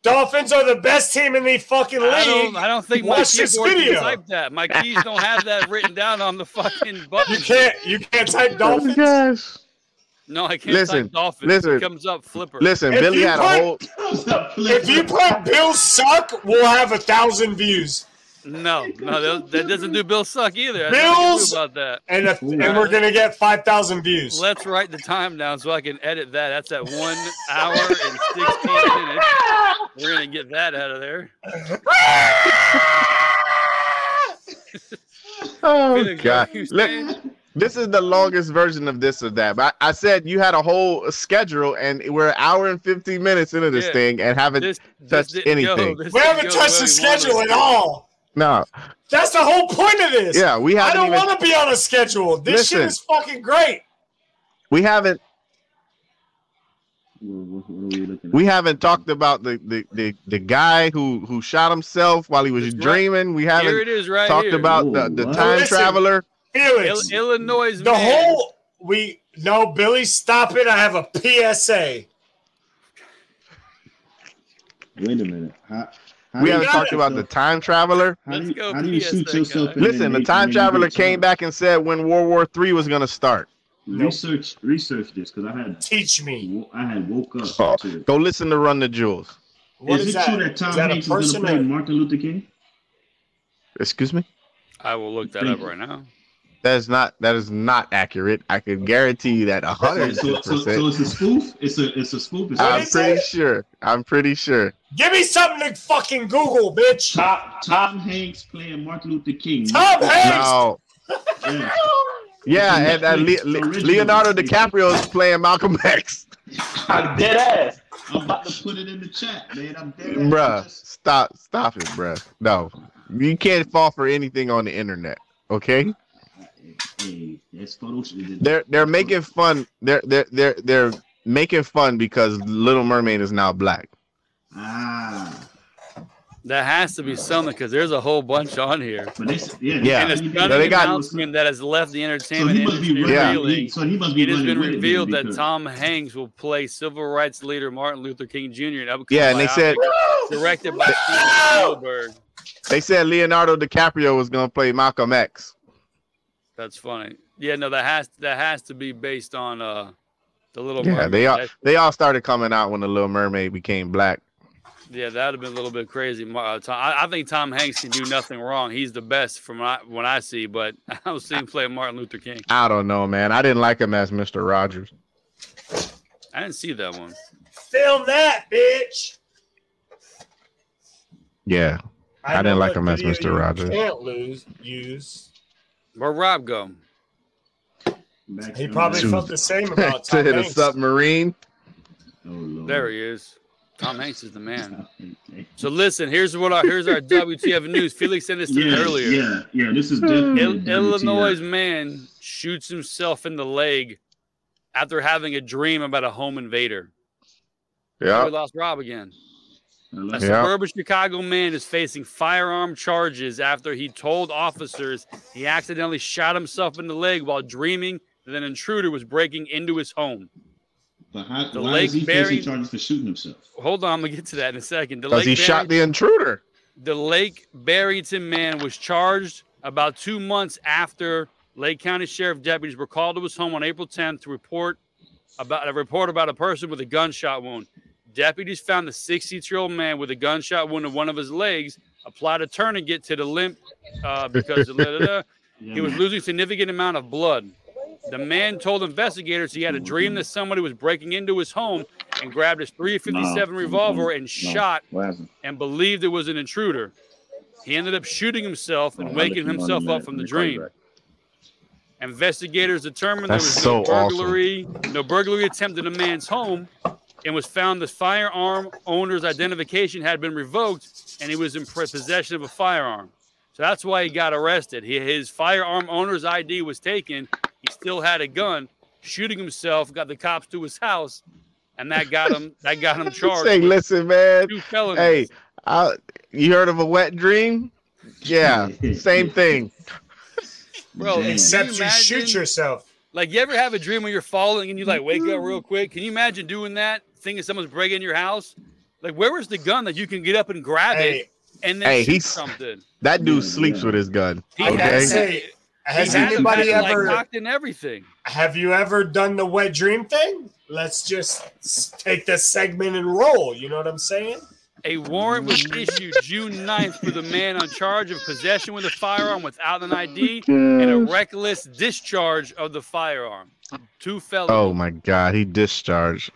D: Dolphins are the best team in the fucking league.
A: I don't, I don't think my
D: Watch this
A: keyboard can
D: video.
A: type that. My keys don't have that written down on the fucking button.
D: you can't you can't type Dolphins.
B: gosh.
A: No, I can't
B: Listen,
A: type dolphin.
B: listen.
A: it comes up flipper.
B: Listen,
D: If
B: Billy
D: you
B: had a
D: put-
B: whole.
D: If you put Bills suck, we'll have a thousand views.
A: No, no, that, that doesn't do Bill suck either. I
D: Bills!
A: do about that.
D: And, a,
E: Ooh.
D: and we're gonna get five thousand views.
A: Let's write the time down so I can edit that. That's at one hour and sixteen minutes. We're gonna get that out of there.
B: Oh
A: Felix,
B: god.
A: what are you
B: Look,
A: saying?
B: this is the longest version of this or that. But I, I said you had a whole schedule, and we're an hour and fifteen minutes into this
A: Yeah.
B: thing, and haven't.
A: This, this
B: touched
A: didn't go-
B: anything.
A: this
D: we
A: didn't
D: haven't
A: go
D: touched
A: way
D: the
A: we wanted
D: schedule
A: it.
D: at all.
B: No.
D: That's the whole point of this.
B: Yeah, we
D: I
B: haven't
D: don't
B: even.
D: want to be on a schedule. This
B: Listen.
D: shit is fucking great.
B: We haven't.
E: What what are we looking at?
B: We haven't talked about the the, the, the guy who who shot himself while he was
A: That's right.
B: dreaming. We haven't
A: Here it is, right
B: talked
A: here.
B: about the,
E: Ooh,
B: the
E: wow.
B: time
D: Listen.
B: traveler.
D: Felix,
A: Il- Illinois.
D: the whole we no Billy, stop it. I have a PSA.
E: Wait a minute. How, how
B: We
E: do you
B: haven't
D: got
B: talked
D: it.
B: about the time traveler.
E: How do
A: Let's
E: you,
A: go
E: how do you
A: PSA,
E: shoot yourself?
A: guys.
E: in
B: Listen,
E: and
B: the
E: make-
B: time
E: make
B: traveler
E: it
B: came
E: sound-
B: back and said when World War III was going to start.
E: Research, research this because I had,
D: Teach me.
E: I had woke up
B: Oh,
E: to it.
B: go listen to Run the Jewels.
D: What
E: is
D: is
E: it
D: that?
E: true that Tom
D: Is that a
E: Hanks is going to
D: person
E: play
D: or-
E: Martin Luther King?
B: Excuse me.
A: I will look that up right now.
B: That is not that is not accurate. I can guarantee you that a
E: So,
B: hundred
E: so, so, so
B: percent.
E: it's a spoof. It's a it's a spoof. It's
B: I'm
E: a
D: is
B: pretty
D: it?
B: sure. I'm pretty sure.
D: Give me something to fucking Google, bitch.
E: Tom, Tom Hanks playing Martin Luther King.
D: Tom Hanks.
B: No.
E: Yeah.
B: Yeah, and uh, Le- Le- Leonardo DiCaprio is playing Malcolm X.
C: I'm dead ass.
E: I'm about to put it in the chat, man. I'm dead.
B: bruh,
E: Just-
B: stop, stop it, bruh. No, you can't fall for anything on the internet. Okay,
E: Hey, that's Photoshop.
B: they're they're making fun. They're they're they're they're making fun because Little Mermaid is now black.
E: Ah,
A: That has to be something because there's a whole bunch on here.
E: but this, yeah,
B: Yeah.
A: And
E: this-
A: it's
E: you
A: stunning
E: got-
B: No, they got-
A: announcement that has left the
E: so
A: entertainment
E: he must be
A: industry.
E: running.
B: Yeah.
A: reeling.
E: he- so he must be
A: It has
E: running
A: been
E: with it
A: revealed
E: then
A: that
E: because-
A: Tom Hanks will play civil rights leader Martin Luther King Jr. in upcoming
B: Yeah, and they said
A: biopic directed by Steven Spielberg.
B: they said Leonardo DiCaprio was gonna play Malcolm X.
A: That's funny. Yeah, no, that has that has to be based on uh the Little
B: Yeah,
A: Mermaid.
B: they all
A: That-
B: they all started coming out when the Little Mermaid became black.
A: yeah, that'd have been a little bit crazy. Mar- Uh, Tom, I, I think Tom Hanks can do nothing wrong. He's the best from what I, when I see, but I don't see him play Martin Luther King.
B: I don't know, man. I didn't like him as Mr. Rogers.
A: I didn't see that one.
D: Film that, bitch.
B: Yeah, I didn't
D: know
B: like
D: what
B: him as
D: video
B: Mr.
D: you
B: Rogers.
D: Can't lose. Use.
A: Where Rob go?
E: Back
D: He
E: to-
D: probably
B: Shoot.
D: felt the same about
B: to
D: Tom
B: hit a
D: Hanks.
B: submarine.
E: Oh, Lord.
A: There he is. Tom Hanks is the man. So listen, here's what our here's our WTF news. Felix sent this to me
E: yeah,
A: earlier.
E: yeah, yeah. This is definitely
A: Il-
B: Mm.
E: WTF.
A: Illinois man shoots himself in the leg after having a dream about a home invader. We
B: Yeah.
A: lost Rob again. A
E: Hello?
B: Yeah.
A: suburban Chicago man is facing firearm charges after he told officers he accidentally shot himself in the leg while dreaming that an intruder was breaking into his home.
E: But how,
A: The
E: why
A: Lake
E: is he
A: Berry-
E: facing charges for shooting himself?
A: Hold on, I'm gonna get to that in a second. The
B: Because he
A: Lake
B: shot
A: Barry-
B: the intruder.
A: the Lake Barrington man was charged about two months after Lake County Sheriff deputies were called to his home on April 10th to report about a report about a person with a gunshot wound. Deputies found the 62-year-old man with a gunshot wound in one of his legs, applied a tourniquet to the limp uh, because da, da, da, da,
E: Yeah,
A: he was
E: man.
A: losing significant amount of blood. The man told investigators he had a dream that somebody was breaking into his home and grabbed his 357
E: No.
A: revolver and
E: No.
A: shot
E: What happened?
A: and believed it was an intruder. He ended up shooting himself and
E: Hold on, let
A: waking
E: me- hold on a
A: himself up
E: minute,
A: from
E: let
A: the
E: me call you
A: dream.
E: back.
A: Investigators determined there
B: That's
A: was no
B: so awesome.
A: burglary, no burglary attempt in the man's home, and was found the firearm owner's identification had been revoked, and he was in pre- possession of a firearm. So that's why he got arrested. He, his firearm owner's ID was taken. He still had a gun. Shooting himself got the cops to his house, and that got him. That got him charged
B: Say,
A: with
B: listen, man.
A: two felonies.
B: Hey, I, you heard of a wet dream? Yeah, same thing.
A: Bro,
E: Damn.
A: it's-
D: Except you, shoot
A: imagine-
D: yourself.
A: Like you ever have a dream where you're falling and you like wake up
D: Mm-hmm.
A: real quick? Can you imagine doing that? Thinking someone's breaking your house? Like where was the gun that you can get up and grab
D: Hey,
A: it and then
B: Hey,
A: shoot
B: he's-
A: something?
B: That dude
E: Yeah,
B: sleeps
E: yeah.
B: with his gun.
A: He
D: I gotta
B: Okay.
D: say, has
A: He had him
D: anybody
A: at, like,
D: ever
A: cocked and everything?
D: have you ever done the wet dream thing? Let's just s- take this segment and roll. You know what I'm saying?
A: A warrant was issued June 9th for the man on charge of possession with a firearm without an ID and a reckless discharge of the firearm. Two fellas.
B: Oh my god, he discharged.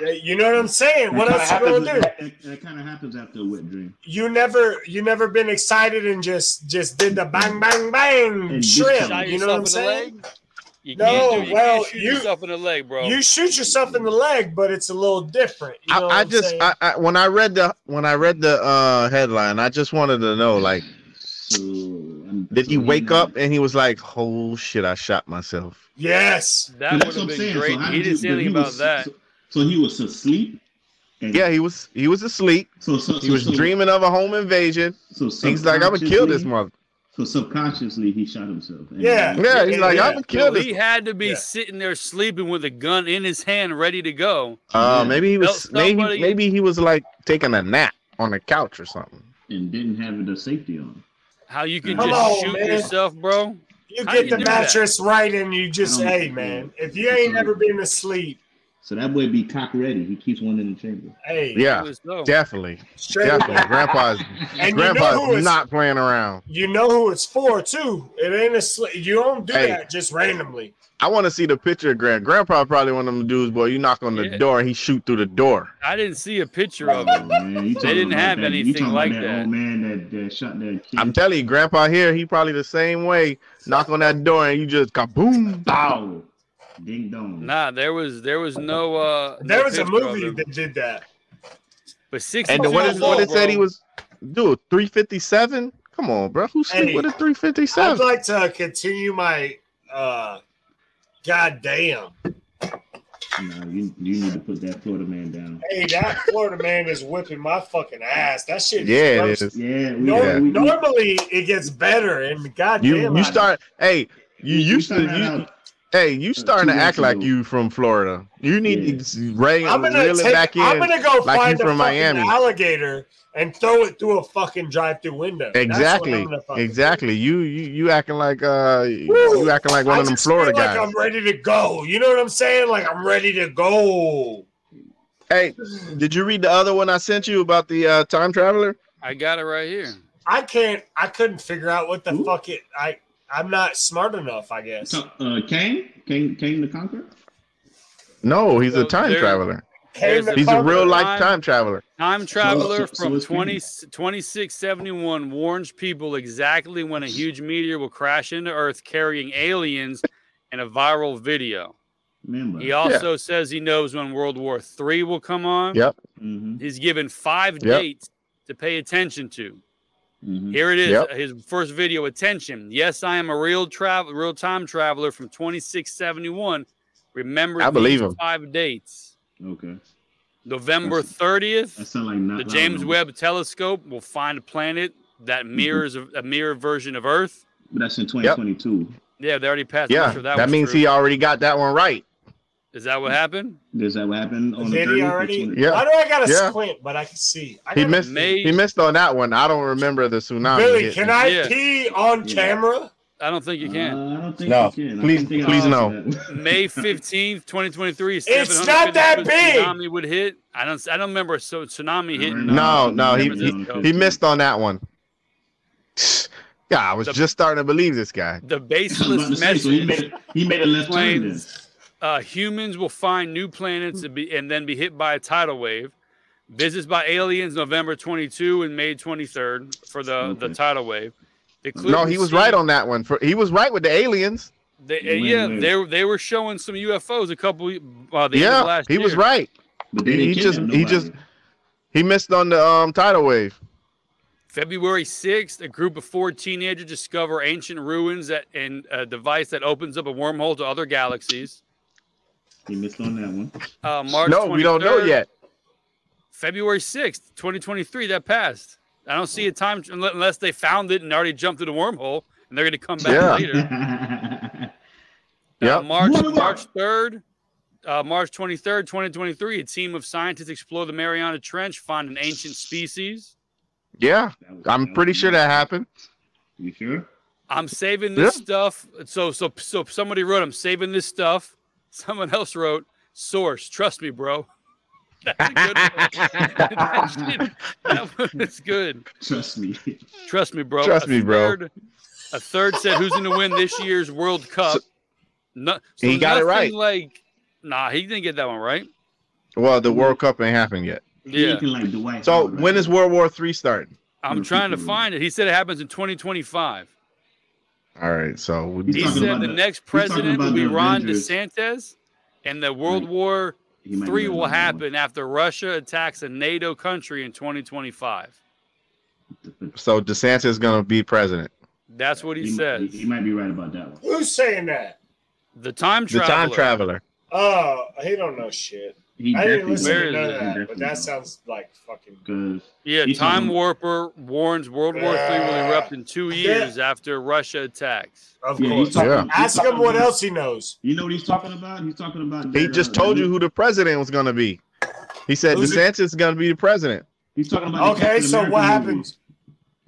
D: Yeah, You know what I'm saying? What else you gonna do?
E: That, kind of happens after a wet dream.
D: You never, you never been excited and just, just did the bang, bang, bang
E: And
D: shrimp.
E: shot
D: You know what I'm
A: in the
D: saying?
A: leg? You
D: No,
A: can't do it. You
D: well,
A: can't shoot
D: you-
A: yourself in the leg, bro.
D: You shoot yourself in the leg, but it's a little different. You know what
B: I, I
D: I'm
B: just
D: saying?
B: I, I when I read the when I read the uh headline, I just wanted to know like
E: So um,
B: did
E: so
B: he
D: Mm-hmm.
B: wake
E: had-
B: up and he was like, "Oh shit, I shot myself."
D: yes.
A: that
E: But
A: would
E: that's
A: have
E: what I'm
A: been
E: saying.
A: great.
E: So how
A: he
E: you-
A: didn't say
E: but
A: anything
E: was-
A: about that.
E: So, so he was asleep. And
B: Yeah, he was he was asleep.
E: So, so
B: He was
D: Mm-hmm.
E: so,
B: dreaming of a home invasion.
E: So
B: He's like, "I'm gonna kill this
E: subconsciously-
B: mother."
E: So subconsciously, he shot himself. And-
D: Yeah.
B: Yeah, he's like, "I'm gonna kill
A: Yo,
B: this."
A: he had to be
D: Yeah.
A: sitting there sleeping with a gun in his hand, ready to go.
B: Uh, maybe he was
A: Felt
B: maybe
A: somebody-
B: maybe he was like taking a nap on the couch or something.
E: and didn't have the safety on.
A: How you can
D: Come
A: just
D: on,
A: shoot
D: man.
A: yourself, bro?
D: You
A: How
D: get
A: you
D: the
A: do that?
D: mattress right and you just,
E: I don't
D: hey,
E: know.
D: man, if you ain't ever been asleep,
E: So that boy be cock ready. He keeps one in the chamber.
D: hey,
B: Yeah,
A: It was dope.
B: definitely,
D: straight up.
B: definitely. Grandpa's
D: And you know who
B: grandpa's
D: is-
B: not playing around.
D: You know who it's for, too. It ain't a sli You don't do
B: Hey.
D: that just randomly.
B: I want to see the picture of Grand. Grandpa probably one of them dudes, boy. You knock on the
A: Yeah.
B: door, he shoot through the door.
A: I didn't see a picture of
E: Oh,
A: it.
E: man. You talking
A: didn't
E: about
A: have
E: that- you
A: anything
E: talking about
A: like
E: that.
A: that.
E: old man that, that shot that kid.
D: Mm-hmm.
B: I'm telling you, Grandpa here, he probably the same way. Knock on that door and you just kaboom.
E: Bow. Ding dong.
A: Nah, there was there was no. uh no
D: There was a
A: picture of
D: movie
A: him.
D: that did that.
A: but six.
B: And the, what is what it said he
A: was.
B: was, dude, three fifty seven. Come on, bro, who sleep
D: Hey,
B: with a three fifty
D: I'd
B: seven?
D: like to continue my, uh, goddamn.
E: No, you, you need to put that Florida man down.
D: Hey, that Florida man is whipping my fucking ass. That shit
B: Yeah, it
D: gross.
B: is.
E: Yeah. We,
D: Nor-
E: yeah. we, we,
D: Normally, it gets better, and goddamn,
B: You
D: I-
B: you start, hey, you
E: we
B: used to,
E: found that
B: you,
E: out.
B: hey, you starting to
E: two
B: act
E: weeks
B: like
E: ago.
B: you from Florida. You need to rein,
D: I'm gonna
B: reel
D: take,
B: it back in.
D: I'm gonna go
B: like
D: find
B: you
D: a
B: from
D: fucking
B: Miami.
D: alligator and throw it through a fucking drive-through window. That's what I'm
B: Exactly.
D: gonna fucking do.
B: Exactly. You you you acting like uh
D: Woo!
B: you acting like one
D: I
B: of them
D: just feel
B: Florida
D: like
B: guys.
D: I'm ready to go. You know what I'm saying? Like I'm ready to go.
B: Hey, did you read the other one I sent you about the uh time traveler?
A: I got it right here.
D: I can't. I couldn't figure out what the
E: Ooh.
D: fuck it. I I'm not smart enough. I guess.
E: So, uh, Kang, Kang, Kang the Conqueror.
B: No, he's a
A: So
B: time
A: there-
B: traveler.
D: Came
A: there's
D: to
A: a-
B: He's a
D: fucking-
B: real life
A: Time-
B: time traveler.
A: Time traveler
E: so- so
A: from
E: it's
A: 20,
E: pretty-
A: 2671 warns people exactly when a huge meteor will crash into Earth carrying aliens in a viral video.
E: Remember.
A: He also says he knows when World War III will come on.
B: Yep.
E: hmm
A: He's given five
B: Yep.
A: dates to pay attention to.
E: hmm
A: Here it is,
B: Yep.
A: his first video. Attention. Yes, I am a real travel, real time traveler from 2671. Remember,
B: I believe
A: these
B: him.
A: Five dates.
E: Okay.
A: November
E: That's- That
A: 30th,
E: sound like not
A: the
E: loud
A: James
E: no-
A: Webb Telescope will find a planet that
B: Mm-hmm.
A: mirrors a, a mirror version of Earth.
E: But that's in 2022.
A: Yeah, they already passed. I'm not
B: Yeah,
A: sure
B: that,
A: was
B: means
A: true.
B: he already got that one right.
A: Is that what happened?
E: Does that what happened on the
D: Did he
E: 30th?
D: already?
B: Yeah.
D: Why do I gotta
B: Yeah.
D: squint? But I can see. I
B: He
D: gotta-
B: missed.
A: May-
B: He missed on that one. I don't remember the tsunami.
D: Billy,
B: hit.
D: can I
A: Yeah.
D: pee on
E: Yeah.
D: camera?
A: I don't think you can.
E: Uh, I don't think
B: No.
E: you can. I
B: Please-
E: don't think I
A: please
E: can
B: no.
E: do that.
A: May 15th, 2023.
D: It's not that
A: 750
D: big.
A: Tsunami would hit. I don't. I don't remember. So
B: Mm-hmm.
A: tsunami hitting. uh,
B: No, no, he-
A: he-
B: He missed on that one. Yeah, I was
A: The-
B: just starting to believe this
A: The
B: guy.
E: I was about to
A: baseless
E: say, so he
A: message.
E: made, he made a left turn then.
A: Explains uh, humans will find new planets and, be, and then be hit by a tidal wave. Visits by aliens November 22 and May 23rd for the, the
E: Okay.
A: tidal wave. The clue
B: No, he was right on that one. For he was right with the aliens.
A: They,
E: Wait,
A: yeah,
E: wait.
A: they they were showing some UFOs a couple uh, the end of
B: Yeah,
A: last
B: he was
A: year.
B: right.
E: But they
B: He
E: didn't
B: just-
E: kidnap
B: he just-
E: nobody.
B: He missed on the um tidal wave.
A: February 6th, a group of four teenagers discover ancient ruins that, and a device that opens up a wormhole to other galaxies.
E: He missed on that one.
A: Uh, March
B: no, we don't know
A: 23rd,
B: yet.
A: February 6th, 2023, that passed. I don't see a time unless they found it and already jumped through the wormhole and they're going to come back
B: Yeah.
A: later.
B: Yep.
A: Uh, March,
E: What about-
A: March 3rd, uh, March 23rd, 2023, a team of scientists explore the Mariana Trench, find an ancient species.
B: Yeah,
E: That was-
B: I'm
E: was
B: pretty sure
E: nice.
B: that happened.
E: You sure?
A: I'm saving this
B: Yeah.
A: stuff. So, so, so somebody wrote, I'm saving this stuff. Someone else wrote, source, trust me, bro. That's a good one. that, shit, that one is good.
E: Trust me.
A: Trust me, bro.
B: Trust
A: A
B: me, bro.
A: Third, a third said, "Who's going to win this year's World Cup?" No, so
B: He got it
A: nothing
B: right.
A: Like, nah, he didn't get that one right.
B: Well, the World Cup ain't happened yet.
E: He
A: Yeah,
E: looking like Dwight.
B: So
E: Howard
B: when
E: right
B: is World War Three starting?
A: I'm
E: Mm,
A: trying to
E: mm.
A: find it. He said it happens in 2025.
B: All right, so we
E: He's
A: He
E: talking
A: said
E: about
A: the
E: the-
A: next
E: talking
A: president will
E: about
A: be
E: the
A: Ron
E: Avengers.
A: DeSantis, and the World
E: Right.
A: War
E: now. He might have
A: Three
E: been
A: will
E: on that
A: happen after Russia attacks a NATO country in 2025.
E: one.
B: so DeSantis is gonna be president.
A: That's what he,
E: He might-
A: says.
E: He, might be right about that one.
D: Who's saying that?
A: the time
B: The
A: traveler.
B: time traveler.
D: Oh, he don't know shit.
E: He
D: I didn't
E: definitely
D: listen
A: Where
D: to
A: is
D: none
A: it?
D: of that, but that sounds like fucking.
E: because
A: Yeah,
E: He's
A: time
E: talking-
A: warper warns World War III will
D: Yeah.
A: erupt in two years after Russia attacks.
D: Of
E: yeah, he's
D: course.
E: talking,
B: Yeah.
E: he's
D: Ask him
E: talking
D: what
E: about-
D: else he knows.
E: You know what he's talking about? He's talking about.
B: He
E: that,
B: just
E: uh,
B: told
E: the-
B: you who the president was gonna be. He said
D: Who's it?
B: DeSantis is gonna be the president,
E: He's talking about. the
D: Okay,
E: Captain
D: so
E: America
D: what
E: movies.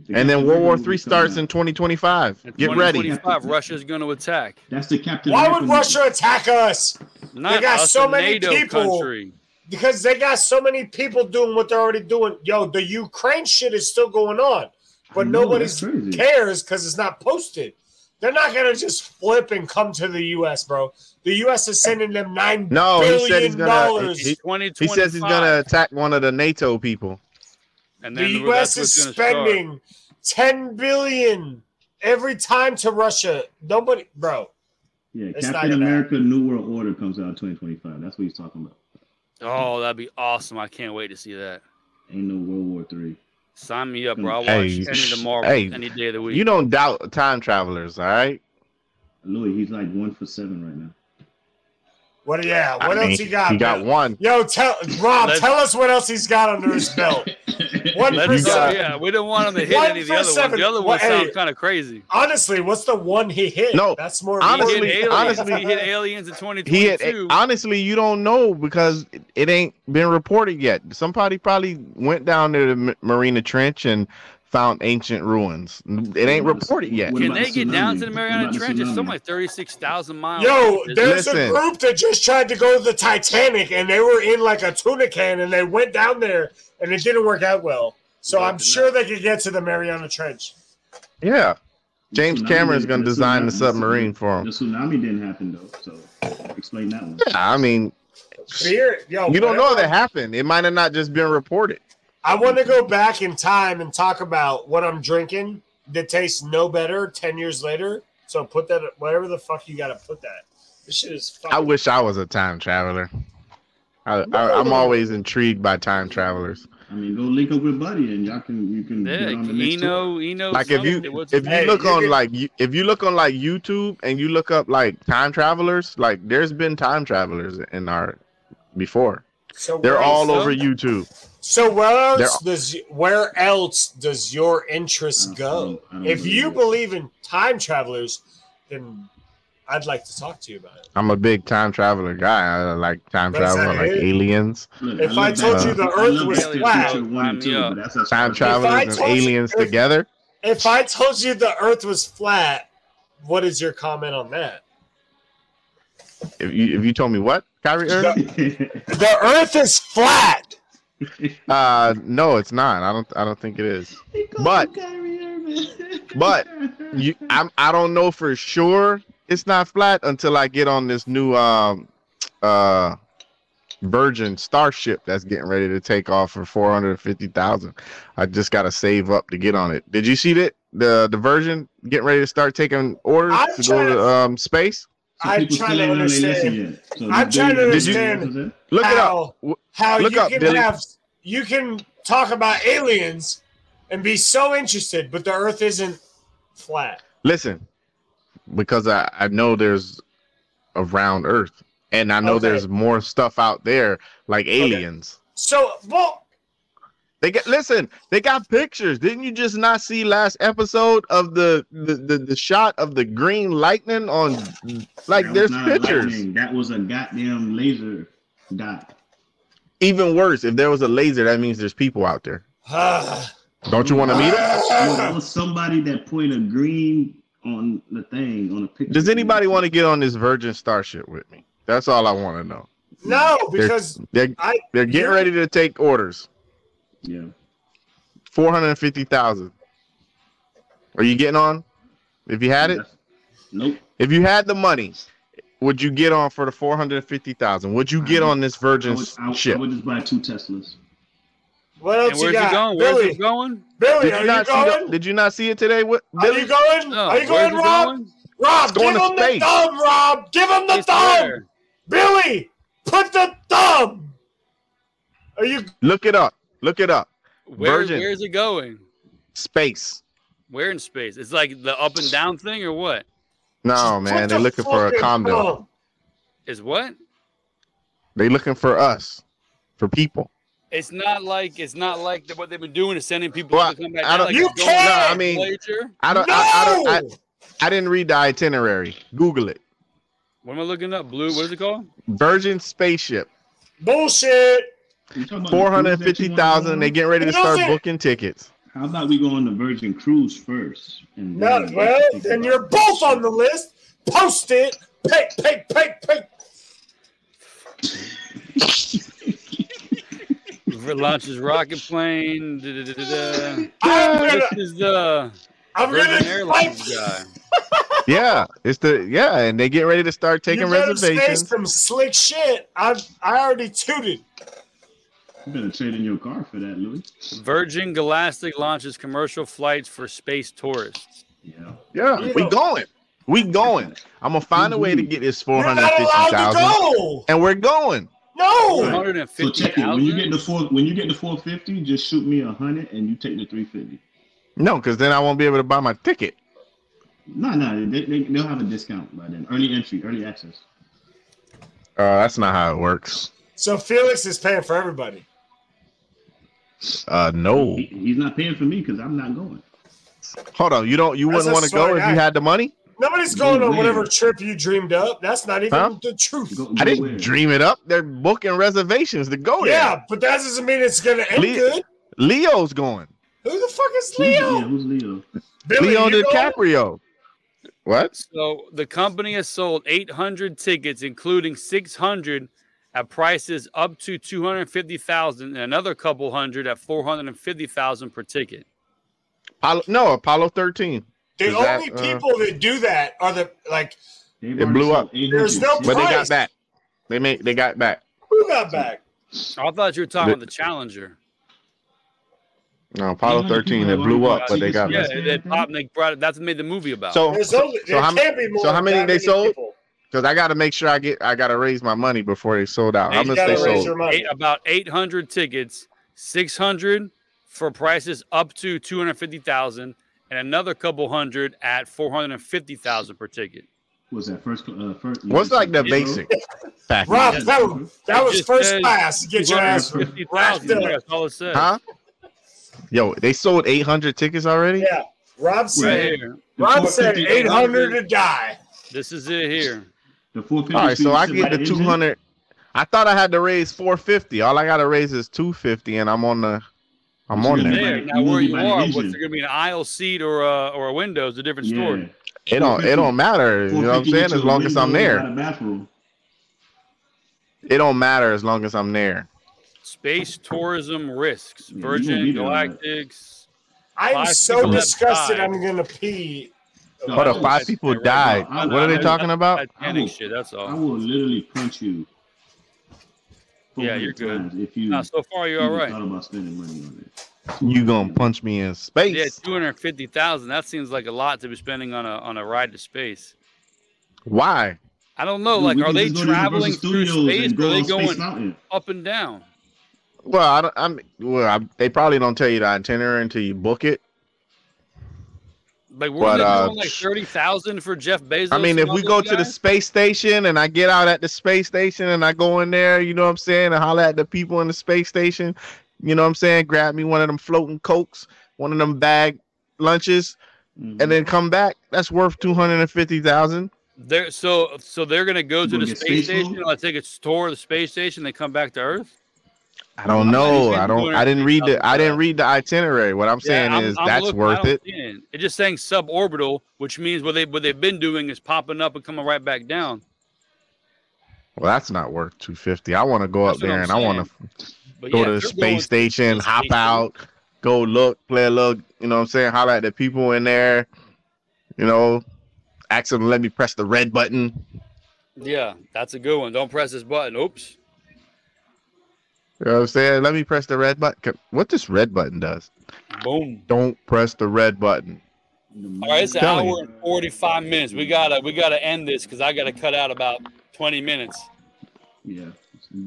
E: The
B: and then
E: Captain
B: World
E: America
B: War
E: movies
B: Three
E: coming
B: starts
E: out.
B: in 2025.
A: In
B: Get ready.
A: 2025, Russia's going to attack.
E: That's the Captain.
D: Why
E: America
D: would
E: movie.
D: Russia attack us?
A: Not
D: got
A: us,
D: so
A: a
D: many
A: NATO
D: people.
A: country.
D: Because they got so many people doing what they're already doing. Yo, the Ukraine shit is still going on,
E: I
D: but
E: know,
D: nobody's
E: that's crazy.
D: cares because it's not posted. They're not gonna just flip and come to the U.S., bro. The U.S. is sending them nine billion
B: No, he said he's gonna.
D: dollars.
B: He, he
A: 2025.
B: says he's gonna attack one of the NATO people.
A: And
D: the
A: then
D: U.S.
A: that's
D: is
A: what's gonna start.
D: spending ten billion every time to Russia. Nobody, bro.
E: Yeah,
D: It's not
E: Captain
D: gonna
E: America: New World Order comes out in 2025. That's what he's talking about.
A: Oh, that'd be awesome. I can't wait to see that.
E: Ain't no World War Three.
A: Sign me up, bro. I'll watch
B: Mm. Hey,
A: any tomorrow,
B: hey,
A: any day of the week.
B: You don't doubt time travelers, all right?
E: Louis, he's like one for seven right now.
D: What? Yeah. What
B: I
D: else
B: mean,
D: he got?
B: He got
D: bro?
B: one.
D: Yo, tell Rob.
A: Let's-
D: tell us what else he's got under his belt. One
A: Let's
D: for
A: go.
D: seven.
A: Yeah, we don't want him to hit
D: One
A: any of
D: for
A: the other
D: seven.
A: ones. The other
D: Well,
A: ones sound
D: hey.
A: kind of crazy.
D: Honestly, what's the one he hit?
B: No,
D: that's more.
A: he hit
B: honestly-
A: aliens.
B: honestly-
A: he hit aliens in 2022.
B: He had, honestly, you don't know because it, it ain't been reported yet. Somebody probably went down there to M- Marina Trench and found ancient ruins. It ain't
E: What about the-
B: reported yet.
E: what
A: Can
E: about
A: they get down to the
E: tsunami?
A: Mariana
E: What about
A: Trench? It's
E: tsunami?
A: something like 36,000 miles.
D: Yo,
A: It's-
D: there's
B: Listen.
D: a group that just tried to go to the Titanic and they were in like a tuna can and they went down there and it didn't work out well. So
A: No, it
D: I'm
A: did
D: sure
A: not.
D: they could get to the Mariana Trench.
B: Yeah, James
E: Tsunami
B: Cameron's
E: didn't-
B: gonna design the
E: tsunami-
B: submarine for
E: The
B: him.
E: tsunami didn't happen though, so explain that one.
B: Yeah, I mean,
D: Fear, yo,
B: you don't know
D: whatever.
B: that happened. It might have not just been reported.
D: I want to go back in time and talk about what I'm drinking that tastes no better 10 years later. So put that, whatever the fuck you got to put that. This shit is fucking.
B: I wish I was a time traveler. I, I, I'm always intrigued by time travelers.
E: I mean, go link up with Buddy, and y'all can you can
A: Yeah,
E: get on the next tour.
A: Eno, Eno.
B: like if you
A: something, what's-
B: if you
D: Hey,
B: look
D: you
B: on
D: can-
B: like you, if you look on like YouTube and you look up like time travelers, like there's been time travelers in our before.
D: so
B: They're
D: where
B: all
D: else-
B: over YouTube.
D: So where else
B: They're-
D: does where else does your
E: I
D: interest
E: don't-
D: go?
E: I don't
D: If you
E: it.
D: believe in time travelers, then I'd like to talk to you about it.
B: I'm a big time traveler guy. I like time
D: That's
B: travel, I
D: it.
B: like aliens.
E: Look,
D: if
E: love
D: I told
E: Back
B: you
E: to-
D: the
E: I
D: Earth
E: love
D: was
E: Back to the
D: flat,
E: Future one and
A: I'm
E: two,
A: up.
E: but that's that's
B: Time
D: I
B: travelers and
D: told you-
B: aliens together.
D: If I told you the Earth was flat, what is your comment on that?
B: If you if you told me what Kyrie Irving,
D: The Earth is flat.
B: uh, no, it's not. I don't I don't think it is. But- but You, I'm I don't know for sure it's not flat until I get on this new um uh Virgin Starship that's getting ready to take off for four hundred fifty thousand. I just gotta save up to get on it. Did you see that the the Virgin getting ready to start taking orders
D: I'm
B: to go
D: trying
B: to
D: to-
B: um space?
D: I'm trying to understand- I'm trying to understand-
B: Look it up.
D: how,
B: W-
D: how
B: look
D: you
B: up,
D: can
B: Billy.
D: have you can talk about aliens and be so interested, but the Earth isn't flat.
B: Listen, because I I know there's a round Earth, and I know
D: Okay.
B: there's more stuff out there like aliens.
D: So, well,
B: They got listen. They got pictures. Didn't you just not see last episode of the the, the, the shot of the green lightning on? Like there's pictures.
E: That was a goddamn laser dot.
B: Even worse, if there was a laser, that means there's people out there. Don't you want to meet
D: Ah.
B: them?
D: Uh,
E: No, that was somebody that pointed a green on the thing on a picture.
B: Does anybody want to get on this Virgin Starship with me? That's all I want to know.
D: no, because
B: They're
D: I-
B: they're getting
D: you're-
B: ready to take orders.
E: Yeah.
B: Four hundred fifty thousand. Are you getting on? If you had it,
E: Nope.
B: if you had the money, would you get on for the four hundred fifty thousand? Would you get on this
E: I
B: Virgin
E: would, I, would- I
B: ship?
E: would just buy two Teslas.
D: what else
A: and where's
D: you
A: it
D: got?
A: going? Where's
D: Billy,
A: it going? Oh,
D: Billy,
B: Did
D: are
B: you
D: you,
B: not see? The,
D: going?
B: did you not see it today? What
D: are
B: Billy?
D: you going?
A: No,
D: Are
A: where's
D: you going,
A: it
D: Rob?
A: going?
D: Rob,
B: It's going
D: give
B: to
D: him the
B: space.
D: thumb, Rob. Give him the
A: It's
D: thumb.
A: there.
D: Billy, put the thumb. Are you?
B: Look it up. Look it up.
A: Where,
B: Virgin.
A: where's it going?
B: Space.
A: Where in space? It's like the up and down thing or what?
B: No man,
D: put
B: they're
D: the
B: looking for a
D: fucking
B: condo.
D: thumb.
A: Is what?
B: They looking for us, for people.
A: It's not like it's not like the, what they've been doing is sending people
B: Well,
A: to come back.
B: I
A: down,
B: don't-
A: like
D: You
A: it's going
D: can't!
A: to
B: No, I mean-
A: Voyager.
B: I
D: No.
B: don't. I, I don't. I, I didn't read the itinerary. Google it.
A: What am I looking up? Blue. What is it called?
B: Virgin spaceship.
D: Bullshit.
E: You talking about the
B: Four hundred
E: cruise
B: fifty
E: that you wanna go
B: thousand.
E: on?
B: They getting ready to
D: What
B: start
D: else is-
B: booking tickets.
E: How about we go on the Virgin Cruise first? And
D: No,
E: then-
D: well, then you're both on the list. Post it. Pick, pick, pick, pick.
A: Launches rocket plane. Da, da, da, da, da.
D: I'm gonna,
A: This is the
D: I'm
A: Virgin
D: gonna fight.
A: Airlines guy.
B: Yeah, it's the yeah, and they get ready to start taking
D: you better say
B: reservations.
D: some slick shit. I I already tooted.
E: You better trade in your car for that, Louis.
A: Virgin Galactic launches commercial flights for space tourists.
E: Yeah.
B: Yeah, we going. We going. I'm gonna find a way to get this four hundred
D: Mm-hmm. You're not
B: fifty
D: allowed to
B: thousand,
D: go.
B: and we're going.
D: No.
E: Right. Oh. So
A: 150,000.
E: check it. When you get the four, when you get the four fifty, just shoot me a hundred and you take the three fifty.
B: No, because then I won't be able to buy my ticket.
E: No, no, they, they, they'll have a discount by then. Early entry, early access.
B: Uh, that's not how it works.
D: So Felix is paying for everybody.
B: Uh, no.
E: He, he's not paying for me because I'm not going.
B: Hold on. You don't. You
D: Mm-hmm. That's
B: wouldn't
D: a
B: want to go
D: smart
B: if you
D: guy.
B: had the money.
D: Nobody's going on
E: Win-win.
D: whatever trip you dreamed up. That's not even
B: Huh?
D: the truth.
E: Go-
B: I
E: go
B: didn't
E: where?
B: dream it up. They're booking reservations to go there.
D: Oh, yeah, but that doesn't mean it's gonna end
B: Le-
D: good.
B: Leo's going.
D: Who the fuck is
E: Who's-
D: Leo?
E: Yeah, who's Leo?
D: Billy,
B: Leo
D: you going?
B: DiCaprio. What?
A: So the company has sold 800 tickets, including 600 at prices up to 250,000 and another couple hundred at 450,000 per ticket.
B: Apollo, no, Apollo 13.
D: The
B: Is that,
D: only
B: uh,
D: people that do that are the like.
E: They've
B: It
E: already
B: blew
E: sold
B: up.
E: 800
D: There's no
E: tickets.
B: But they got
D: Christ.
B: back. They made. They got back.
D: Who got back?
A: I thought you were talking
B: The-
A: about the Challenger.
B: No, Apollo 13. It blew up, but they got
A: Yeah,
B: back.
E: Yes,
A: they
E: man.
A: popped. and They brought it. That's what made the movie about.
B: So,
D: There's
B: so,
D: only,
B: so
D: there
B: how,
D: can't be more.
B: so how many
D: than
B: they
D: that
B: sold?
D: people.
B: because I got to make sure I get I got to raise my money before they sold out. I'm
A: You
B: gonna
A: gotta
B: stay
A: raise
B: sold.
D: your money.
A: Eight, about 800 tickets, 600 for prices up to 250,000, and another couple hundred at 450,000 per ticket.
E: What's that first? Uh, first
B: What's like the
E: Yeah,
B: basic package?
D: Rob,
E: Yeah.
D: that was, that
A: It
D: was
A: just
D: first
A: says
D: class. Get your ass.
E: for-
A: 250,000.
D: Rock
A: That's all it says.
B: Huh? Yo, they sold 800 tickets already.
D: Yeah. Rob
A: Right
D: said.
A: here.
E: the
D: Rob said
E: 450
D: eight hundred to die.
A: This is it here.
E: The four fifty.
B: All right, so I get the 200. I thought I had to raise 450. All I got to raise is 250, and I'm on the. I'm
E: What
B: on
E: you
B: there.
E: gonna
A: There,
E: You
A: now where
E: won't
A: you
E: buy the
A: are, what's
E: engine.
A: it gonna be an aisle seat or a or a window is a different story.
B: It don't. It don't matter. You know what I'm saying? As long as I'm there, it don't matter. As long as I'm there.
A: Space tourism risks.
E: Yeah, you gonna
A: Virgin
E: be there on that.
A: Galactics.
D: I'm
A: Five
D: so
A: people have
D: disgusted.
A: died.
D: I'm gonna pee.
E: No,
B: But
E: I
B: if
E: will
B: five
E: sit
B: people
A: there right
B: died,
E: now. I-
B: what are
E: I-
B: they
E: I-
B: talking about?
E: I will-
A: Titanic shit. That's
E: I
A: all.
E: will literally punch you.
A: Yeah,
E: 400
A: you're good.
E: times If you
A: Nah, so far you're all
E: even
A: right.
E: thought about spending money on it.
B: You gonna punch me in space?
A: Yeah, two hundred fifty thousand. That seems like a lot to be spending on a on a ride to space.
B: Why?
A: I don't know.
E: Dude,
A: Oh, like,
E: we
A: are
E: can
A: they
E: just go to Universal
A: traveling through
E: Studios
A: space?
E: and
A: Or
E: go
A: are they
E: on Space
A: going
E: Mountain?
A: up and down?
B: Well, I don't, I'm. Well, I, they probably don't tell you the itinerary until you book it.
A: Like, we're
B: But, uh,
A: going like thirty thousand for Jeff Bezos.
B: I mean,
A: and
B: if
A: all
B: we
A: those
B: go to the
A: guys?
B: space station and I get out at the space station and I go in there, you know what I'm saying, and holler at the people in the space station, you know what I'm saying, grab me one of them floating cokes, one of them bag lunches,
E: Mhm.
B: and then come back, that's worth two hundred and fifty thousand.
A: They're so so they're gonna go to
E: Gonna
A: the
E: get
A: space,
E: space
A: station.
E: food?
A: They'll take a tour of the space station. They come back to Earth.
B: I don't
A: I'm not
B: know.
A: even
B: I don't. I didn't read the. I didn't read the itinerary. What I'm saying
A: I'm-
B: is
A: I'm
B: that's
A: looking, I
B: worth
A: don't
B: it.
A: see It. It's just saying suborbital, which means what they what they've been doing is popping up and coming right back down.
B: Well, that's not worth two fifty. I want to go up
A: That's what
B: there
A: I'm
B: and I want to
A: But
B: go
A: yeah,
B: to the
A: if they're going
B: space station,
A: space
B: hop
A: station.
B: out, go look, play a little, you know what I'm saying? Holler at the people in there, you know, ask them to let me press the red button.
A: Yeah, that's a good one. Don't press this button. Oops.
B: You know what I'm saying? Let me press the red button. What this red button does?
A: Boom.
B: Don't press the red button.
A: All right, it's an
B: Telling
A: hour and forty-five minutes. We gotta we gotta end this because I gotta cut out about twenty minutes.
E: Yeah.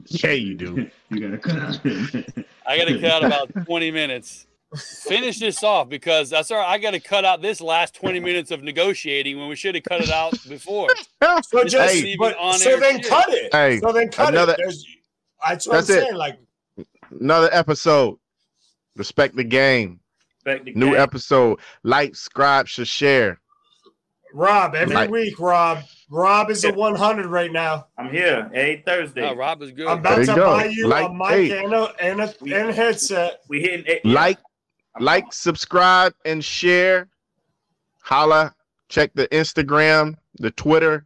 B: Yeah, you do.
E: you gotta cut out.
A: I gotta cut out about twenty minutes. Finish this off because that's all. right. I gotta cut out this last twenty minutes of negotiating when we should have cut it out before.
B: Ah,
D: So
A: It's
D: just,
A: not even
D: but,
A: on
D: so
A: air
D: then
A: shit.
D: cut it.
B: Hey,
D: so then cut
B: another-
D: it. There's, that's what
B: That's
D: I'm
B: it.
D: saying. Like,
B: Another episode. Respect the game.
C: Back to
B: New
C: game.
B: episode. Like, subscribe, should share.
D: Rob, every
B: Right.
D: week, Rob, Rob is
C: Yeah.
D: a 100 right now.
C: I'm here every Thursday.
A: No, Rob is good.
D: I'm about
B: you
D: to
B: go.
D: buy you
B: Like,
D: a mic
B: hey.
D: and a and a
C: We-
D: and a headset.
C: We hitting eight.
B: Like,
C: Eh, I'm-
B: like, subscribe, and share. Holla. Check the Instagram, the Twitter,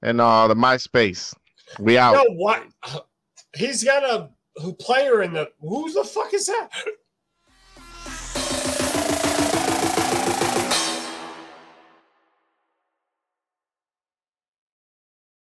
B: and uh the MySpace. We out.
D: No, what? He's got a who player in the who's the fuck is that?